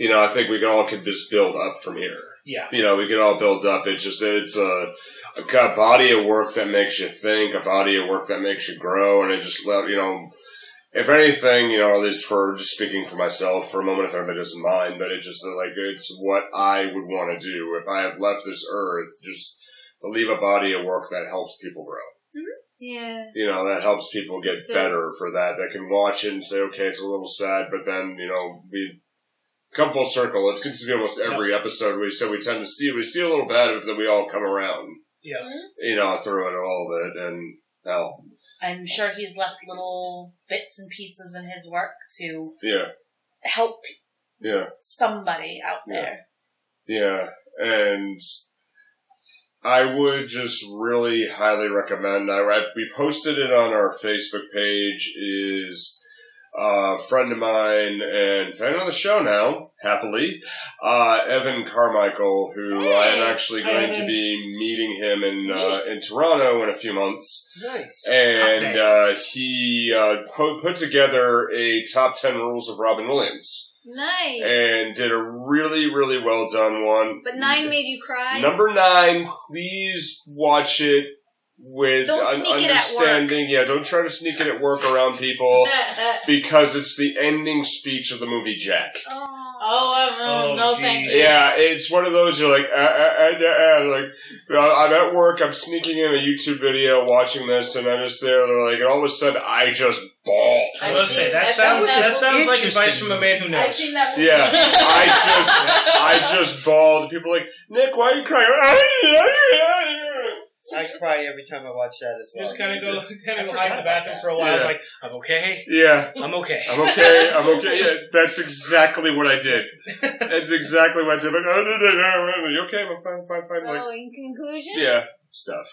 G: you know, I think we all could just build up from here.
C: Yeah.
G: You know, we can all build up. It's just it's a, a co- body of work that makes you think, a body of work that makes you grow, and it just let you know. If anything, you know, at least for just speaking for myself for a moment, if everybody doesn't mind, but it just uh, like it's what I would want to do if I have left this earth. Just leave a body of work that helps people grow
B: Yeah.
G: you know that helps people get
B: So-
G: better for that that can watch it and say okay it's a little sad but then you know we come full circle it seems to be almost every episode we so we tend to see we see a little bad but then we all come around
C: Yeah.
G: you know through it all of it and hell
E: I'm sure he's left little bits and pieces in his work to
G: yeah
E: help
G: yeah
E: somebody out there.
G: Yeah, and I would just really highly recommend. I I- we posted it on our Facebook page. Is a friend of mine and fan of the show now, happily, uh, Evan Carmichael, who I am actually
C: Hi,
G: going to
C: Evan.
G: be meeting him in uh, in Toronto in a few months
F: Nice.
G: and uh, he uh, put, put together a top 10 rules of Robin Williams
B: Nice.
G: and did a really, really well done one.
B: but nine made you cry.
G: Number nine, please watch it with
B: Don't
G: an
B: sneak it at
G: understanding. Yeah, don't try to sneak it at work around
D: Uh,
G: people because it's the ending speech of the movie Jack.
B: oh.
D: oh, I'm,
C: Oh,
D: no,
C: geez.
D: thank you.
G: Yeah, it's one of those you're like, uh, uh, uh, uh, uh, like I'm at work, I'm sneaking in a YouTube video, watching this, and I'm just there, and like, and all of a sudden, I just bawled.
C: I
D: I've
C: will say
D: seen-
C: that
D: I've
C: sounds
D: seen
C: that,
D: that
C: sounds like
F: interesting.
C: advice from a man who knows.
D: I've seen that. Movie.
G: Yeah, I just, I just bawled. People are like, Nick, why are you crying?
F: I cry every time I watch that as well.
C: just kind of go, kind
F: I
C: of go
F: forgot
C: hide in the
F: about
C: bathroom
F: that.
C: for a while. It's
G: Yeah.
C: like I'm okay.
G: Yeah,
C: I'm okay.
G: I'm okay. I'm okay. Yeah, that's exactly what I did. That's exactly what I did. But, "Oh, no, no, no, no, you okay? I'm fine, fine, fine. Like,
B: So, Oh, in conclusion,
G: yeah, stuff.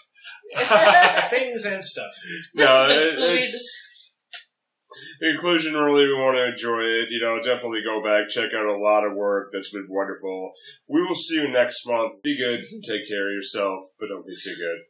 C: Things and stuff.
G: no,
E: This
G: it,
E: is included.
G: it's inclusion. Really, we want to enjoy it. You know, definitely go back, check out a lot of work that's been wonderful. We will see you next month. Be good, take care of yourself, but don't be too good.